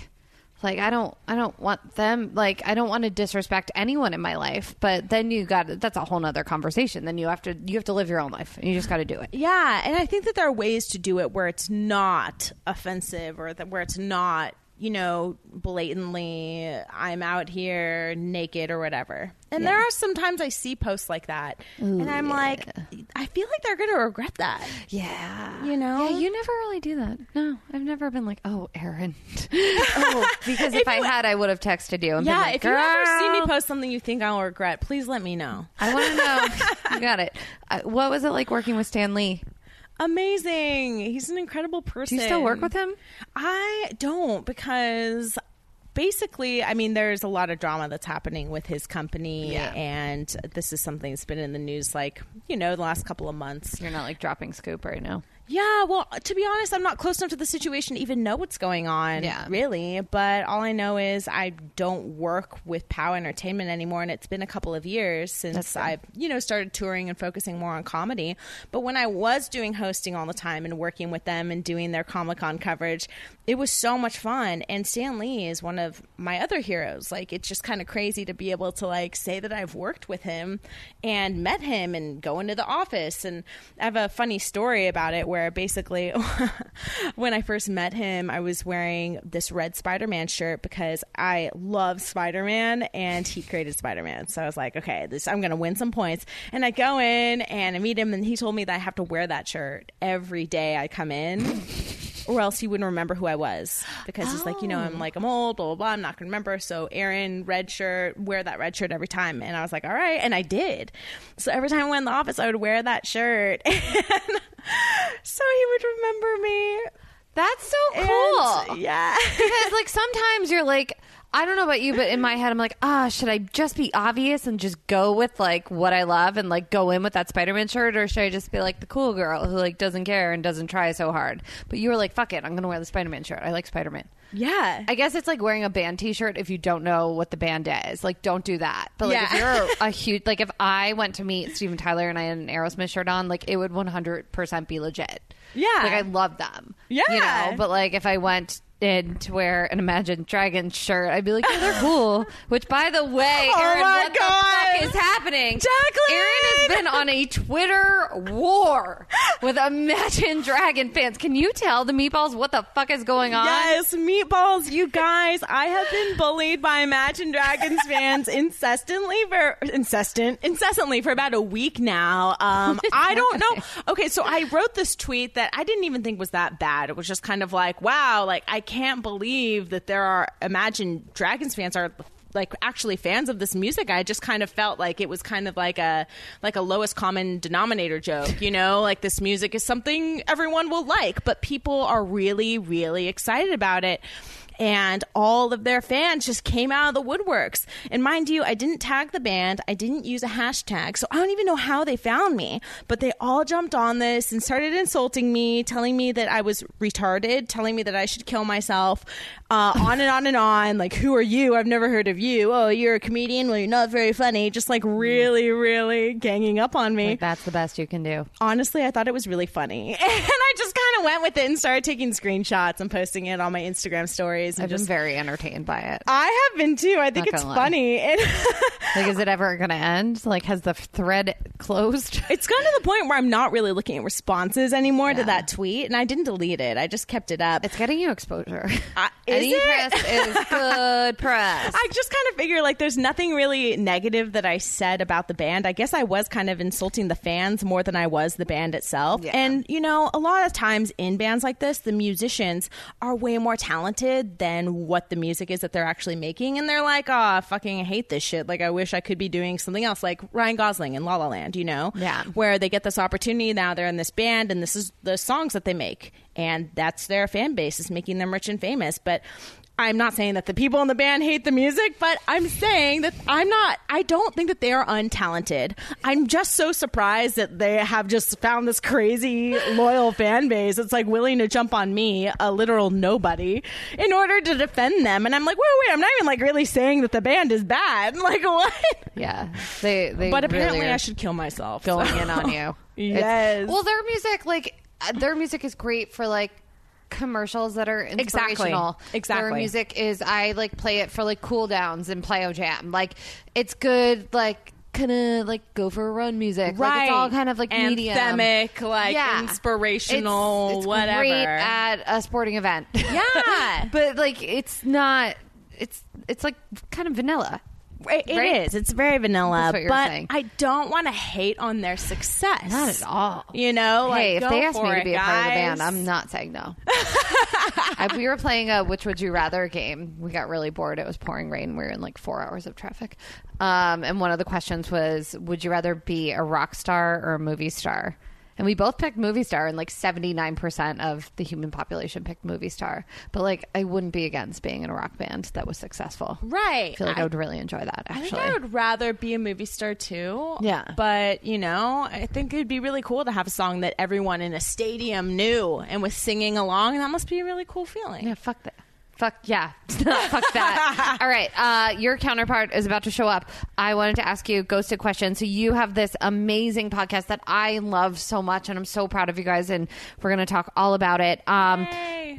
[SPEAKER 2] like i don't i don't want them like i don't want to disrespect anyone in my life but then you got that's a whole nother conversation then you have to you have to live your own life and you just got to do it
[SPEAKER 4] Yeah, and I think that there are ways to do it where it's not offensive or that where it's not, you know, blatantly I'm out here naked or whatever. And there are sometimes I see posts like that and I'm like I feel like they're going to regret that.
[SPEAKER 2] yeah
[SPEAKER 4] You know?
[SPEAKER 2] yeah you never really do that no i've never been like oh aaron oh because if,
[SPEAKER 4] If
[SPEAKER 2] i
[SPEAKER 4] you-
[SPEAKER 2] had i would have texted you and been
[SPEAKER 4] Yeah,
[SPEAKER 2] like,
[SPEAKER 4] if you ever see me
[SPEAKER 2] "Girl,
[SPEAKER 4] post something you think I'll regret, please let me know.
[SPEAKER 2] i want to know you got it I, what was it like working with stan lee
[SPEAKER 4] Amazing. He's an incredible
[SPEAKER 2] do
[SPEAKER 4] person.
[SPEAKER 2] you still work with him
[SPEAKER 4] I don't because basically, I mean, there's a lot of drama that's happening with his company,
[SPEAKER 2] Yeah.
[SPEAKER 4] and this is something that's been in the news like, you know, the last couple of months.
[SPEAKER 2] you're not like dropping scoop right now
[SPEAKER 4] Yeah, well, to be honest, I'm not close enough to the situation to even know what's going on,
[SPEAKER 2] Yeah.
[SPEAKER 4] really. But all I know is I don't work with POW Entertainment anymore, and it's been a couple of years
[SPEAKER 2] That's
[SPEAKER 4] since
[SPEAKER 2] fair.
[SPEAKER 4] I, you know, started touring and focusing more on comedy. But when I was doing hosting all the time and working with them and doing their Comic Con coverage, it was so much fun. And Stan Lee is one of my other heroes. Like, it's just kind of crazy to be able to like say that I've worked with him and met him and go into the office. And I have a funny story about it where basically when I first met him, I was wearing this red Spider Man shirt because I love Spider Man and he created Spider Man. So I was like, okay, this I'm gonna win some points. And I go in and I meet him and he told me that I have to wear that shirt every day I come in. Or else he wouldn't remember who I was because he's like, you know, I'm like, I'm old, blah, blah, blah. I'm not going to remember. So, Aaron, red shirt, wear that red shirt every time. And I was like, all right. And I did. So, every time I went in the office, I would wear that shirt. And so he would remember me.
[SPEAKER 2] that's so
[SPEAKER 4] And-
[SPEAKER 2] cool
[SPEAKER 4] yeah.
[SPEAKER 2] because like sometimes you're like I don't know about you, but in my head I'm like, ah, should I just be obvious and just go with like what I love and like go in with that Spider-Man shirt, or should I just be like the cool girl who like doesn't care and doesn't try so hard? But you were like, fuck it, I'm gonna wear the Spider-Man shirt. I like Spider-Man.
[SPEAKER 4] Yeah.
[SPEAKER 2] I guess it's like wearing a band T-shirt if you don't know what the band is. Like, don't do that. But like,
[SPEAKER 4] Yeah.
[SPEAKER 2] if you're a huge like, if I went to meet Steven Tyler and I had an Aerosmith shirt on, like it would 100 percent be legit.
[SPEAKER 4] Yeah.
[SPEAKER 2] like I love them.
[SPEAKER 4] Yeah.
[SPEAKER 2] you know. But like, if I went and to wear an Imagine Dragon shirt, I'd be like, yeah, they're cool. Which, by the way,
[SPEAKER 4] Oh
[SPEAKER 2] Aaron,
[SPEAKER 4] my
[SPEAKER 2] what
[SPEAKER 4] God.
[SPEAKER 2] the fuck is happening?
[SPEAKER 4] Jacqueline!
[SPEAKER 2] Aaron has been on a Twitter war with Imagine Dragon fans. Can you tell the meatballs what the fuck is going on?
[SPEAKER 4] Yes, meatballs, you guys. I have been bullied by Imagine Dragons fans incessantly for incessant incessantly for about a week now. Um, I don't know. Okay, so I wrote this tweet that I didn't even think was that bad. It was just kind of like, wow, like I can't believe that there are Imagine Dragons fans are like actually fans of this music i just kind of felt like it was kind of like a like a lowest common denominator joke you know like this music is something everyone will like but people are really really excited about it and all of their fans just came out of the woodworks. And mind you, I didn't tag the band, I didn't use a hashtag, so I don't even know how they found me. But they all jumped on this and started insulting me, telling me that I was retarded, telling me that I should kill myself, uh, on and on and on. Like, who are you? I've never heard of you. Oh, you're a comedian? Well, you're not very funny. Just like really, really ganging up on me
[SPEAKER 2] Like, that's the best you can do.
[SPEAKER 4] honestly, I thought it was really funny. And I just kind of went with it and started taking screenshots and posting it on my Instagram stories. And
[SPEAKER 2] I've been
[SPEAKER 4] just,
[SPEAKER 2] very entertained by it.
[SPEAKER 4] I have been too. I think
[SPEAKER 2] Not
[SPEAKER 4] it's
[SPEAKER 2] gonna lie.
[SPEAKER 4] funny. And
[SPEAKER 2] Like, is it ever going to end? Like, has the thread closed?
[SPEAKER 4] it's gotten to the point where I'm not really looking at responses anymore
[SPEAKER 2] Yeah.
[SPEAKER 4] to that tweet. And I didn't delete it, I just kept it up.
[SPEAKER 2] It's getting you exposure.
[SPEAKER 4] I-
[SPEAKER 2] Any
[SPEAKER 4] is it?
[SPEAKER 2] press is good press.
[SPEAKER 4] I just kind of figure like there's nothing really negative that I said about the band. I guess I was kind of insulting the fans more than I was the band itself. And you know, a lot of times in bands like this, the musicians are way more talented than what the music is that they're actually making, and they're like, "Oh, I fucking hate this shit. Like, I wish I could be doing something else." Like Ryan Gosling in La La Land, you know,
[SPEAKER 2] Yeah.
[SPEAKER 4] where they get this opportunity now they're in this band and this is the songs that they make and that's their fan base is making them rich and famous but i'm not saying that the people in the band hate the music but i'm saying that i'm not i don't think that they are untalented i'm just so surprised that they have just found this crazy loyal fan base that's like willing to jump on me a literal nobody in order to defend them and i'm like wait wait i'm not even like really saying that the band is bad like what
[SPEAKER 2] Yeah, they. they
[SPEAKER 4] but
[SPEAKER 2] really
[SPEAKER 4] apparently
[SPEAKER 2] are
[SPEAKER 4] i should kill myself
[SPEAKER 2] going in
[SPEAKER 4] so.
[SPEAKER 2] on you. It's-
[SPEAKER 4] Yes.
[SPEAKER 2] well, their music, like uh, their music, is great for like commercials that are
[SPEAKER 4] Exactly.
[SPEAKER 2] inspirational.
[SPEAKER 4] Exactly.
[SPEAKER 2] Their music is I like play it for like cool downs and plyo jam. Like it's good. Like kind of like go for a run music. Like it's all kind of like medium.
[SPEAKER 4] anthemic, like
[SPEAKER 2] Yeah.
[SPEAKER 4] inspirational,
[SPEAKER 2] It's- it's
[SPEAKER 4] whatever.
[SPEAKER 2] Great at a sporting event.
[SPEAKER 4] Yeah.
[SPEAKER 2] but like it's not. It's it's like kind of vanilla.
[SPEAKER 4] It- it
[SPEAKER 2] right?
[SPEAKER 4] is. It's very
[SPEAKER 2] That's
[SPEAKER 4] vanilla,
[SPEAKER 2] what you were
[SPEAKER 4] but
[SPEAKER 2] saying.
[SPEAKER 4] I don't want to hate on their success.
[SPEAKER 2] Not at all.
[SPEAKER 4] You know,
[SPEAKER 2] hey,
[SPEAKER 4] like,
[SPEAKER 2] if
[SPEAKER 4] go
[SPEAKER 2] they asked me
[SPEAKER 4] for
[SPEAKER 2] to
[SPEAKER 4] it,
[SPEAKER 2] be a part of the band,
[SPEAKER 4] guys.
[SPEAKER 2] I'm not saying no. I, we were playing a "Which Would You Rather" game. We got really bored. It was pouring rain. We were in like four hours of traffic, um, and one of the questions was, "Would you rather be a rock star or a movie star?" And we both picked movie star, and like seventy nine percent of the human population picked movie star. But like, I wouldn't be against being in a rock band that was successful.
[SPEAKER 4] right.
[SPEAKER 2] I feel like I,
[SPEAKER 4] I-
[SPEAKER 2] would really enjoy that.
[SPEAKER 4] I
[SPEAKER 2] Actually,
[SPEAKER 4] think I would rather be a movie star too.
[SPEAKER 2] Yeah.
[SPEAKER 4] But, you know, I think it'd be really cool to have a song that everyone in a stadium knew and was singing along. And that must be a really cool feeling.
[SPEAKER 2] Yeah, fuck that. Fuck yeah. fuck that. All right. Uh, your counterpart is about to show up. I wanted to ask you ghosted questions. So you have this amazing podcast that I love so much and I'm so proud of you guys and we're gonna talk all about it. Um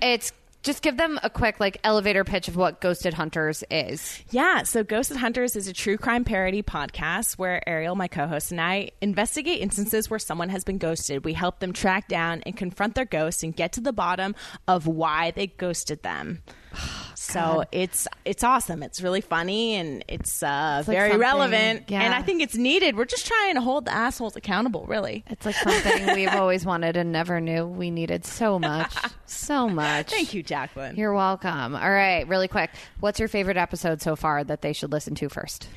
[SPEAKER 2] it's just give them a quick like elevator pitch of what Ghosted Hunters is.
[SPEAKER 4] Yeah, so Ghosted Hunters is a true crime parody podcast where Ariel, my co host, and I investigate instances where someone has been ghosted. We help them track down and confront their ghosts and get to the bottom of why they ghosted them. So it's it's awesome. It's really funny and it's, uh,
[SPEAKER 2] like
[SPEAKER 4] very
[SPEAKER 2] something-
[SPEAKER 4] relevant.
[SPEAKER 2] yeah.
[SPEAKER 4] And I think it's needed. We're just trying to hold the assholes accountable, really.
[SPEAKER 2] It's like something we've always wanted and never knew we needed so much. So much.
[SPEAKER 4] Thank you, Jacqueline.
[SPEAKER 2] You're welcome. All right, really quick. What's your favorite episode so far that they should listen to first?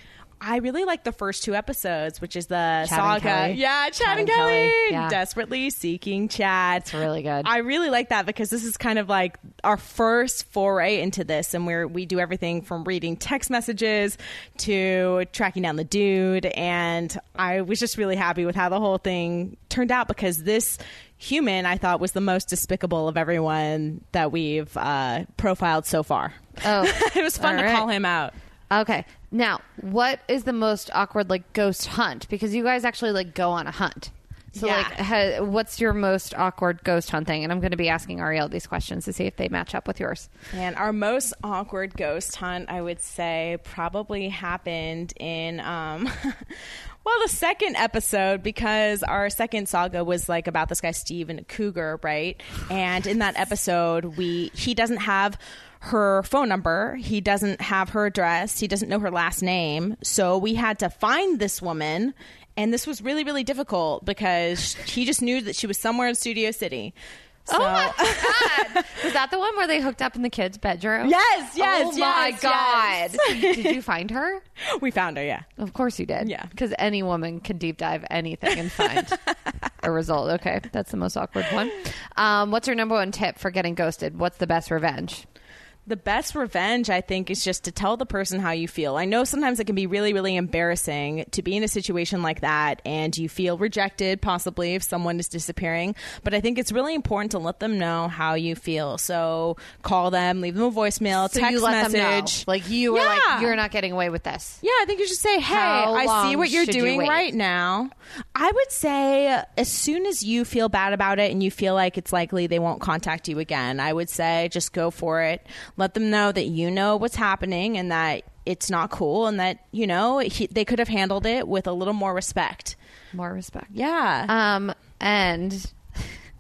[SPEAKER 4] I really like the first two episodes, which is the
[SPEAKER 2] Chad and
[SPEAKER 4] saga.
[SPEAKER 2] Kelly.
[SPEAKER 4] Yeah, Chad, and Kelly,
[SPEAKER 2] yeah.
[SPEAKER 4] desperately seeking Chad. It's
[SPEAKER 2] really good.
[SPEAKER 4] I really like that because this is kind of like our first foray into this, and where we do everything from reading text messages to tracking down the dude. And I was just really happy with how the whole thing turned out because this human I thought was the most despicable of everyone that we've uh, profiled so far.
[SPEAKER 2] Oh,
[SPEAKER 4] it was fun
[SPEAKER 2] all
[SPEAKER 4] to
[SPEAKER 2] right.
[SPEAKER 4] call him out.
[SPEAKER 2] Okay. Now, what is the most awkward like ghost hunt? Because you guys actually like go on a hunt.
[SPEAKER 6] So,
[SPEAKER 4] Yeah.
[SPEAKER 6] like, ha, what's your most awkward ghost hunting? And I'm going to be asking Ariel these questions to see if they match up with yours.
[SPEAKER 4] And our most awkward ghost hunt, I would say, probably happened in, um, well, the second episode because our second saga was like about this guy Steve and a cougar, right? And in that episode, we he doesn't have her phone number, he doesn't have her address, he doesn't know her last name, so we had to find this woman. And this was really, really difficult because he just knew that she was somewhere in Studio City. So,
[SPEAKER 6] God. Was that the one where they hooked up in the kid's bedroom?
[SPEAKER 4] Yes, yes,
[SPEAKER 6] Oh my
[SPEAKER 4] yes,
[SPEAKER 6] God. Did you find her?
[SPEAKER 4] we found her, yeah.
[SPEAKER 6] Of course you did.
[SPEAKER 4] Yeah.
[SPEAKER 6] Because any woman can deep dive anything and find a result. Okay. That's the most awkward one. Um, what's your number one tip for getting ghosted? What's the best revenge?
[SPEAKER 4] The best revenge, I think, is just to tell the person how you feel. I know sometimes it can be really, really embarrassing to be in a situation like that and you feel rejected, possibly, if someone is disappearing. But I think it's really important to let them know how you feel. So call them, leave them a voicemail,
[SPEAKER 6] So
[SPEAKER 4] text
[SPEAKER 6] you let them
[SPEAKER 4] message.
[SPEAKER 6] know. Like you were
[SPEAKER 4] Yeah.
[SPEAKER 6] like, you're not getting away with this.
[SPEAKER 4] Yeah, I think you should say, "Hey,
[SPEAKER 6] How
[SPEAKER 4] I see
[SPEAKER 6] long
[SPEAKER 4] what you're
[SPEAKER 6] should you
[SPEAKER 4] doing
[SPEAKER 6] wait?
[SPEAKER 4] right now." I would say as soon as you feel bad about it and you feel like it's likely they won't contact you again, I would say just go for it. Let them know that you know what's happening and that it's not cool and that, you know, he, they could have handled it with a little more respect.
[SPEAKER 6] More respect.
[SPEAKER 4] Yeah.
[SPEAKER 6] Um, and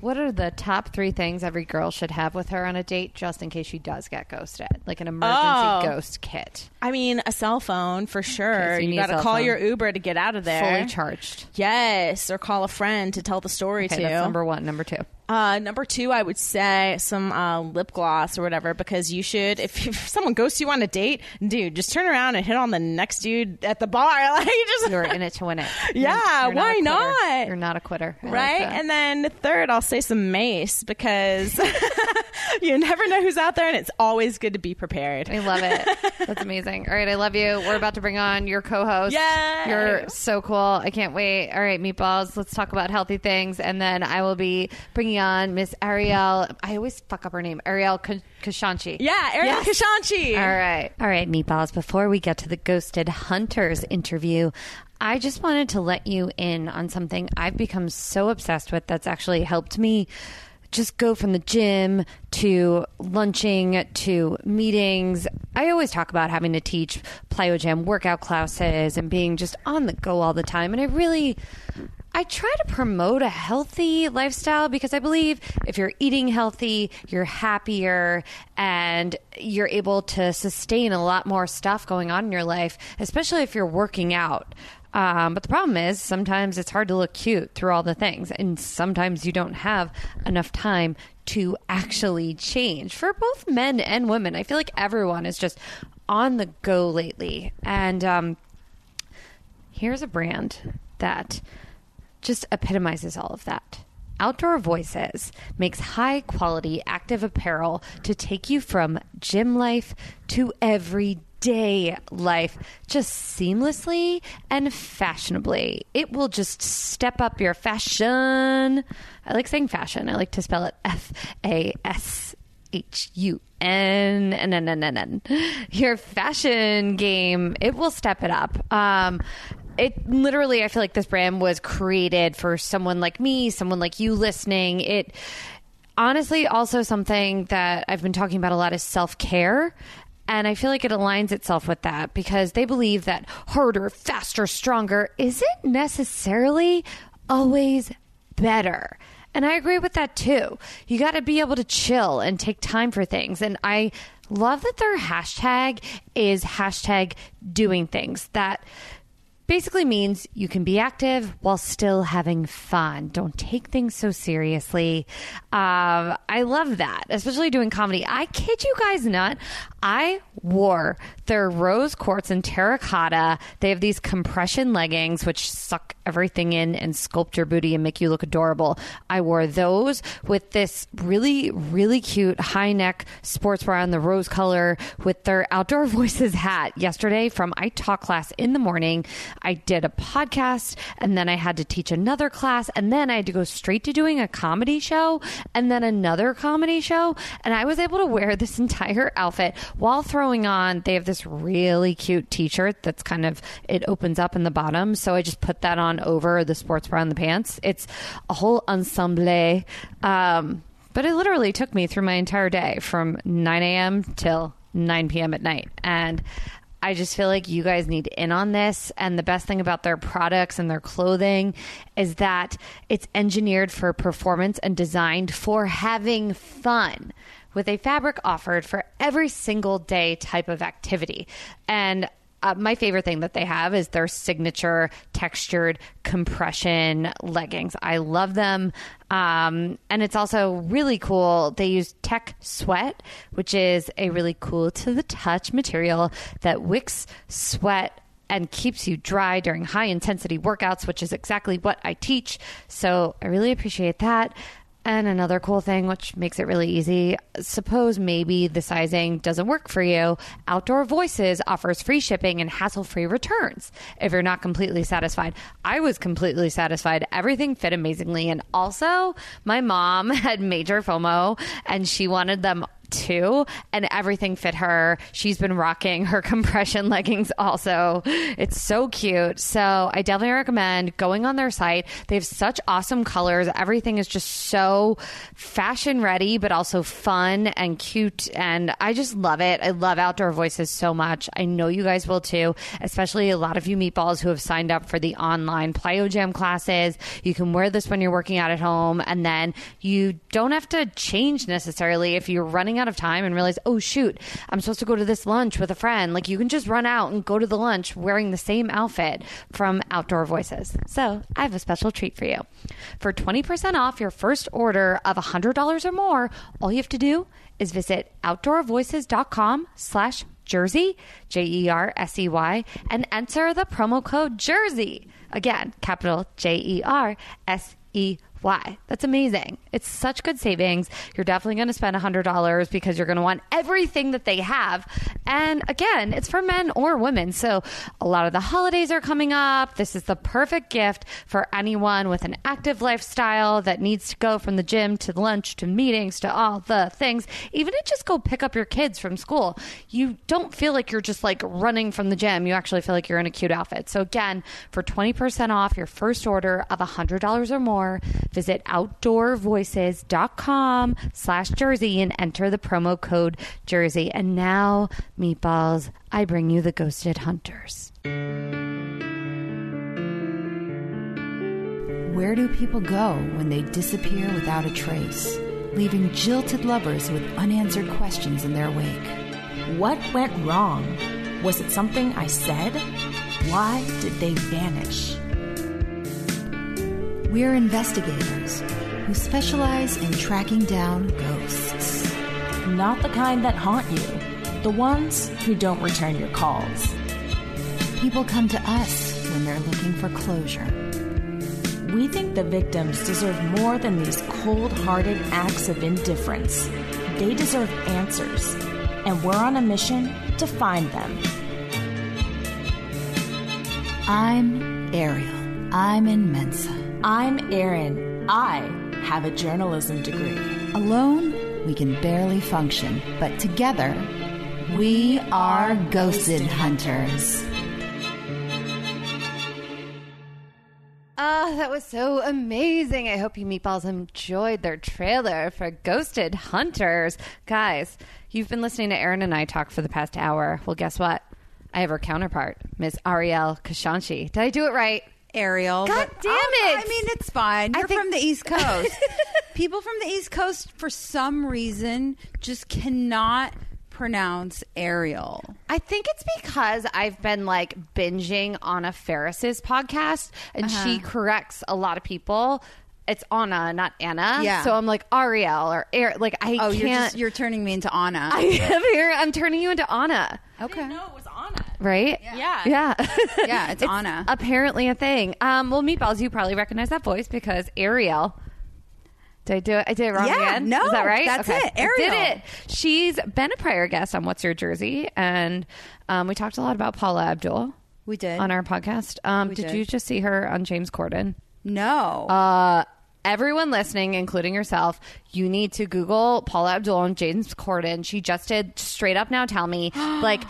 [SPEAKER 6] what are the top three things every girl should have with her on a date just in case she does get ghosted? Like an emergency
[SPEAKER 4] Oh.
[SPEAKER 6] ghost kit.
[SPEAKER 4] I mean, a cell phone for sure.
[SPEAKER 6] so you
[SPEAKER 4] you
[SPEAKER 6] need
[SPEAKER 4] got to
[SPEAKER 6] a cell
[SPEAKER 4] call
[SPEAKER 6] phone.
[SPEAKER 4] your Uber to get out of there.
[SPEAKER 6] Fully charged.
[SPEAKER 4] Yes, or call a friend to tell the story
[SPEAKER 6] Okay,
[SPEAKER 4] to.
[SPEAKER 6] that's number one. Number two.
[SPEAKER 4] Uh, number two, I would say some uh, lip gloss or whatever, because you should, if, if someone goes to you on a date, dude, just turn around and hit on the next dude at the bar. Like, you just,
[SPEAKER 6] You're in it to win it.
[SPEAKER 4] Yeah,
[SPEAKER 6] a
[SPEAKER 4] why
[SPEAKER 6] quitter.
[SPEAKER 4] not?
[SPEAKER 6] You're not a quitter. I like
[SPEAKER 4] right?
[SPEAKER 6] that.
[SPEAKER 4] and then third, I'll say some mace, because you never know who's out there, and it's always good to be prepared.
[SPEAKER 6] I love it. That's amazing. All right, I love you. We're about to bring on your co-host.
[SPEAKER 4] Yay!
[SPEAKER 6] You're so cool. I can't wait. All right, meatballs. Let's talk about healthy things, and then I will be bringing on Miss Ariel. I always fuck up her name. Ariel K- Kashanchi.
[SPEAKER 4] Yeah, Erin Kishanchi.
[SPEAKER 6] All right.
[SPEAKER 2] All right, Meatballs, before we get to the Ghosted Hunters interview, I just wanted to let you in on something I've become so obsessed with that's actually helped me just go from the gym to lunching to meetings. I always talk about having to teach plyo gym workout classes and being just on the go all the time. And I really I try to promote a healthy lifestyle because I believe if you're eating healthy, you're happier and you're able to sustain a lot more stuff going on in your life, especially if you're working out. Um, but the problem is sometimes it's hard to look cute through all the things, and sometimes you don't have enough time to actually change for both men and women. I feel like everyone is just on the go lately. And, um, Here's a brand that just epitomizes all of that. Outdoor Voices makes high quality active apparel to take you from gym life to everyday life just seamlessly and fashionably. It will just step up your fashion. I like saying fashion, I like to spell it F A S. H U N N N N N N. Your fashion game, it will step it up. Um, it literally, I feel like this brand was created for someone like me, someone like you listening. It honestly also something that I've been talking about a lot is self care. And I feel like it aligns itself with that because they believe that harder, faster, stronger isn't necessarily always better. And I agree with that too. You got to be able to chill and take time for things. And I love that their hashtag is hashtag doing things. That basically means you can be active while still having fun. Don't take things so seriously. Um, I love that, especially doing comedy. I kid you guys not. I wore their rose quartz and terracotta. They have these compression leggings, which suck everything in and sculpt your booty and make you look adorable. I wore those with this really, really cute high neck sports bra in the rose color with their Outdoor Voices hat yesterday from I Talk class in the morning. I did a podcast and then I had to teach another class and then I had to go straight to doing a comedy show and then another comedy show. And I was able to wear this entire outfit while throwing on, they have this really cute T-shirt that's kind of it opens up in the bottom. So I just put that on over the sports bra and the pants. It's a whole ensemble. Um, but it literally took me through my entire day from 9 a.m. till 9 p.m. at night. And I just feel like you guys need in on this. And the best thing about their products and their clothing is that it's engineered for performance and designed for having fun with a fabric offered for every single day type of activity. And uh, my favorite thing that they have is their signature textured compression leggings. I love them. Um, and it's also really cool. They use Tech Sweat, which is a really cool to the touch material that wicks sweat and keeps you dry during high intensity workouts, which is exactly what I teach. So I really appreciate that. And another cool thing, which makes it really easy, suppose maybe the sizing doesn't work for you. Outdoor Voices offers free shipping and hassle free returns if you're not completely satisfied. I was completely satisfied. Everything fit amazingly. And also, my mom had major FOMO and she wanted them too, and everything fit her. She's been rocking her compression leggings also. It's so cute. So I definitely recommend going on their site. They have such awesome colors. Everything is just so fashion ready, but also fun and cute. And I just love it. I love Outdoor Voices so much. I know you guys will too, especially a lot of you meatballs who have signed up for the online Plyo Jam classes. You can wear this when you're working out at home, and then you don't have to change necessarily if you're running out of time and realize, oh, shoot, I'm supposed to go to this lunch with a friend. Like, you can just run out and go to the lunch wearing the same outfit from Outdoor Voices. So, I have a special treat for you. For 20% off your first order of $100 or more, all you have to do is visit outdoorvoices.com slash jersey, J E R S E Y, and enter the promo code jersey. Again, capital J E R S E Y why? That's amazing. It's such good savings. You're definitely going to spend $100 because you're going to want everything that they have. And again, it's for men or women. So a lot of the holidays are coming up. This is the perfect gift for anyone with an active lifestyle that needs to go from the gym to lunch to meetings to all the things. Even to just go pick up your kids from school. You don't feel like you're just like running from the gym. You actually feel like you're in a cute outfit. So again, for 20% off your first order of $100 or more, visit outdoorvoices.com slash jersey and enter the promo code jersey and now meatballs i bring you the ghosted hunters
[SPEAKER 7] Where do people go when they disappear without a trace, leaving jilted lovers with unanswered questions in their wake?
[SPEAKER 4] What went wrong? Was it something I said? Why did they vanish?
[SPEAKER 7] We're investigators who specialize in tracking down ghosts.
[SPEAKER 4] Not the kind that haunt you, the ones who don't return your calls.
[SPEAKER 7] People come to us when they're looking for closure.
[SPEAKER 4] We think the victims deserve more than these cold hearted acts of indifference. They deserve answers, and we're on a mission to find them.
[SPEAKER 7] I'm Ariel. I'm in Mensa.
[SPEAKER 4] I'm Erin. I have a journalism degree.
[SPEAKER 7] Alone, we can barely function, but together, we are Ghosted Hunters.
[SPEAKER 2] Oh, that was so amazing. I hope you meatballs enjoyed their trailer for Ghosted Hunters. Guys, you've been listening to Aaron and I talk for the past hour. Well, guess what? I have her counterpart, Miss Ariel Kashanshi. Did I do it right?
[SPEAKER 8] Ariel.
[SPEAKER 2] God
[SPEAKER 8] but
[SPEAKER 2] damn
[SPEAKER 8] I'll-
[SPEAKER 2] it.
[SPEAKER 8] I mean, it's fine.
[SPEAKER 2] I
[SPEAKER 8] You're
[SPEAKER 2] think-
[SPEAKER 8] from the East Coast. People from the East Coast, for some reason, just cannot pronounce Ariel.
[SPEAKER 2] I think it's because I've been like binging Anna Ferris's podcast, and she corrects a lot of people. It's Anna, not Anna.
[SPEAKER 8] Yeah.
[SPEAKER 2] So I'm like Ariel or Air. Like I
[SPEAKER 8] Oh,
[SPEAKER 2] can't.
[SPEAKER 8] you're just you're turning me into Anna.
[SPEAKER 2] I am here. I'm turning you into Anna,
[SPEAKER 8] okay.
[SPEAKER 9] No, it was on it.
[SPEAKER 2] right?
[SPEAKER 9] Yeah.
[SPEAKER 2] Yeah.
[SPEAKER 8] Yeah, it's, Anna.
[SPEAKER 2] Apparently a thing. Um, well, meatballs, you probably recognize that voice because Ariel. Did I do it? I did it wrong
[SPEAKER 8] Yeah,
[SPEAKER 2] again.
[SPEAKER 8] no,
[SPEAKER 2] is that right?
[SPEAKER 8] that's it.
[SPEAKER 2] I
[SPEAKER 8] Ariel.
[SPEAKER 2] did it. She's been a prior guest on What's Your Jersey, and um, we talked a lot about Paula Abdul.
[SPEAKER 8] We did.
[SPEAKER 2] on our podcast. Um,
[SPEAKER 8] We
[SPEAKER 2] did,
[SPEAKER 8] did.
[SPEAKER 2] you just see her on James Corden?
[SPEAKER 8] no.
[SPEAKER 2] Uh, everyone listening, including yourself, you need to Google Paula Abdul and James Corden. She just did straight up now tell me like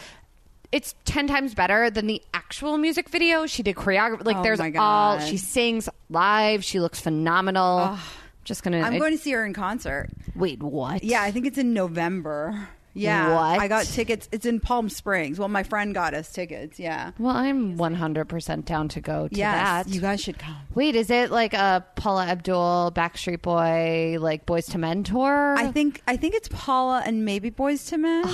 [SPEAKER 2] it's 10 times better than the actual music video. She did choreography. Like,
[SPEAKER 8] Oh
[SPEAKER 2] there's
[SPEAKER 8] my
[SPEAKER 2] all,
[SPEAKER 8] God.
[SPEAKER 2] she sings live. She looks phenomenal. Just gonna,
[SPEAKER 8] I'm
[SPEAKER 2] I-
[SPEAKER 8] going to see her in concert.
[SPEAKER 2] wait, what?
[SPEAKER 8] Yeah, I think it's in November. Yeah,
[SPEAKER 2] What?
[SPEAKER 8] I got tickets. It's in Palm Springs. Well, my friend got us tickets. Yeah,
[SPEAKER 2] Well, I'm 100% down to go to
[SPEAKER 8] yes,
[SPEAKER 2] that.
[SPEAKER 8] you guys should come.
[SPEAKER 2] Wait, is it like a Paula Abdul, Backstreet Boy, like Boys to Men tour?
[SPEAKER 8] I think I think it's Paula and maybe Boys to Men,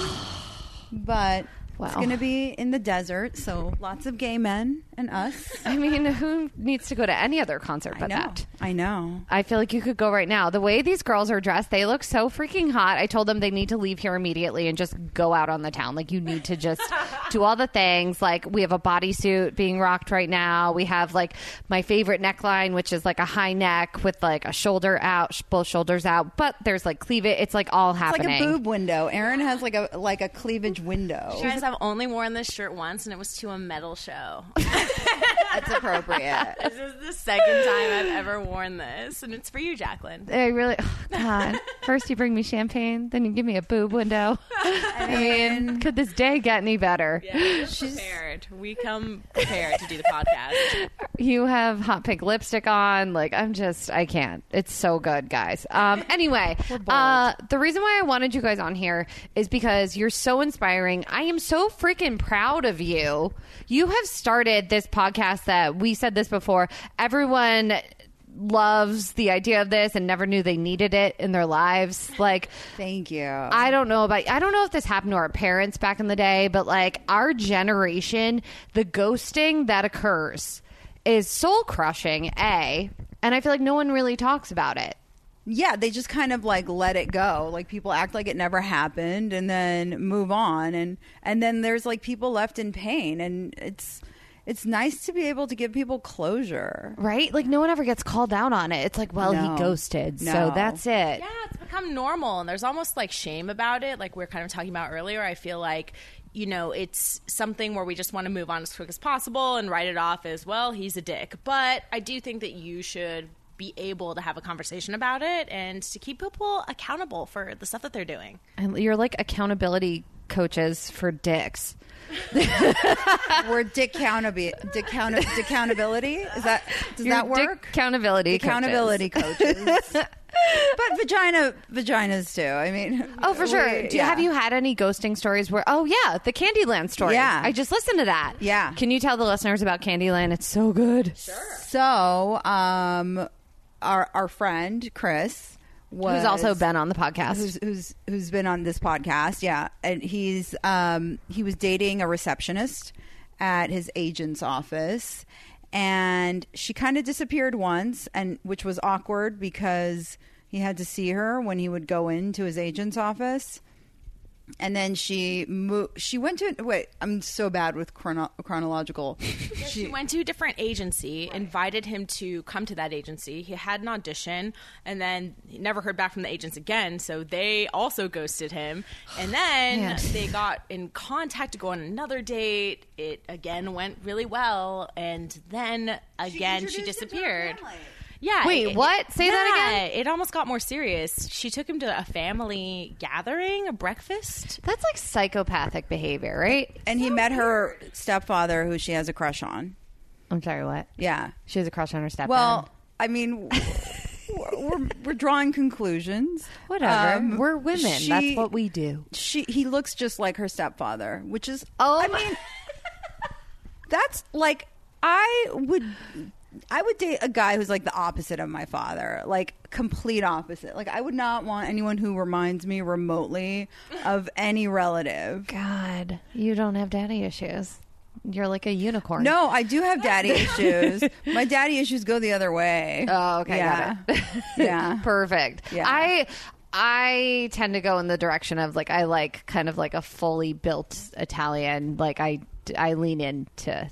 [SPEAKER 8] but
[SPEAKER 2] Wow.
[SPEAKER 8] it's going to be in the desert, so lots of gay men and us.
[SPEAKER 2] I mean, who needs to go to any other concert
[SPEAKER 8] I
[SPEAKER 2] but
[SPEAKER 8] know.
[SPEAKER 2] that?
[SPEAKER 8] I know.
[SPEAKER 2] I feel like you could go right now. The way these girls are dressed, they look so freaking hot. I told them they need to leave here immediately and just go out on the town. Like you need to just do all the things. Like we have a bodysuit being rocked right now. We have like my favorite neckline, which is like a high neck with like a shoulder out, sh- both shoulders out, but there's like cleavage. It's like all
[SPEAKER 8] It's
[SPEAKER 2] happening.
[SPEAKER 8] like a boob window. Erin has like a like a cleavage window.
[SPEAKER 4] You guys, I've only worn this shirt once, and it was to a metal show.
[SPEAKER 8] That's appropriate.
[SPEAKER 4] this is the second time I've ever worn this, and it's for you, Jacqueline.
[SPEAKER 2] I really, oh, God. First you bring me champagne, then you give me a boob window. I mean, could this day get any better?
[SPEAKER 4] prepared. We come prepared to do the podcast.
[SPEAKER 2] You have hot pink lipstick on. Like, I'm just, I can't. It's so good, guys. Um, anyway, uh, the reason why I wanted you guys on here is because you're so inspiring. I am so freaking proud of you. You have started this podcast that we said this before. Everyone loves the idea of this and never knew they needed it in their lives. Like,
[SPEAKER 8] Thank you.
[SPEAKER 2] I don't know about I don't know if this happened to our parents back in the day, but like our generation, the ghosting that occurs is soul crushing, A, and I feel like no one really talks about it.
[SPEAKER 8] yeah, they just kind of like let it go. Like people act like it never happened and then move on and and then there's like people left in pain and it's it's nice to be able to give people closure.
[SPEAKER 2] Right? Like no one ever gets called out on it. It's like, well,
[SPEAKER 8] No.
[SPEAKER 2] he ghosted. So
[SPEAKER 8] No.
[SPEAKER 2] that's it.
[SPEAKER 4] Yeah, it's become normal, and there's almost like shame about it. Like we were kind of talking about earlier, I feel like you know it's something where we just want to move on as quick as possible and write it off as well. He's a dick, but I do think that you should be able to have a conversation about it and to keep people accountable for the stuff that they're doing.
[SPEAKER 2] And you're like accountability coaches for dicks.
[SPEAKER 8] We're dick accountability. Dick accountability is that does
[SPEAKER 2] You're
[SPEAKER 8] that
[SPEAKER 2] dick
[SPEAKER 8] work?
[SPEAKER 2] accountability coaches.
[SPEAKER 8] accountability coaches. but vagina vaginas too. I mean,
[SPEAKER 2] Oh, for sure.
[SPEAKER 8] we-
[SPEAKER 2] Do you,
[SPEAKER 8] yeah.
[SPEAKER 2] Have you had any ghosting stories where, oh, yeah, the Candyland story?
[SPEAKER 8] Yeah.
[SPEAKER 2] I just listened to that.
[SPEAKER 8] Yeah.
[SPEAKER 2] Can you tell the listeners about Candyland? It's so good.
[SPEAKER 8] So, um, our our friend Chris was
[SPEAKER 2] Who's also been on the podcast.
[SPEAKER 8] who's who's who's been on this podcast. Yeah, and he's um he was dating a receptionist at his agent's office, and she kind of disappeared once, and which was awkward because he had to see her when he would go into his agent's office. And then she mo- she went to wait. I'm so bad with chrono- chronological.
[SPEAKER 4] She went to a different agency, invited him to come to that agency. He had an audition and then he never heard back from the agents again. So they also ghosted him. And then
[SPEAKER 2] Man.
[SPEAKER 4] they got in contact to go on another date. It again went really well. And then again, she,
[SPEAKER 8] introduced him to her
[SPEAKER 4] disappeared.
[SPEAKER 8] family.
[SPEAKER 4] Yeah.
[SPEAKER 2] Wait, what? Say that again?
[SPEAKER 4] It almost got more serious. She took him to a family gathering, a breakfast.
[SPEAKER 2] That's like psychopathic behavior, right?
[SPEAKER 8] and he met her stepfather, who she has a crush on.
[SPEAKER 2] I'm sorry, what?
[SPEAKER 8] Yeah.
[SPEAKER 2] She has a crush on her stepdad.
[SPEAKER 8] Well, I mean, we're, we're we're drawing conclusions.
[SPEAKER 2] whatever.
[SPEAKER 8] Um,
[SPEAKER 2] We're women.
[SPEAKER 8] she-
[SPEAKER 2] That's what we do.
[SPEAKER 8] She he looks just like her stepfather, which is
[SPEAKER 2] Oh
[SPEAKER 8] I
[SPEAKER 2] my-
[SPEAKER 8] mean, that's like I would. I would date a guy who's like the opposite of my father, like complete opposite. Like I would not want anyone who reminds me remotely of any relative.
[SPEAKER 2] God, you don't have daddy issues. You're like a unicorn.
[SPEAKER 8] No, I do have daddy issues. My daddy issues go the other way.
[SPEAKER 2] Oh, okay.
[SPEAKER 8] Yeah.
[SPEAKER 2] Got it.
[SPEAKER 8] yeah.
[SPEAKER 2] Perfect.
[SPEAKER 8] Yeah.
[SPEAKER 2] I I tend to go in the direction of like I like kind of like a fully built Italian. Like I I lean into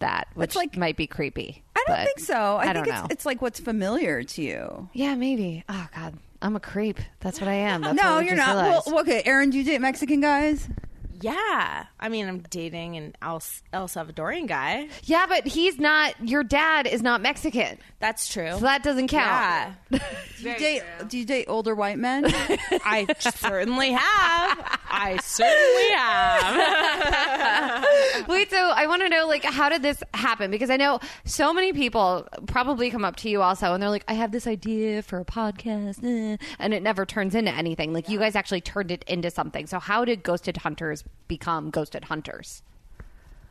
[SPEAKER 2] that, which
[SPEAKER 8] It's like-
[SPEAKER 2] might be creepy.
[SPEAKER 8] I don't
[SPEAKER 2] but
[SPEAKER 8] think so. I,
[SPEAKER 2] don't
[SPEAKER 8] think it's,
[SPEAKER 2] know.
[SPEAKER 8] it's like what's familiar to you.
[SPEAKER 2] yeah, maybe. Oh God, I'm a creep. That's what I am. That's
[SPEAKER 8] no,
[SPEAKER 2] what I
[SPEAKER 8] you're
[SPEAKER 2] just
[SPEAKER 8] not.
[SPEAKER 2] realized.
[SPEAKER 8] Well, okay, Aaron, do you date Mexican guys?
[SPEAKER 4] Yeah. I mean, I'm dating an El, El Salvadorian guy.
[SPEAKER 2] Yeah, but he's not. Your dad is not Mexican,
[SPEAKER 4] That's true.
[SPEAKER 2] so that doesn't count.
[SPEAKER 4] yeah.
[SPEAKER 8] Do you, date, do you date older white men?
[SPEAKER 4] I certainly have. I certainly have.
[SPEAKER 2] Wait, so I want to know, like, how did this happen? Because I know so many people probably come up to you also, and they're like, "I have this idea for a podcast," eh," and it never turns into anything. Like, you guys actually turned it into something. So, how did Ghosted Hunters become Ghosted Hunters?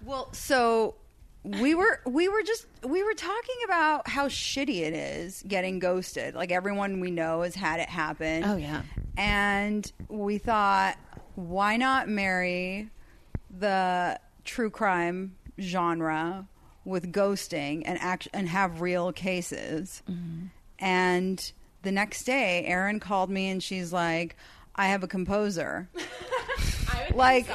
[SPEAKER 8] Well, so we were we were just we were talking about how shitty it is getting ghosted. Like everyone we know has had it happen.
[SPEAKER 2] Oh, yeah.
[SPEAKER 8] And we thought why not marry the true crime genre with ghosting and act- and have real cases.
[SPEAKER 2] Mm-hmm.
[SPEAKER 8] And the next day Erin called me and she's like, "I have a composer." like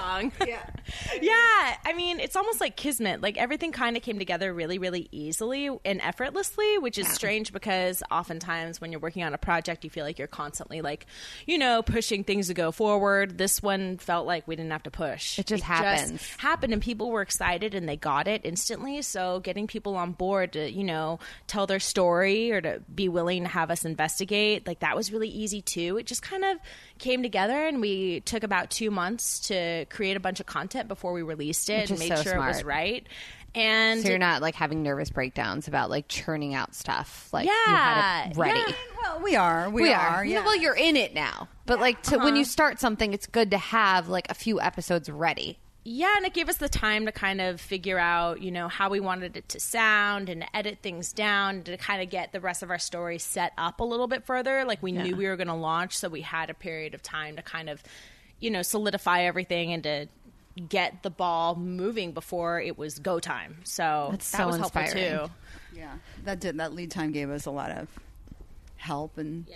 [SPEAKER 4] yeah. I mean, it's almost like kismet. Like everything kind of came together really, really easily and effortlessly, which is strange because oftentimes when you're working on a project, you feel like you're constantly like, you know, pushing things to go forward. This one felt like we didn't have to push.
[SPEAKER 2] It just happens.
[SPEAKER 4] happened and people were excited and they got it instantly. So getting people on board to, you know, tell their story or to be willing to have us investigate, like that was really easy too. It just kind of came together and we took about two months to create a bunch of content before we released it
[SPEAKER 2] Which
[SPEAKER 4] and
[SPEAKER 2] is
[SPEAKER 4] make
[SPEAKER 2] so
[SPEAKER 4] sure it was
[SPEAKER 2] smart.
[SPEAKER 4] right. And
[SPEAKER 2] So you're not like having nervous breakdowns about like churning out stuff. Like, you
[SPEAKER 4] yeah,
[SPEAKER 2] had it ready.
[SPEAKER 4] yeah.
[SPEAKER 8] well, we are. We,
[SPEAKER 2] We
[SPEAKER 8] are.
[SPEAKER 2] are.
[SPEAKER 8] Yeah. Uh-huh.
[SPEAKER 2] Well, you're in it now. But like to when you start something, it's good to have like a few episodes ready.
[SPEAKER 4] Yeah, and it gave us the time to kind of figure out, you know, how we wanted it to sound and to edit things down to kind of get the rest of our story set up a little bit further. Like we knew we were going to launch, so we had a period of time to kind of, you know, solidify everything and to get the ball moving before it was go time. So
[SPEAKER 2] That's
[SPEAKER 4] that
[SPEAKER 2] so
[SPEAKER 4] was
[SPEAKER 2] inspiring.
[SPEAKER 4] helpful too.
[SPEAKER 8] Yeah, that did. That lead time gave us a lot of help and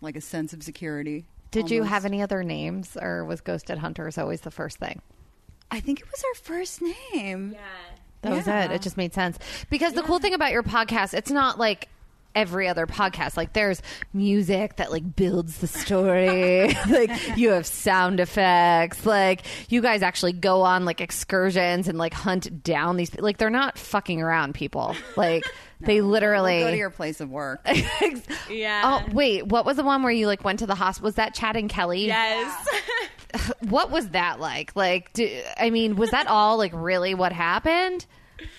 [SPEAKER 8] like a sense of security.
[SPEAKER 2] Did you
[SPEAKER 8] almost.
[SPEAKER 2] have any other names or was Ghosted Hunters always the first thing?
[SPEAKER 8] I think it was our first name.
[SPEAKER 2] That was it. It just made sense. Because the cool thing about your podcast, it's not like every other podcast. Like there's music that like builds the story. like you have sound effects. Like you guys actually go on like excursions and like hunt down these like they're not fucking around people. Like they literally
[SPEAKER 8] Go to your place of work.
[SPEAKER 4] Yeah.
[SPEAKER 2] Oh wait, what was the one where you like went to the hospital? Was that Chad and Kelly?
[SPEAKER 4] Yes.
[SPEAKER 2] What was that like? Like, do, I mean, was that all like really what happened?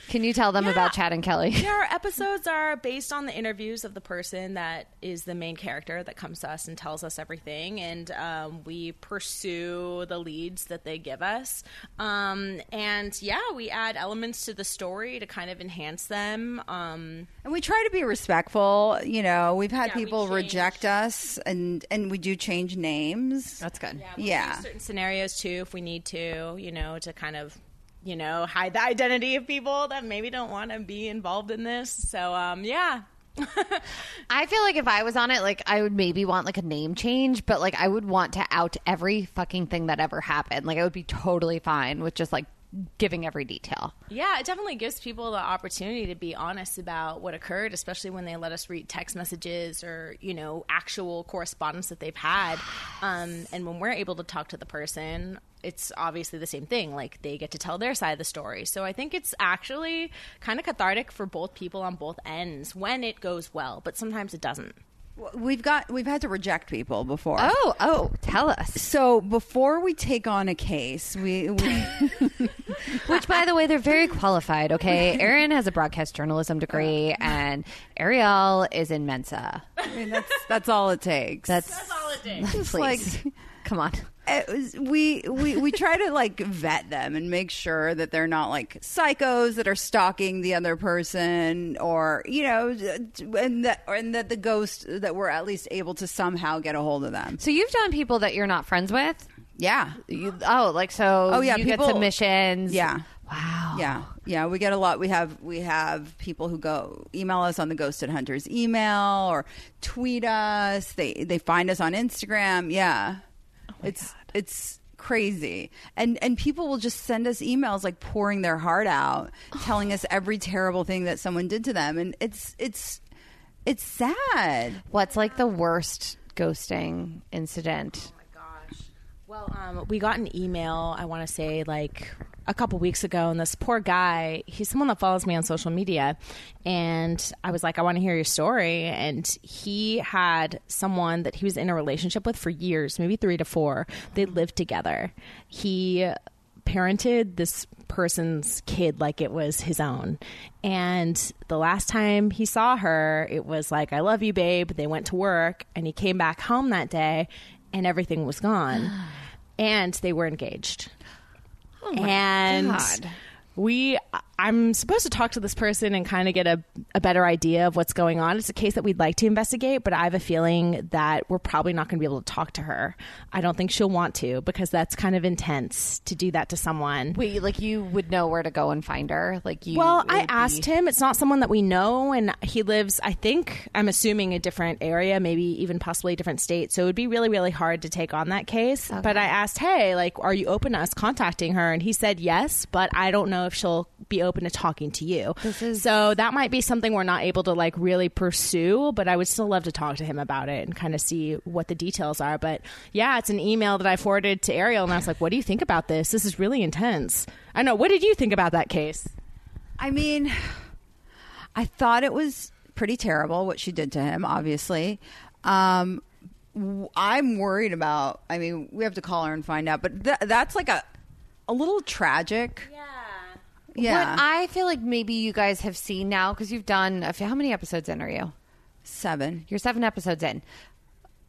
[SPEAKER 2] Can you tell them about Chad and Kelly?
[SPEAKER 4] Yeah, our episodes are based on the interviews of the person that is the main character that comes to us and tells us everything, and um, we pursue the leads that they give us. Um, and yeah, we add elements to the story to kind of enhance them. Um,
[SPEAKER 8] and we try to be respectful. You know, we've had
[SPEAKER 4] Yeah, we
[SPEAKER 8] people
[SPEAKER 4] change.
[SPEAKER 8] reject us, and and we do change names.
[SPEAKER 2] That's good.
[SPEAKER 4] we'll
[SPEAKER 8] Yeah.
[SPEAKER 4] choose certain scenarios too, if we need to, you know, to kind of. You know, hide the identity of people that maybe don't want to be involved in this. So, um, yeah,
[SPEAKER 2] I feel like if I was on it, like I would maybe want like a name change, but like I would want to out every fucking thing that ever happened. Like I would be totally fine with just like giving every detail.
[SPEAKER 4] Yeah, it definitely gives people the opportunity to be honest about what occurred, especially when they let us read text messages or you know actual correspondence that they've had. Um, and when we're able to talk to the person, it's obviously the same thing. Like they get to tell their side of the story. So I think it's actually kind of cathartic for both people on both ends when it goes well, but sometimes it doesn't.
[SPEAKER 8] We've got we've had to reject people before.
[SPEAKER 2] Oh, oh, tell us.
[SPEAKER 8] So before we take on a case, we, we
[SPEAKER 2] Which, by the way, they're very qualified. Okay, Erin has a broadcast journalism degree, and Ariel is in Mensa.
[SPEAKER 8] I mean, that's that's all it takes.
[SPEAKER 2] That's, all it takes. Please,
[SPEAKER 8] like-
[SPEAKER 2] come on.
[SPEAKER 8] it was, eh, we we we try to like vet them and make sure that they're not like psychos that are stalking the other person or you know and that and that the ghost that we're at least able to somehow get a hold of them.
[SPEAKER 2] So you've done people that you're not friends with.
[SPEAKER 8] Yeah.
[SPEAKER 2] You, oh, like so.
[SPEAKER 8] Oh, yeah,
[SPEAKER 2] you
[SPEAKER 8] people-
[SPEAKER 2] get submissions.
[SPEAKER 8] Yeah.
[SPEAKER 2] Wow.
[SPEAKER 8] Yeah. Yeah, we get a lot. We have we have people who go email us on the Ghosted Hunters email or tweet us. They they find us on Instagram. Yeah. it's it's crazy. And and people will just send us emails like pouring their heart out, telling us every terrible thing that someone did to them and it's it's it's sad.
[SPEAKER 2] What's like the worst ghosting incident?
[SPEAKER 4] Gosh, Well, um, we got an email, I want to say like a couple weeks ago, and this poor guy, he's someone that follows me on social media. And I was like, I want to hear your story. And he had someone that he was in a relationship with for years, maybe three to four. They lived together. He parented this person's kid like it was his own. And the last time he saw her, it was like, I love you, babe. They went to work and he came back home that day and everything was gone. and they were engaged. and
[SPEAKER 10] God.
[SPEAKER 4] we I'm supposed to talk to this person and kind of get a, a better idea of what's going on. It's a case that we'd like to investigate, but I have a feeling that we're probably not going to be able to talk to her. I don't think she'll want to because that's kind of intense to do that to someone.
[SPEAKER 2] Wait, like you would know where to go and find her. Like you.
[SPEAKER 4] Well,
[SPEAKER 2] it
[SPEAKER 4] I
[SPEAKER 2] would be-
[SPEAKER 4] asked him. It's not someone that we know, and he lives, I think, I'm assuming, a different area, maybe even possibly a different state. So it would be really, really hard to take on that case. But I asked, hey, like, are you open to us contacting her? And he said yes, but I don't know if she'll be open to talking to you. so that might be something we're not able to like really pursue, but I would still love to talk to him about it and kind of see what the details are. But yeah, it's an email that I forwarded to Ariel, and I was like, what do you think about this? This is really intense. I know. What did you think about that case?
[SPEAKER 8] I mean, I thought it was pretty terrible what she did to him, obviously. Um, w- I'm worried about, I mean, we have to call her and find out, but th- that's like a, a little tragic. Yeah. Yeah.
[SPEAKER 2] What I feel like maybe you guys have seen now because you've done a few, how many episodes in are you?
[SPEAKER 8] Seven.
[SPEAKER 2] You're seven episodes in.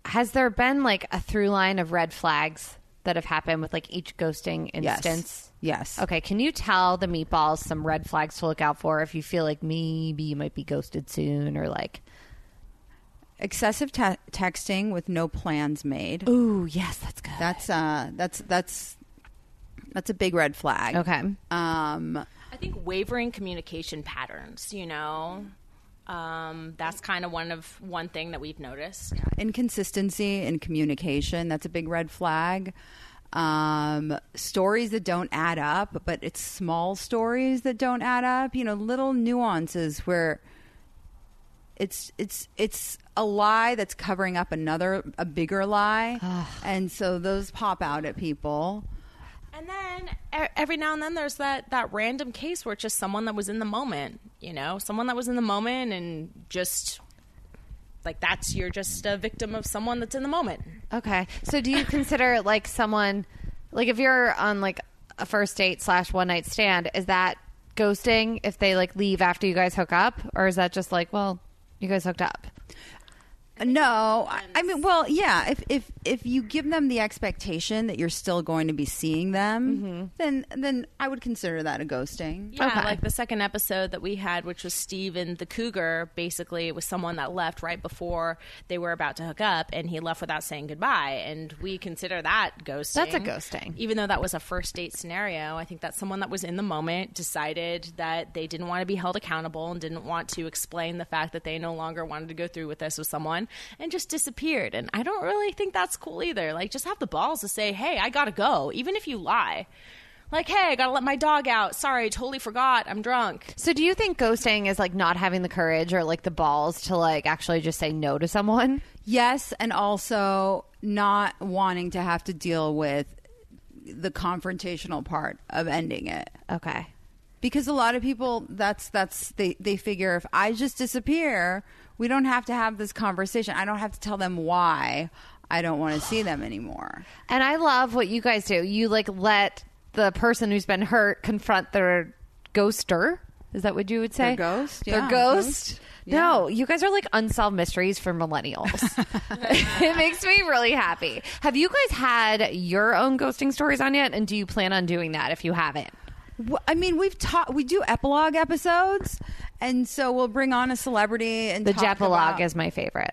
[SPEAKER 2] Has there been like a through line of red flags that have happened with like each ghosting
[SPEAKER 8] Yes.
[SPEAKER 2] instance?
[SPEAKER 8] Yes.
[SPEAKER 2] Okay, can you tell the meatballs some red flags to look out for if you feel like maybe you might be ghosted soon or like,
[SPEAKER 8] Excessive te- texting with no plans made.
[SPEAKER 2] ooh, yes, that's good.
[SPEAKER 8] That's, uh, that's, that's, that's a big red flag.
[SPEAKER 2] okay.
[SPEAKER 8] Um,
[SPEAKER 4] I think wavering communication patterns, you know. Um, that's kind of one of one thing that we've noticed.
[SPEAKER 8] inconsistency in communication that's a big red flag um stories that don't add up but it's small stories that don't add up you know little nuances where it's it's it's a lie that's covering up another a bigger lie and so those pop out at people
[SPEAKER 4] And then e- every now and then there's that that random case where it's just someone that was in the moment, you know, someone that was in the moment and just like that's you're just a victim of someone that's in the moment.
[SPEAKER 2] Okay. So do you consider like someone like if you're on like a first date slash one night stand, is that ghosting if they like leave after you guys hook up? Or is that just like, well, you guys hooked up?
[SPEAKER 8] No, I- I mean, well, yeah. If if if you give them the expectation that you're still going to be seeing them, then then I would consider that a ghosting.
[SPEAKER 4] Yeah, like the second episode that we had, which was Steve and the Cougar. Basically, it was someone that left right before they were about to hook up, and he left without saying goodbye. And we consider that ghosting.
[SPEAKER 2] That's a ghosting.
[SPEAKER 4] Even though that was a first date scenario, I think that's someone that was in the moment, decided that they didn't want to be held accountable and didn't want to explain the fact that they no longer wanted to go through with this with someone and just disappeared. And I don't really think that's cool either. Like, just have the balls to say, hey, I got to go, even if you lie. Like, hey, I gotta let my dog out. Sorry, totally forgot. I'm drunk.
[SPEAKER 2] So do you think ghosting is like not having the courage or like the balls to like actually just say no to someone?
[SPEAKER 8] Yes, and also not wanting to have to deal with the confrontational part of ending it.
[SPEAKER 2] Okay.
[SPEAKER 8] Because a lot of people that's that's they they figure if I just disappear, we don't have to have this conversation. I don't have to tell them why I don't want to see them anymore.
[SPEAKER 2] And I love what you guys do. You like let the person who's been hurt confront their ghoster. Is that what you would say?
[SPEAKER 8] Their ghost?
[SPEAKER 2] Their
[SPEAKER 8] Yeah,
[SPEAKER 2] ghost.
[SPEAKER 8] ghost.
[SPEAKER 2] No, you guys are like unsolved mysteries for millennials. it makes me really happy. Have you guys had your own ghosting stories on yet? And do you plan on doing that if you haven't?
[SPEAKER 8] Well, I mean, we've taught we do epilogue episodes, and so we'll bing on a celebrity and
[SPEAKER 2] The
[SPEAKER 8] talk
[SPEAKER 2] Jepilogue
[SPEAKER 8] about-
[SPEAKER 2] is my favorite.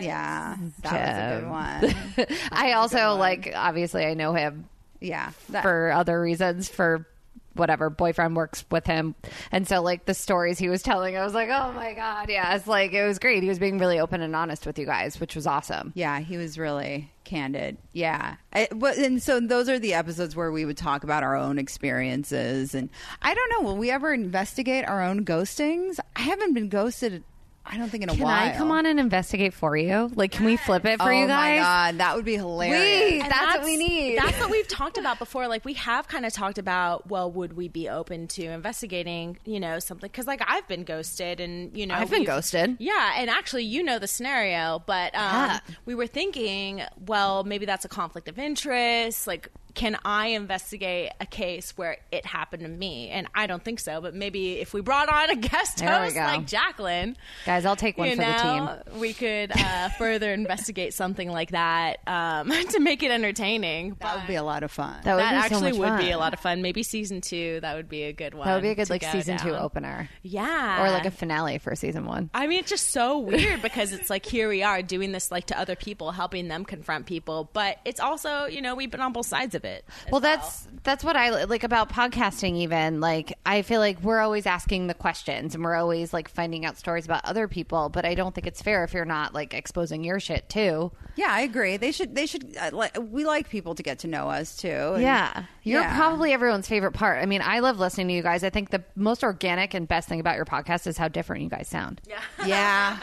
[SPEAKER 8] yeah, that was a good one.
[SPEAKER 2] I also like, obviously, I know him
[SPEAKER 8] Yeah, that-
[SPEAKER 2] for other reasons for whatever boyfriend works with him and so like the stories he was telling i was like oh my god yeah it's like it was great he was being really open and honest with you guys which was awesome
[SPEAKER 8] yeah, he was really candid. Yeah, I, but, and so those are the episodes where we would talk about our own experiences, and I don't know, will we ever investigate our own ghostings? I haven't been ghosted I don't think in a
[SPEAKER 2] Can
[SPEAKER 8] while.
[SPEAKER 2] I come on and investigate for you? Like, can we flip it for
[SPEAKER 8] oh
[SPEAKER 2] you
[SPEAKER 8] my
[SPEAKER 2] guys?
[SPEAKER 8] god, that would be hilarious.
[SPEAKER 2] Wait, that's, what we need.
[SPEAKER 4] That's what we've talked about before. Like we have kind of talked about, well, would we be open to investigating, you know, something? Because like I've been ghosted, and you know,
[SPEAKER 2] I've been
[SPEAKER 4] we've-
[SPEAKER 2] ghosted.
[SPEAKER 4] Yeah, and actually, you know the scenario, but um,
[SPEAKER 2] Yeah.
[SPEAKER 4] we were thinking, well, maybe that's a conflict of interest. Like, can I investigate a case where it happened to me? And I don't think so. But maybe if we brought on a guest
[SPEAKER 2] There we
[SPEAKER 4] host
[SPEAKER 2] go.
[SPEAKER 4] like Jacqueline,
[SPEAKER 2] Guys, I'll take one
[SPEAKER 4] you
[SPEAKER 2] for the team.
[SPEAKER 4] know, We could uh, further investigate something like that um, to make it entertaining.
[SPEAKER 8] That would be a lot of fun.
[SPEAKER 2] That would
[SPEAKER 4] That
[SPEAKER 2] be so
[SPEAKER 4] actually
[SPEAKER 2] much
[SPEAKER 4] would
[SPEAKER 2] fun.
[SPEAKER 4] be a lot of fun. Maybe season two, that would be a good one.
[SPEAKER 2] That would be a good
[SPEAKER 4] to
[SPEAKER 2] like
[SPEAKER 4] go
[SPEAKER 2] season two
[SPEAKER 4] down.
[SPEAKER 2] opener,
[SPEAKER 4] Yeah.
[SPEAKER 2] or like a finale for season one.
[SPEAKER 4] I mean, it's just so weird because it's like here we are doing this like to other people, helping them confront people, but it's also you know we've been on both sides of it. as
[SPEAKER 2] well that's that's what i li- like about podcasting even like i feel like we're always asking the questions and we're always like finding out stories about other people but i don't think it's fair if you're not like exposing your shit too
[SPEAKER 8] yeah, I agree. They should. They should. Uh, like, we like people to get to know us too. and-
[SPEAKER 2] you're
[SPEAKER 8] Yeah.
[SPEAKER 2] probably everyone's favorite part i mean i love listening to you guys i think the most organic and best thing about your podcast is how different you guys sound yeah
[SPEAKER 8] Yeah,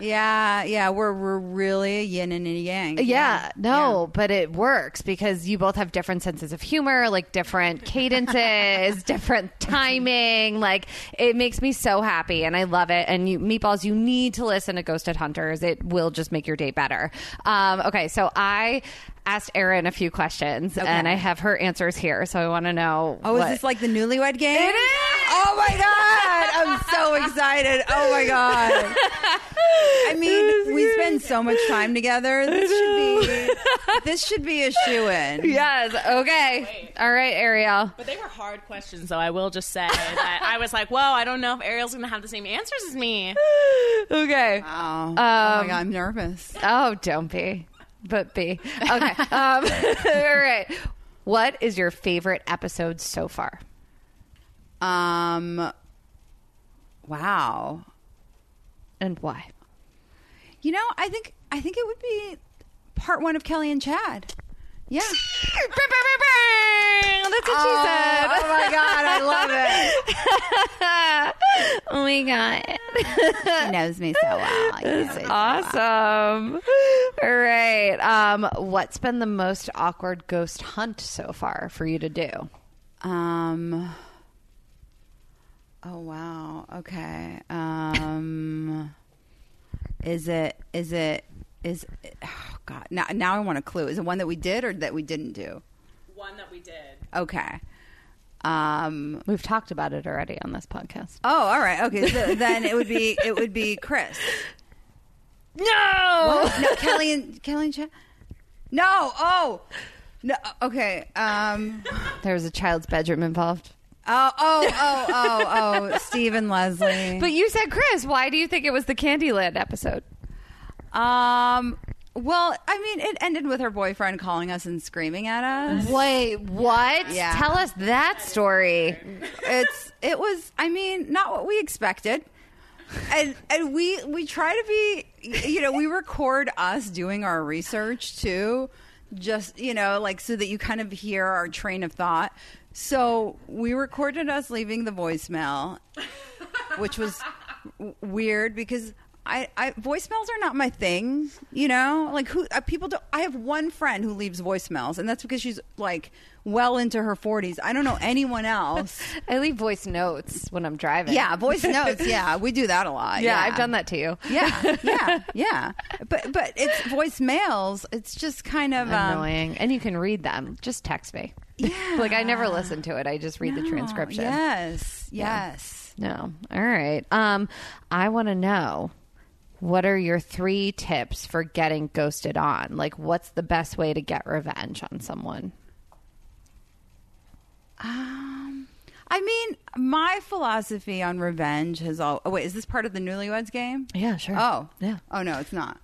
[SPEAKER 8] yeah, yeah. We're we're really a yin and a yang.
[SPEAKER 2] no but it works because you both have different senses of humor like different cadences different timing like it makes me so happy and i love it and you meatballs you need to listen to ghosted hunters it will just make your day better um, okay so i asked erin a few questions and i have her answers here so i want to know
[SPEAKER 8] Oh,
[SPEAKER 2] what-
[SPEAKER 8] is this like the newlywed game?
[SPEAKER 2] It is!
[SPEAKER 8] Oh my god! I'm so excited. Oh my god! I mean, we spend so much time together. This should be this should be a shoe in.
[SPEAKER 2] yes okay all right ariel
[SPEAKER 4] But they were hard questions, though. I will just say that I was like, "Whoa, I don't know if Ariel's going to have the same answers as me."
[SPEAKER 2] okay
[SPEAKER 8] Oh, oh my god! I'm nervous.
[SPEAKER 2] Oh, don't be, but be. Okay. um, all right. What is your favorite episode so far?
[SPEAKER 8] Um, wow.
[SPEAKER 2] And why?
[SPEAKER 8] You know, I think I think it would be part one of Kelly and Chad. Yeah.
[SPEAKER 2] That's what
[SPEAKER 8] oh, oh my god! I love it.
[SPEAKER 2] she said. Oh my God.
[SPEAKER 8] He knows me so well. He knows
[SPEAKER 2] Oh,
[SPEAKER 8] me so well.
[SPEAKER 2] Awesome. All right. Um, what's been the most awkward ghost hunt so far for you to do?
[SPEAKER 8] Um. Oh wow. Okay. Um. is it? Is it? Is oh god. Now, now I want a clue. Is it one that we did or that we didn't do?
[SPEAKER 4] One that we did.
[SPEAKER 8] Okay. Um.
[SPEAKER 2] We've talked about it already on this podcast.
[SPEAKER 8] Oh, all right. Okay. So then it would be it would be Chris.
[SPEAKER 2] No.
[SPEAKER 8] Oh no, Kelly and Kelly and Chad. No. Oh. No. Okay. Um.
[SPEAKER 2] There was a child's bedroom involved.
[SPEAKER 8] Oh. Oh. Oh. Oh. Oh. Steve and Leslie.
[SPEAKER 2] But you said, Chris, why do you think it was the Candyland episode?
[SPEAKER 8] Um. Well, I mean, it ended with her boyfriend calling us and screaming at us.
[SPEAKER 2] Wait, what?
[SPEAKER 8] Yeah.
[SPEAKER 2] Tell us that story.
[SPEAKER 8] It's it was. I mean, not what we expected. And and we we try to be, you know, we record us doing our research too, just you know, like so that you kind of hear our train of thought. So we recorded us leaving the voicemail, which was w- weird because I, I voicemails are not my thing. You know, like who uh, people don't. I have one friend who leaves voicemails, and that's because she's like well into her forties. I don't know anyone else.
[SPEAKER 2] I leave voice notes when I'm driving.
[SPEAKER 8] yeah, voice notes. Yeah, we do that a lot.
[SPEAKER 2] Yeah, I've done that to you.
[SPEAKER 8] Yeah, yeah, yeah. But but it's voicemails. It's just kind of um,
[SPEAKER 2] Annoying. And you can read them. Just text me.
[SPEAKER 8] Yeah.
[SPEAKER 2] like I never listen to it. I just read the
[SPEAKER 8] No,
[SPEAKER 2] transcription.
[SPEAKER 8] um, Yes, yes.
[SPEAKER 2] No. All right. Um I want to know what are your three tips for getting ghosted on? Like what's the best way to get revenge on someone?
[SPEAKER 8] I mean, my philosophy on revenge has all. Oh, wait, is this part of the newlyweds game?
[SPEAKER 2] Yeah, sure.
[SPEAKER 8] Oh,
[SPEAKER 2] Yeah.
[SPEAKER 8] Oh no, it's not.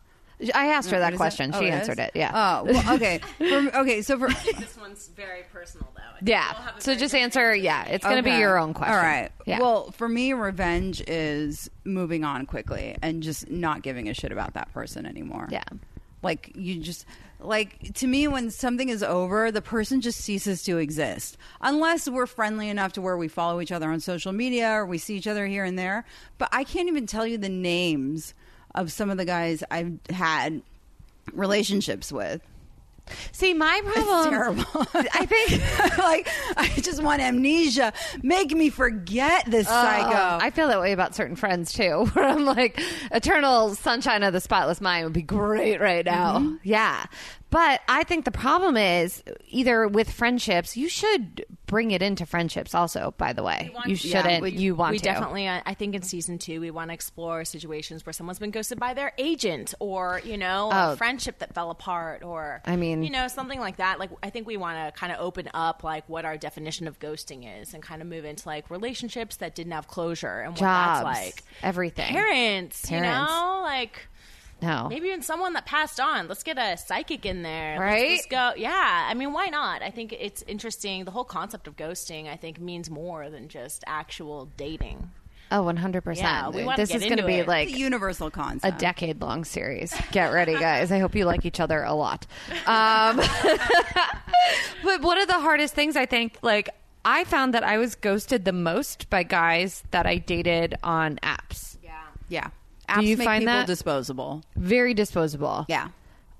[SPEAKER 2] I asked her
[SPEAKER 8] What
[SPEAKER 2] that
[SPEAKER 8] is it?
[SPEAKER 2] question.
[SPEAKER 8] Oh,
[SPEAKER 2] she
[SPEAKER 8] it is?
[SPEAKER 2] answered it. Yeah.
[SPEAKER 8] Oh, well, okay. For- okay, so for
[SPEAKER 4] This one's very personal, though. I think
[SPEAKER 2] Yeah.
[SPEAKER 4] we'll have a
[SPEAKER 2] So
[SPEAKER 4] very
[SPEAKER 2] just
[SPEAKER 4] different-
[SPEAKER 2] answer. Yeah, it's going to be
[SPEAKER 8] Okay.
[SPEAKER 2] your own question.
[SPEAKER 8] All right.
[SPEAKER 2] Yeah.
[SPEAKER 8] Well, for me, revenge is moving on quickly and just not giving a shit about that person anymore.
[SPEAKER 2] Yeah.
[SPEAKER 8] Like you just like to me when something is over, the person just ceases to exist. Unless we're friendly enough to where we follow each other on social media or we see each other here and there, but I can't even tell you the names of some of the guys I've had relationships with.
[SPEAKER 11] See, my problem.
[SPEAKER 8] terrible.
[SPEAKER 11] I think.
[SPEAKER 8] like I just want amnesia. Make me forget this
[SPEAKER 2] Oh,
[SPEAKER 8] psycho.
[SPEAKER 2] I feel that way about certain friends too, where I'm like, eternal sunshine of the spotless mind would be great right now.
[SPEAKER 11] Mm-hmm.
[SPEAKER 2] Yeah. But I think the problem is either with friendships, you should bring it into friendships also, by the way. You shouldn't. you want
[SPEAKER 4] we
[SPEAKER 2] to.
[SPEAKER 4] definitely uh, i think in season two we want to explore situations where someone's been ghosted by their agent or you know
[SPEAKER 2] Oh.
[SPEAKER 4] a friendship that fell apart or
[SPEAKER 2] I mean-
[SPEAKER 4] you know something like that like i think we want to kind of open up like what our definition of ghosting is and kind of move into like relationships that didn't have closure and what
[SPEAKER 2] Jobs.
[SPEAKER 4] that's like
[SPEAKER 2] Everything.
[SPEAKER 4] parents, you
[SPEAKER 2] Parents.
[SPEAKER 4] know like
[SPEAKER 2] No.
[SPEAKER 4] Maybe even someone that passed on. Let's get a psychic in there.
[SPEAKER 2] Right?
[SPEAKER 4] Let's just go. Yeah. I mean, why not? I think it's interesting. The whole concept of ghosting, I think, means more than just actual dating.
[SPEAKER 2] Oh, 100%.
[SPEAKER 4] Yeah, we wanna
[SPEAKER 2] this
[SPEAKER 4] get
[SPEAKER 2] is going to
[SPEAKER 4] into
[SPEAKER 2] be
[SPEAKER 4] it.
[SPEAKER 2] like
[SPEAKER 8] It's a universal
[SPEAKER 2] a
[SPEAKER 8] concept.
[SPEAKER 2] decade long series. Get ready, guys. I hope you like each other a lot. Um, but one of the hardest things I think, like, I found that I was ghosted the most by guys that I dated on apps.
[SPEAKER 8] yeah. Apps
[SPEAKER 2] you
[SPEAKER 8] make
[SPEAKER 2] find
[SPEAKER 8] people
[SPEAKER 2] that?
[SPEAKER 8] disposable.
[SPEAKER 2] Very disposable.
[SPEAKER 8] Yeah.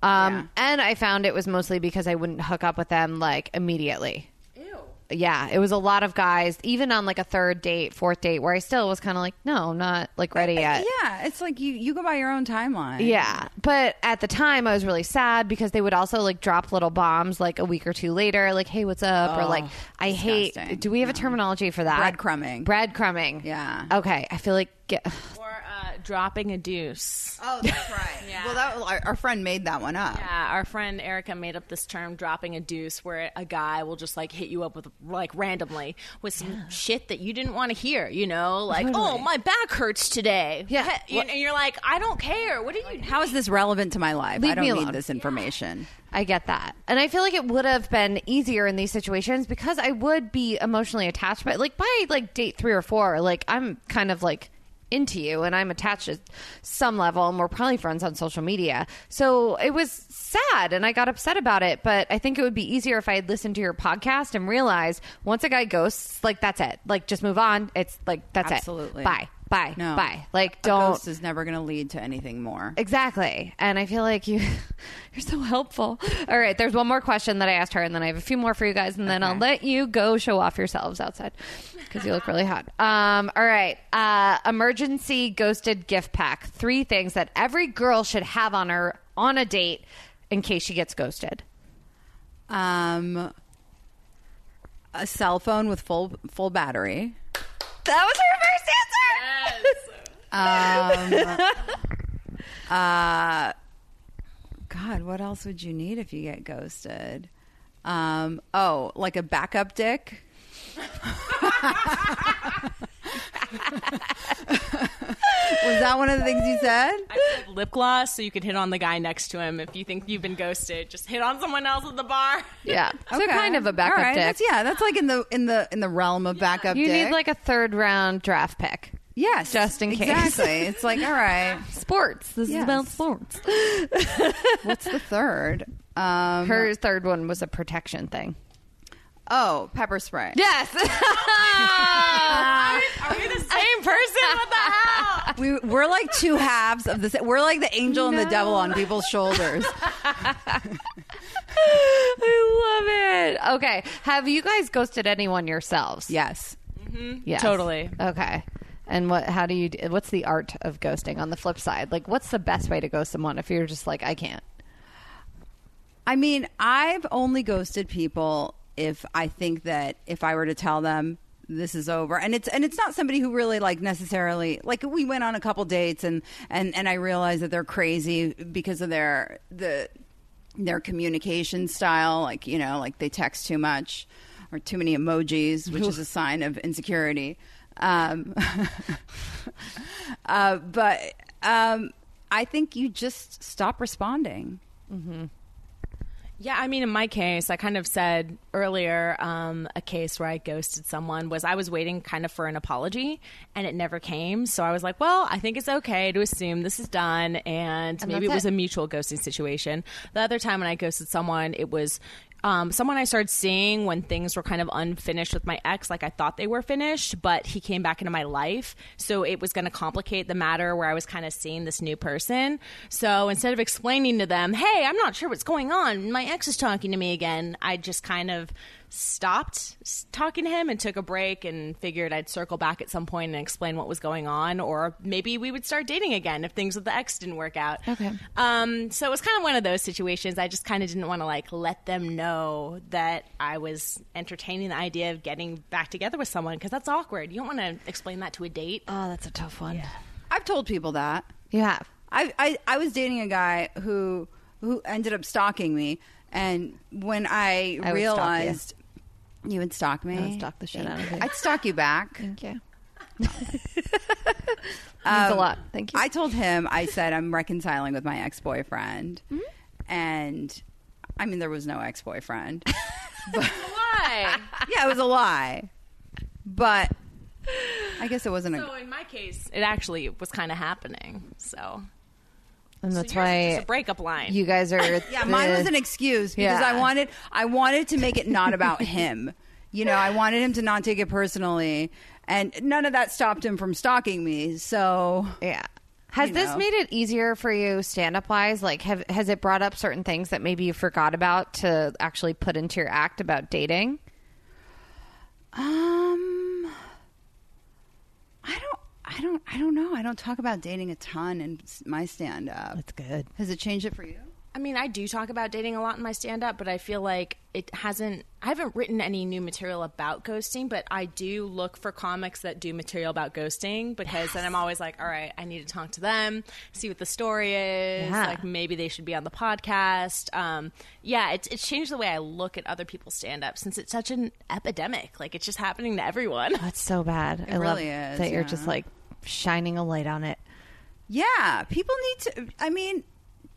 [SPEAKER 2] Um,
[SPEAKER 8] Yeah.
[SPEAKER 2] And I found it was mostly because I wouldn't hook up with them like immediately. Ew. Yeah, it was a lot of guys, even on like a third date, fourth date, where I still was kind of like, no, I'm not like ready yet.
[SPEAKER 8] Uh, Yeah, it's like you you go by your own timeline.
[SPEAKER 2] Yeah. But at the time, I was really sad because they would also like drop little bombs like a week or two later, like, hey, what's up? or like, I
[SPEAKER 8] Oh, disgusting.
[SPEAKER 2] hate. Do we have a terminology for that?
[SPEAKER 8] Breadcrumbing.
[SPEAKER 2] Breadcrumbing.
[SPEAKER 8] Yeah.
[SPEAKER 2] Okay. I feel like. Get,
[SPEAKER 4] Or uh, dropping a deuce.
[SPEAKER 8] Oh, that's right.
[SPEAKER 4] Yeah.
[SPEAKER 8] Well, that, our, our friend made that one up.
[SPEAKER 4] Yeah, our friend Erica made up this term dropping a deuce where a guy will just like hit you up with like randomly with some shit that you didn't want to hear, you know, like, "Oh, my back hurts today."
[SPEAKER 2] Yeah.
[SPEAKER 4] Heh, you- and you're like, "I don't care. What are you
[SPEAKER 8] How is this relevant to my life?
[SPEAKER 2] Leave
[SPEAKER 8] I don't
[SPEAKER 2] me
[SPEAKER 8] need
[SPEAKER 2] alone.
[SPEAKER 8] this information.
[SPEAKER 2] I get that. And I feel like it would have been easier in these situations because I would be emotionally attached. But like by like date three or four, like I'm kind of like into you and I'm attached at some level and we're probably friends on social media. So it was sad and I got upset about it. But I think it would be easier if I had listened to your podcast and realized once a guy ghosts, like that's it. Like just move on. It's like that's
[SPEAKER 8] Absolutely.
[SPEAKER 2] it. Bye. Bye.
[SPEAKER 8] No.
[SPEAKER 2] Bye. Like
[SPEAKER 8] A
[SPEAKER 2] don't
[SPEAKER 8] ghost is never going to lead to anything more.
[SPEAKER 2] Exactly. And I feel like you you're so helpful. All right, there's one more question that I asked her and then I have a few more for you guys and then I'll let you go show off yourselves outside cuz you look really hot. Um all right. Uh emergency ghosted gift pack. Three things that every girl should have on her on a date in case she gets ghosted.
[SPEAKER 8] Um, a cell phone with full full battery.
[SPEAKER 2] That was her first answer.
[SPEAKER 8] God, what else would you need if you get ghosted? Um, oh, like a backup dick. Was that one of the things you said?
[SPEAKER 4] I said lip gloss so you could hit on the guy next to him if you think you've been ghosted. Just hit on someone else at the bar.
[SPEAKER 2] Yeah. So
[SPEAKER 8] Okay.
[SPEAKER 2] kind of a backup
[SPEAKER 8] All right,
[SPEAKER 2] dick.
[SPEAKER 8] That's, yeah, that's like in the in the in the realm of backup.
[SPEAKER 2] You
[SPEAKER 8] dick.
[SPEAKER 2] need like a third round draft pick.
[SPEAKER 8] yes,
[SPEAKER 2] just in case.
[SPEAKER 8] Exactly. It's like all right.
[SPEAKER 2] Sports. This is
[SPEAKER 8] Yes.
[SPEAKER 2] about sports.
[SPEAKER 8] What's the third? Um,
[SPEAKER 2] Her third one was a protection thing.
[SPEAKER 8] oh, pepper spray.
[SPEAKER 2] Yes.
[SPEAKER 4] Are we the same person? What the hell?
[SPEAKER 8] We, we're like two halves of this. We're like the angel and the devil on people's shoulders.
[SPEAKER 2] I love it. Okay. Have you guys ghosted anyone yourselves?
[SPEAKER 8] Yes.
[SPEAKER 2] Yes.
[SPEAKER 4] Totally.
[SPEAKER 2] Okay. And what, how do you, d- what's the art of ghosting on the flip side? Like, what's the best way to ghost someone if you're just like, I can't?
[SPEAKER 8] I mean, I've only ghosted people if I think that if I were to tell them this is over and it's and it's not somebody who really like necessarily like we went on a couple dates and and and I realized that they're crazy because of their the their communication style like you know like they text too much or too many emojis which is a sign of insecurity um uh but um I think you just stop responding
[SPEAKER 4] Yeah, I mean, in my case, I kind of said earlier um, a case where I ghosted someone was I was waiting kind of for an apology and it never came. So I was like, well, I think it's okay to assume this is done. And, maybe it
[SPEAKER 2] that's
[SPEAKER 4] was
[SPEAKER 2] it.
[SPEAKER 4] a mutual ghosting situation. The other time when I ghosted someone, it was. Um, someone I started seeing when things were kind of unfinished with my ex, like I thought they were finished, but he came back into my life. So it was going to complicate the matter where I was kind of seeing this new person. So instead of explaining to them, hey, I'm not sure what's going on, my ex is talking to me again, I just kind of stopped s- talking to him and took a break and figured I'd circle back at some point and explain what was going on, or maybe we would start dating again if things with the ex didn't work out.
[SPEAKER 2] Okay.
[SPEAKER 4] Um, so it was kind of one of those situations. I just kind of didn't want to like let them know that I was entertaining the idea of getting back together with someone because that's awkward. You don't want to explain that to a date.
[SPEAKER 2] Oh, that's a tough one.
[SPEAKER 8] I've told people that.
[SPEAKER 2] You have.
[SPEAKER 8] I, I I was dating a guy who who ended up stalking me, and when
[SPEAKER 2] I would
[SPEAKER 8] I,
[SPEAKER 2] stalk you.
[SPEAKER 8] realized you. would stalk me,
[SPEAKER 2] I would stalk the shit out of you.
[SPEAKER 8] I'd stalk you back.
[SPEAKER 2] Thank you. Means a lot. Thank you.
[SPEAKER 8] I told him I said I'm reconciling with my ex boyfriend,
[SPEAKER 2] Hmm?
[SPEAKER 8] and I mean there was no ex boyfriend.
[SPEAKER 4] Why?
[SPEAKER 8] yeah, it was a lie, but I guess it wasn't
[SPEAKER 4] so
[SPEAKER 8] a.
[SPEAKER 4] in my case, it actually was kind of happening. So
[SPEAKER 2] and
[SPEAKER 4] So
[SPEAKER 2] that's
[SPEAKER 4] yours is just
[SPEAKER 2] why
[SPEAKER 4] a breakup line.
[SPEAKER 2] you guys are.
[SPEAKER 8] Yeah, mine was an excuse because I
[SPEAKER 2] Yeah.
[SPEAKER 8] wanted I wanted to make it not about him. You know, I wanted him to not take it personally, and none of that stopped him from stalking me. So
[SPEAKER 2] Yeah. Has
[SPEAKER 8] You
[SPEAKER 2] this
[SPEAKER 8] know.
[SPEAKER 2] made it easier for you stand up wise? Like, have, has it brought up certain things that maybe you forgot about to actually put into your act about dating?
[SPEAKER 8] Um, I don't, I don't, I don't know. I don't talk about dating a ton in s- my stand up. That's
[SPEAKER 2] good.
[SPEAKER 8] Has it changed it for you?
[SPEAKER 4] I mean, I do talk about dating a lot in my stand up, but I feel like it hasn't. I haven't written any new material about ghosting, but I do look for comics that do material about ghosting because then I'm always like, all right, I need to talk to them, see what the story is.
[SPEAKER 2] Yeah.
[SPEAKER 4] Like maybe they should be on the podcast. Um, yeah, it's, it's changed the way I look at other people's stand up since it's such an epidemic. Like it's just happening to everyone.
[SPEAKER 2] That's so bad. I love
[SPEAKER 8] really is,
[SPEAKER 2] that you're
[SPEAKER 8] yeah.
[SPEAKER 2] just like shining a light on it.
[SPEAKER 8] Yeah, people need to. I mean,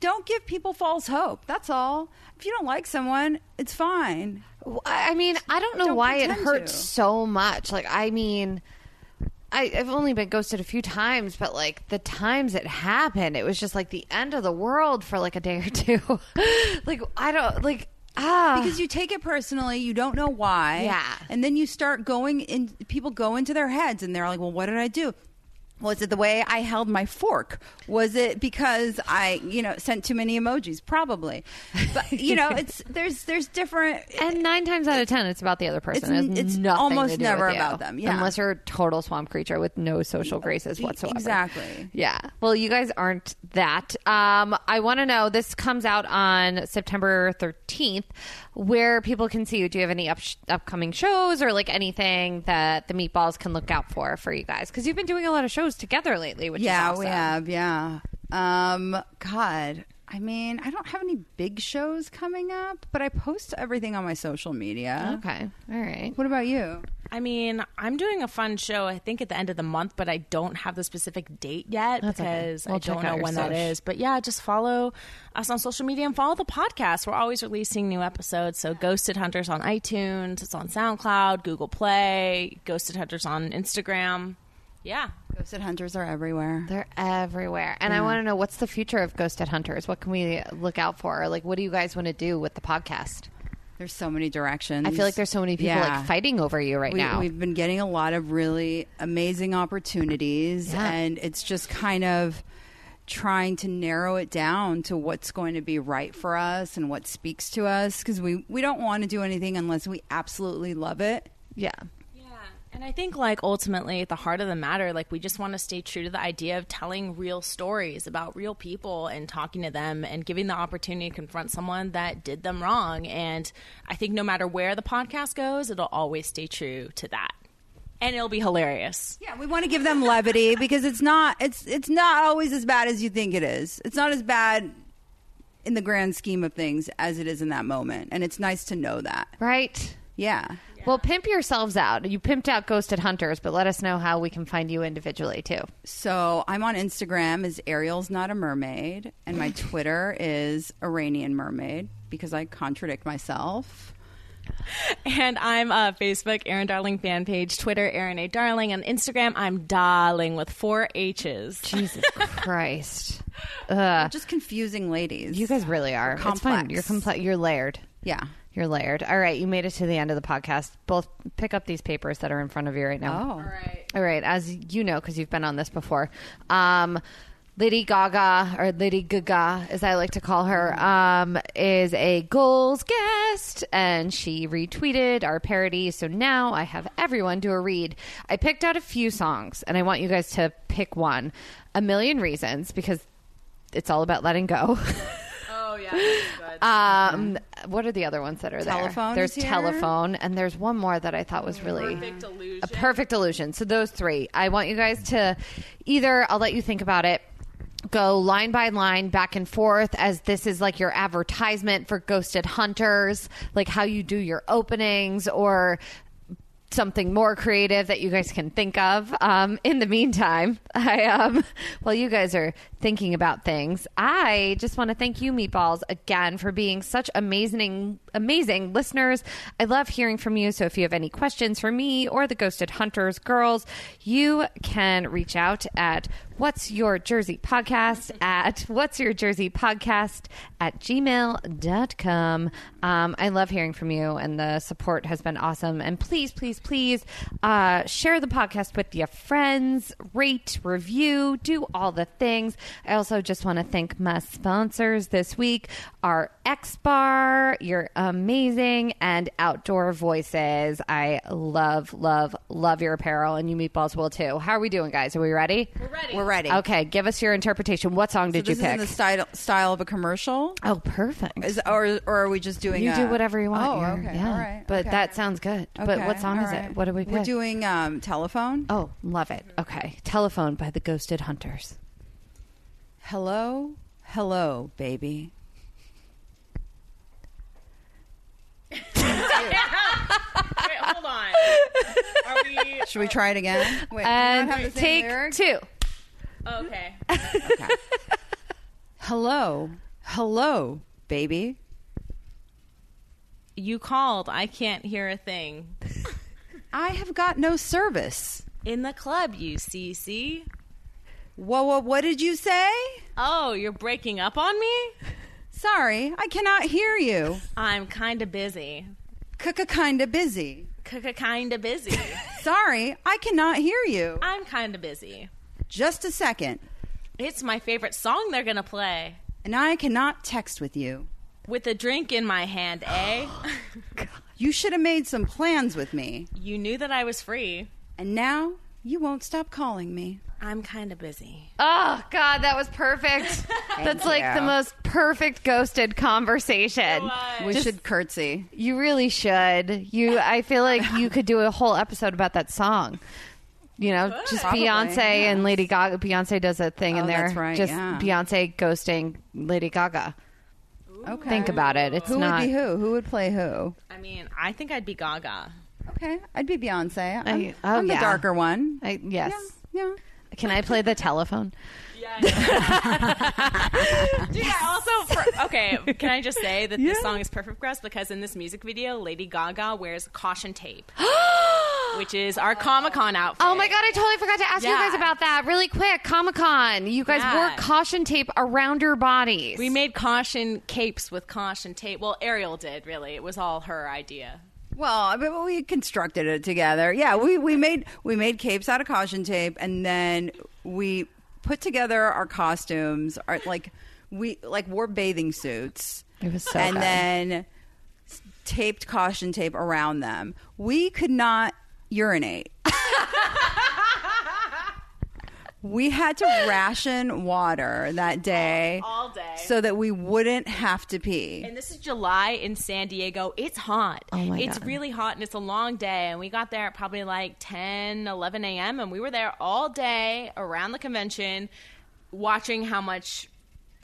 [SPEAKER 8] don't give people false hope. That's all. If you don't like someone, it's fine.
[SPEAKER 2] Well, I I mean, I don't know
[SPEAKER 8] Don't
[SPEAKER 2] why it
[SPEAKER 8] pretend
[SPEAKER 2] hurts
[SPEAKER 8] to.
[SPEAKER 2] so much. Like, I mean, I, I've only been ghosted a few times, but like the times it happened, it was just like the end of the world for like a day or two. like, I don't like ah.
[SPEAKER 8] Because you take it personally, you don't know why.
[SPEAKER 2] Yeah.
[SPEAKER 8] And then you start going in people go into their heads and they're like, Well, what did I do? Was it the way I held my fork? Was it because I, you know, sent too many emojis? Probably. But you know, it's there's there's different
[SPEAKER 2] and nine times out of ten, it's about the other person.
[SPEAKER 8] It's-
[SPEAKER 2] It has
[SPEAKER 8] it's
[SPEAKER 2] nothing
[SPEAKER 8] almost
[SPEAKER 2] to do
[SPEAKER 8] never
[SPEAKER 2] with you.
[SPEAKER 8] about them, yeah.
[SPEAKER 2] unless you're a total swamp creature with no social graces whatsoever.
[SPEAKER 8] exactly.
[SPEAKER 2] Yeah. Well, you guys aren't that. Um, I want to know. This comes out on September thirteenth, where people can see you. Do you have any up- upcoming shows or like anything that the meatballs can look out for for you guys? Because you've been doing a lot of shows together lately, which
[SPEAKER 8] Yeah,
[SPEAKER 2] is
[SPEAKER 8] we
[SPEAKER 2] awesome.
[SPEAKER 8] have, yeah. Um God. I mean, I don't have any big shows coming up, but I post everything on my social media.
[SPEAKER 2] Okay. All right.
[SPEAKER 8] What about you?
[SPEAKER 4] I mean, I'm doing a fun show, I think, at the end of the month, but I don't have the specific date yet
[SPEAKER 2] okay.
[SPEAKER 4] because
[SPEAKER 2] We'll
[SPEAKER 4] I
[SPEAKER 2] check
[SPEAKER 4] don't
[SPEAKER 2] out
[SPEAKER 4] know
[SPEAKER 2] your
[SPEAKER 4] when that
[SPEAKER 2] social.
[SPEAKER 4] is. But yeah, just follow us on social media and follow the podcast. We're always releasing new episodes. So, Ghosted Hunters on iTunes, it's on SoundCloud, Google Play, Ghosted Hunters on Instagram. Yeah.
[SPEAKER 8] Ghosted hunters are everywhere.
[SPEAKER 2] They're everywhere. And I want to know what's the future of Ghosted Hunters? What can we look out for? Or, Like, what do you guys want to do with the podcast?
[SPEAKER 8] There's so many directions.
[SPEAKER 2] I feel like there's so many people
[SPEAKER 8] Yeah.
[SPEAKER 2] like fighting over you right
[SPEAKER 8] we,
[SPEAKER 2] now.
[SPEAKER 8] We've been getting a lot of really amazing opportunities,
[SPEAKER 2] Yeah.
[SPEAKER 8] and it's just kind of trying to narrow it down to what's going to be right for us and what speaks to us because we, we don't want to do anything unless we absolutely love it.
[SPEAKER 2] yeah.
[SPEAKER 4] Yeah. And I think, like, ultimately, at the heart of the matter, like, we just want to stay true to the idea of telling real stories about real people and talking to them and giving the opportunity to confront someone that did them wrong. And I think no matter where the podcast goes, it'll always stay true to that. And it'll be hilarious.
[SPEAKER 8] Yeah, we want to give them levity because it's not it's it's not always as bad as you think it is. It's not as bad in the grand scheme of things as it is in that moment, and it's nice to know that.
[SPEAKER 2] Right.
[SPEAKER 8] Yeah.
[SPEAKER 2] Well, pimp yourselves out. You pimped out Ghosted Hunters, but let us know how we can find you individually too.
[SPEAKER 8] So I'm on Instagram as Ariel's Not a Mermaid, and my Twitter is Iranian Mermaid because I contradict myself.
[SPEAKER 4] And I'm uh, Facebook, Aaron Darling fan page, Twitter, Aaron A. Darling, and Instagram, I'm Darling with four H's.
[SPEAKER 2] Jesus Christ.
[SPEAKER 8] We're just confusing ladies.
[SPEAKER 2] Uh, You guys really are. It's fine.
[SPEAKER 8] complex.
[SPEAKER 2] You're complex. You're layered.
[SPEAKER 8] Yeah.
[SPEAKER 2] You're layered. All right, you made it to the end of the podcast. Both pick up these papers that are in front of you right now.
[SPEAKER 8] All
[SPEAKER 4] right.
[SPEAKER 2] All right, as you know because you've been on this before. Um Lady Gaga, or Lady Gaga, as I like to call her, um, is a goals guest, and she retweeted our parody. So now I have everyone do a read. I picked out a few songs, and I want you guys to pick one. A million reasons, because it's all about letting go.
[SPEAKER 4] Oh, yeah.
[SPEAKER 2] Um, what are the other ones that are
[SPEAKER 8] Telephone
[SPEAKER 2] there?
[SPEAKER 8] is
[SPEAKER 2] There's
[SPEAKER 8] here.
[SPEAKER 2] telephone, and there's one more that I thought was really
[SPEAKER 4] Perfect Illusion.
[SPEAKER 2] a perfect illusion. So those three, I want you guys to either I'll let you think about it. Go line by line, back and forth, as this is like your advertisement for Ghosted Hunters, like how you do your openings or something more creative that you guys can think of. Um, in the meantime, I um, while you guys are thinking about things, I just want to thank you, Meatballs, again for being such amazing, amazing listeners. I love hearing from you. So if you have any questions for me or the Ghosted Hunters girls, you can reach out at what's your jersey podcast at what's your jersey podcast at gmail.com um, i love hearing from you and the support has been awesome and please please please uh, share the podcast with your friends rate review do all the things i also just want to thank my sponsors this week our x bar you're amazing and outdoor voices i love love love your apparel and you meatballs will too how are we doing guys are we ready
[SPEAKER 8] We're ready.
[SPEAKER 2] Okay, give us your interpretation. What song
[SPEAKER 8] So
[SPEAKER 2] did
[SPEAKER 8] this
[SPEAKER 2] you
[SPEAKER 8] is
[SPEAKER 2] pick?
[SPEAKER 8] in the style style of a commercial,
[SPEAKER 2] oh, perfect.
[SPEAKER 8] is, or or are we just doing?
[SPEAKER 2] you
[SPEAKER 8] a-
[SPEAKER 2] do whatever you want.
[SPEAKER 8] Oh,
[SPEAKER 2] You're-
[SPEAKER 8] okay,
[SPEAKER 2] yeah.
[SPEAKER 8] all right.
[SPEAKER 2] But
[SPEAKER 8] okay.
[SPEAKER 2] that sounds good. But
[SPEAKER 8] Okay,
[SPEAKER 2] what song
[SPEAKER 8] all
[SPEAKER 2] is
[SPEAKER 8] right.
[SPEAKER 2] it? What do we pick?
[SPEAKER 8] We're doing um, telephone.
[SPEAKER 2] Oh, love it. Okay, Telephone by the Ghosted Hunters.
[SPEAKER 8] Hello, hello, baby.
[SPEAKER 4] Wait, hold on. Are we.
[SPEAKER 8] Should we try it again? Wait, do we
[SPEAKER 2] And
[SPEAKER 8] not have the same
[SPEAKER 2] take
[SPEAKER 8] lyric?
[SPEAKER 2] two.
[SPEAKER 4] Okay.
[SPEAKER 8] Hello, hello, baby.
[SPEAKER 4] You called. I can't hear a thing.
[SPEAKER 8] I have got no service.
[SPEAKER 4] In the club, you CC.
[SPEAKER 8] Whoa, whoa, what did you say?
[SPEAKER 4] Oh, you're breaking up on me?
[SPEAKER 8] Sorry, I cannot hear you.
[SPEAKER 4] I'm kinda busy.
[SPEAKER 8] Kaka kinda busy.
[SPEAKER 4] Kinda busy.
[SPEAKER 8] Sorry, I cannot hear you.
[SPEAKER 4] I'm kinda busy.
[SPEAKER 8] Just a second.
[SPEAKER 4] It's my favorite song they're gonna play.
[SPEAKER 8] And I cannot text with you.
[SPEAKER 4] With a drink in my hand, eh?
[SPEAKER 8] You should have made some plans with me.
[SPEAKER 4] you knew that I was free.
[SPEAKER 8] And now you won't stop calling me.
[SPEAKER 4] I'm kinda busy.
[SPEAKER 2] Oh God, that was perfect. That's like
[SPEAKER 8] you.
[SPEAKER 2] the most perfect ghosted conversation.
[SPEAKER 8] We should curtsy.
[SPEAKER 2] You really should. You, I feel like you could do a whole episode about that song. You know, just
[SPEAKER 8] Probably,
[SPEAKER 2] Beyonce and Lady Gaga. Beyonce does a thing in
[SPEAKER 8] Oh,
[SPEAKER 2] there.
[SPEAKER 8] that's right,
[SPEAKER 2] Just
[SPEAKER 8] yeah.
[SPEAKER 2] Beyonce ghosting Lady Gaga.
[SPEAKER 8] Okay.
[SPEAKER 2] Think about it. It's
[SPEAKER 8] who
[SPEAKER 2] not.
[SPEAKER 8] would be who? Who would play who?
[SPEAKER 4] I mean, I think I'd be gaga.
[SPEAKER 8] Okay, I'd be Beyonce. I'm,
[SPEAKER 2] I- oh,
[SPEAKER 8] I'm the
[SPEAKER 2] yeah.
[SPEAKER 8] darker one.
[SPEAKER 2] I, yes.
[SPEAKER 8] yeah.
[SPEAKER 2] Can I play the telephone?
[SPEAKER 4] Dude, I also for, okay. Can I just say that this song is perfect for us because in this music video, Lady Gaga wears caution tape, which is our Comic Con outfit.
[SPEAKER 2] Oh my god, I totally forgot to ask you
[SPEAKER 4] Yeah.
[SPEAKER 2] guys about that. Really quick, Comic Con. You guys
[SPEAKER 4] Yeah.
[SPEAKER 2] wore caution tape around your bodies.
[SPEAKER 4] We made caution capes with caution tape. Well, Ariel did really. It was all her idea.
[SPEAKER 8] Well, I mean, we constructed it together. Yeah, we, we made we made capes out of caution tape, and then we put together our costumes. Our like we like wore bathing suits.
[SPEAKER 2] It was so
[SPEAKER 8] and
[SPEAKER 2] good.
[SPEAKER 8] then s- taped caution tape around them. We could not urinate. we had to ration water that day,
[SPEAKER 4] All day.
[SPEAKER 8] so that we wouldn't have to pee.
[SPEAKER 4] And this is July in San Diego. It's hot. Oh
[SPEAKER 2] my
[SPEAKER 4] it's
[SPEAKER 2] God.
[SPEAKER 4] really hot and it's a long day. And we got there at probably like 10, 11 a.m. And we were there all day around the convention watching how much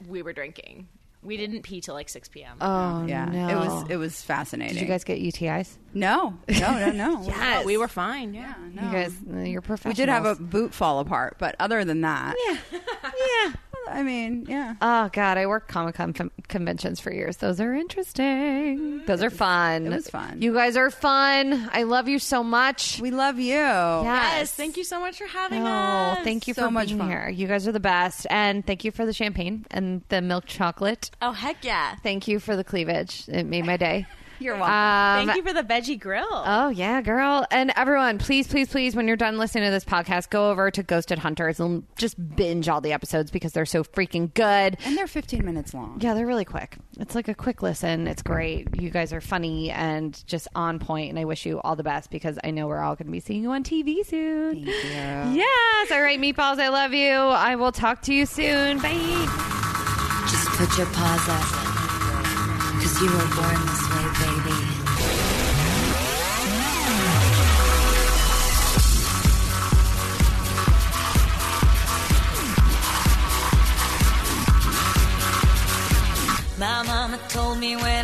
[SPEAKER 4] we were drinking. We didn't pee till like 6 p.m.
[SPEAKER 2] Oh
[SPEAKER 8] yeah,
[SPEAKER 2] no.
[SPEAKER 8] it was it was fascinating.
[SPEAKER 2] Did you guys get UTIs?
[SPEAKER 8] No, no, no, no.
[SPEAKER 4] Oh, we were fine. Yeah.
[SPEAKER 2] You guys, uh, you're professional.
[SPEAKER 8] We did have a boot fall apart, but other than that,
[SPEAKER 2] yeah.
[SPEAKER 8] I mean, yeah.
[SPEAKER 2] Oh God, I worked Comic Con fem- conventions for years. Those are interesting. Those are fun.
[SPEAKER 8] it was fun.
[SPEAKER 2] You guys are fun. I love you so much.
[SPEAKER 8] We love you.
[SPEAKER 4] Yes, thank you so much for having
[SPEAKER 2] Oh,
[SPEAKER 4] us.
[SPEAKER 2] thank you
[SPEAKER 8] So
[SPEAKER 2] for
[SPEAKER 8] much
[SPEAKER 2] being
[SPEAKER 8] fun.
[SPEAKER 2] here. You guys are the best, and thank you for the champagne and the milk chocolate.
[SPEAKER 4] Oh heck yeah!
[SPEAKER 2] Thank you for the cleavage. It made my day.
[SPEAKER 8] You're welcome.
[SPEAKER 2] Uh, Um,
[SPEAKER 4] thank you for the veggie grill.
[SPEAKER 2] Oh yeah, girl. And everyone, please, please, please, when you're done listening to this podcast, go over to Ghosted Hunters and just binge all the episodes because they're so freaking good.
[SPEAKER 8] and they're 15 minutes long.
[SPEAKER 2] Yeah, they're really quick. It's like a quick listen. It's great. You guys are funny and just on point, and I wish you all the best because I know we're all going to be seeing you on TV soon. Yes. All right, meatballs. I love you. I will talk to you soon. Bye.
[SPEAKER 12] Just put your paws up. Cause you were born this way, baby. My mama told me when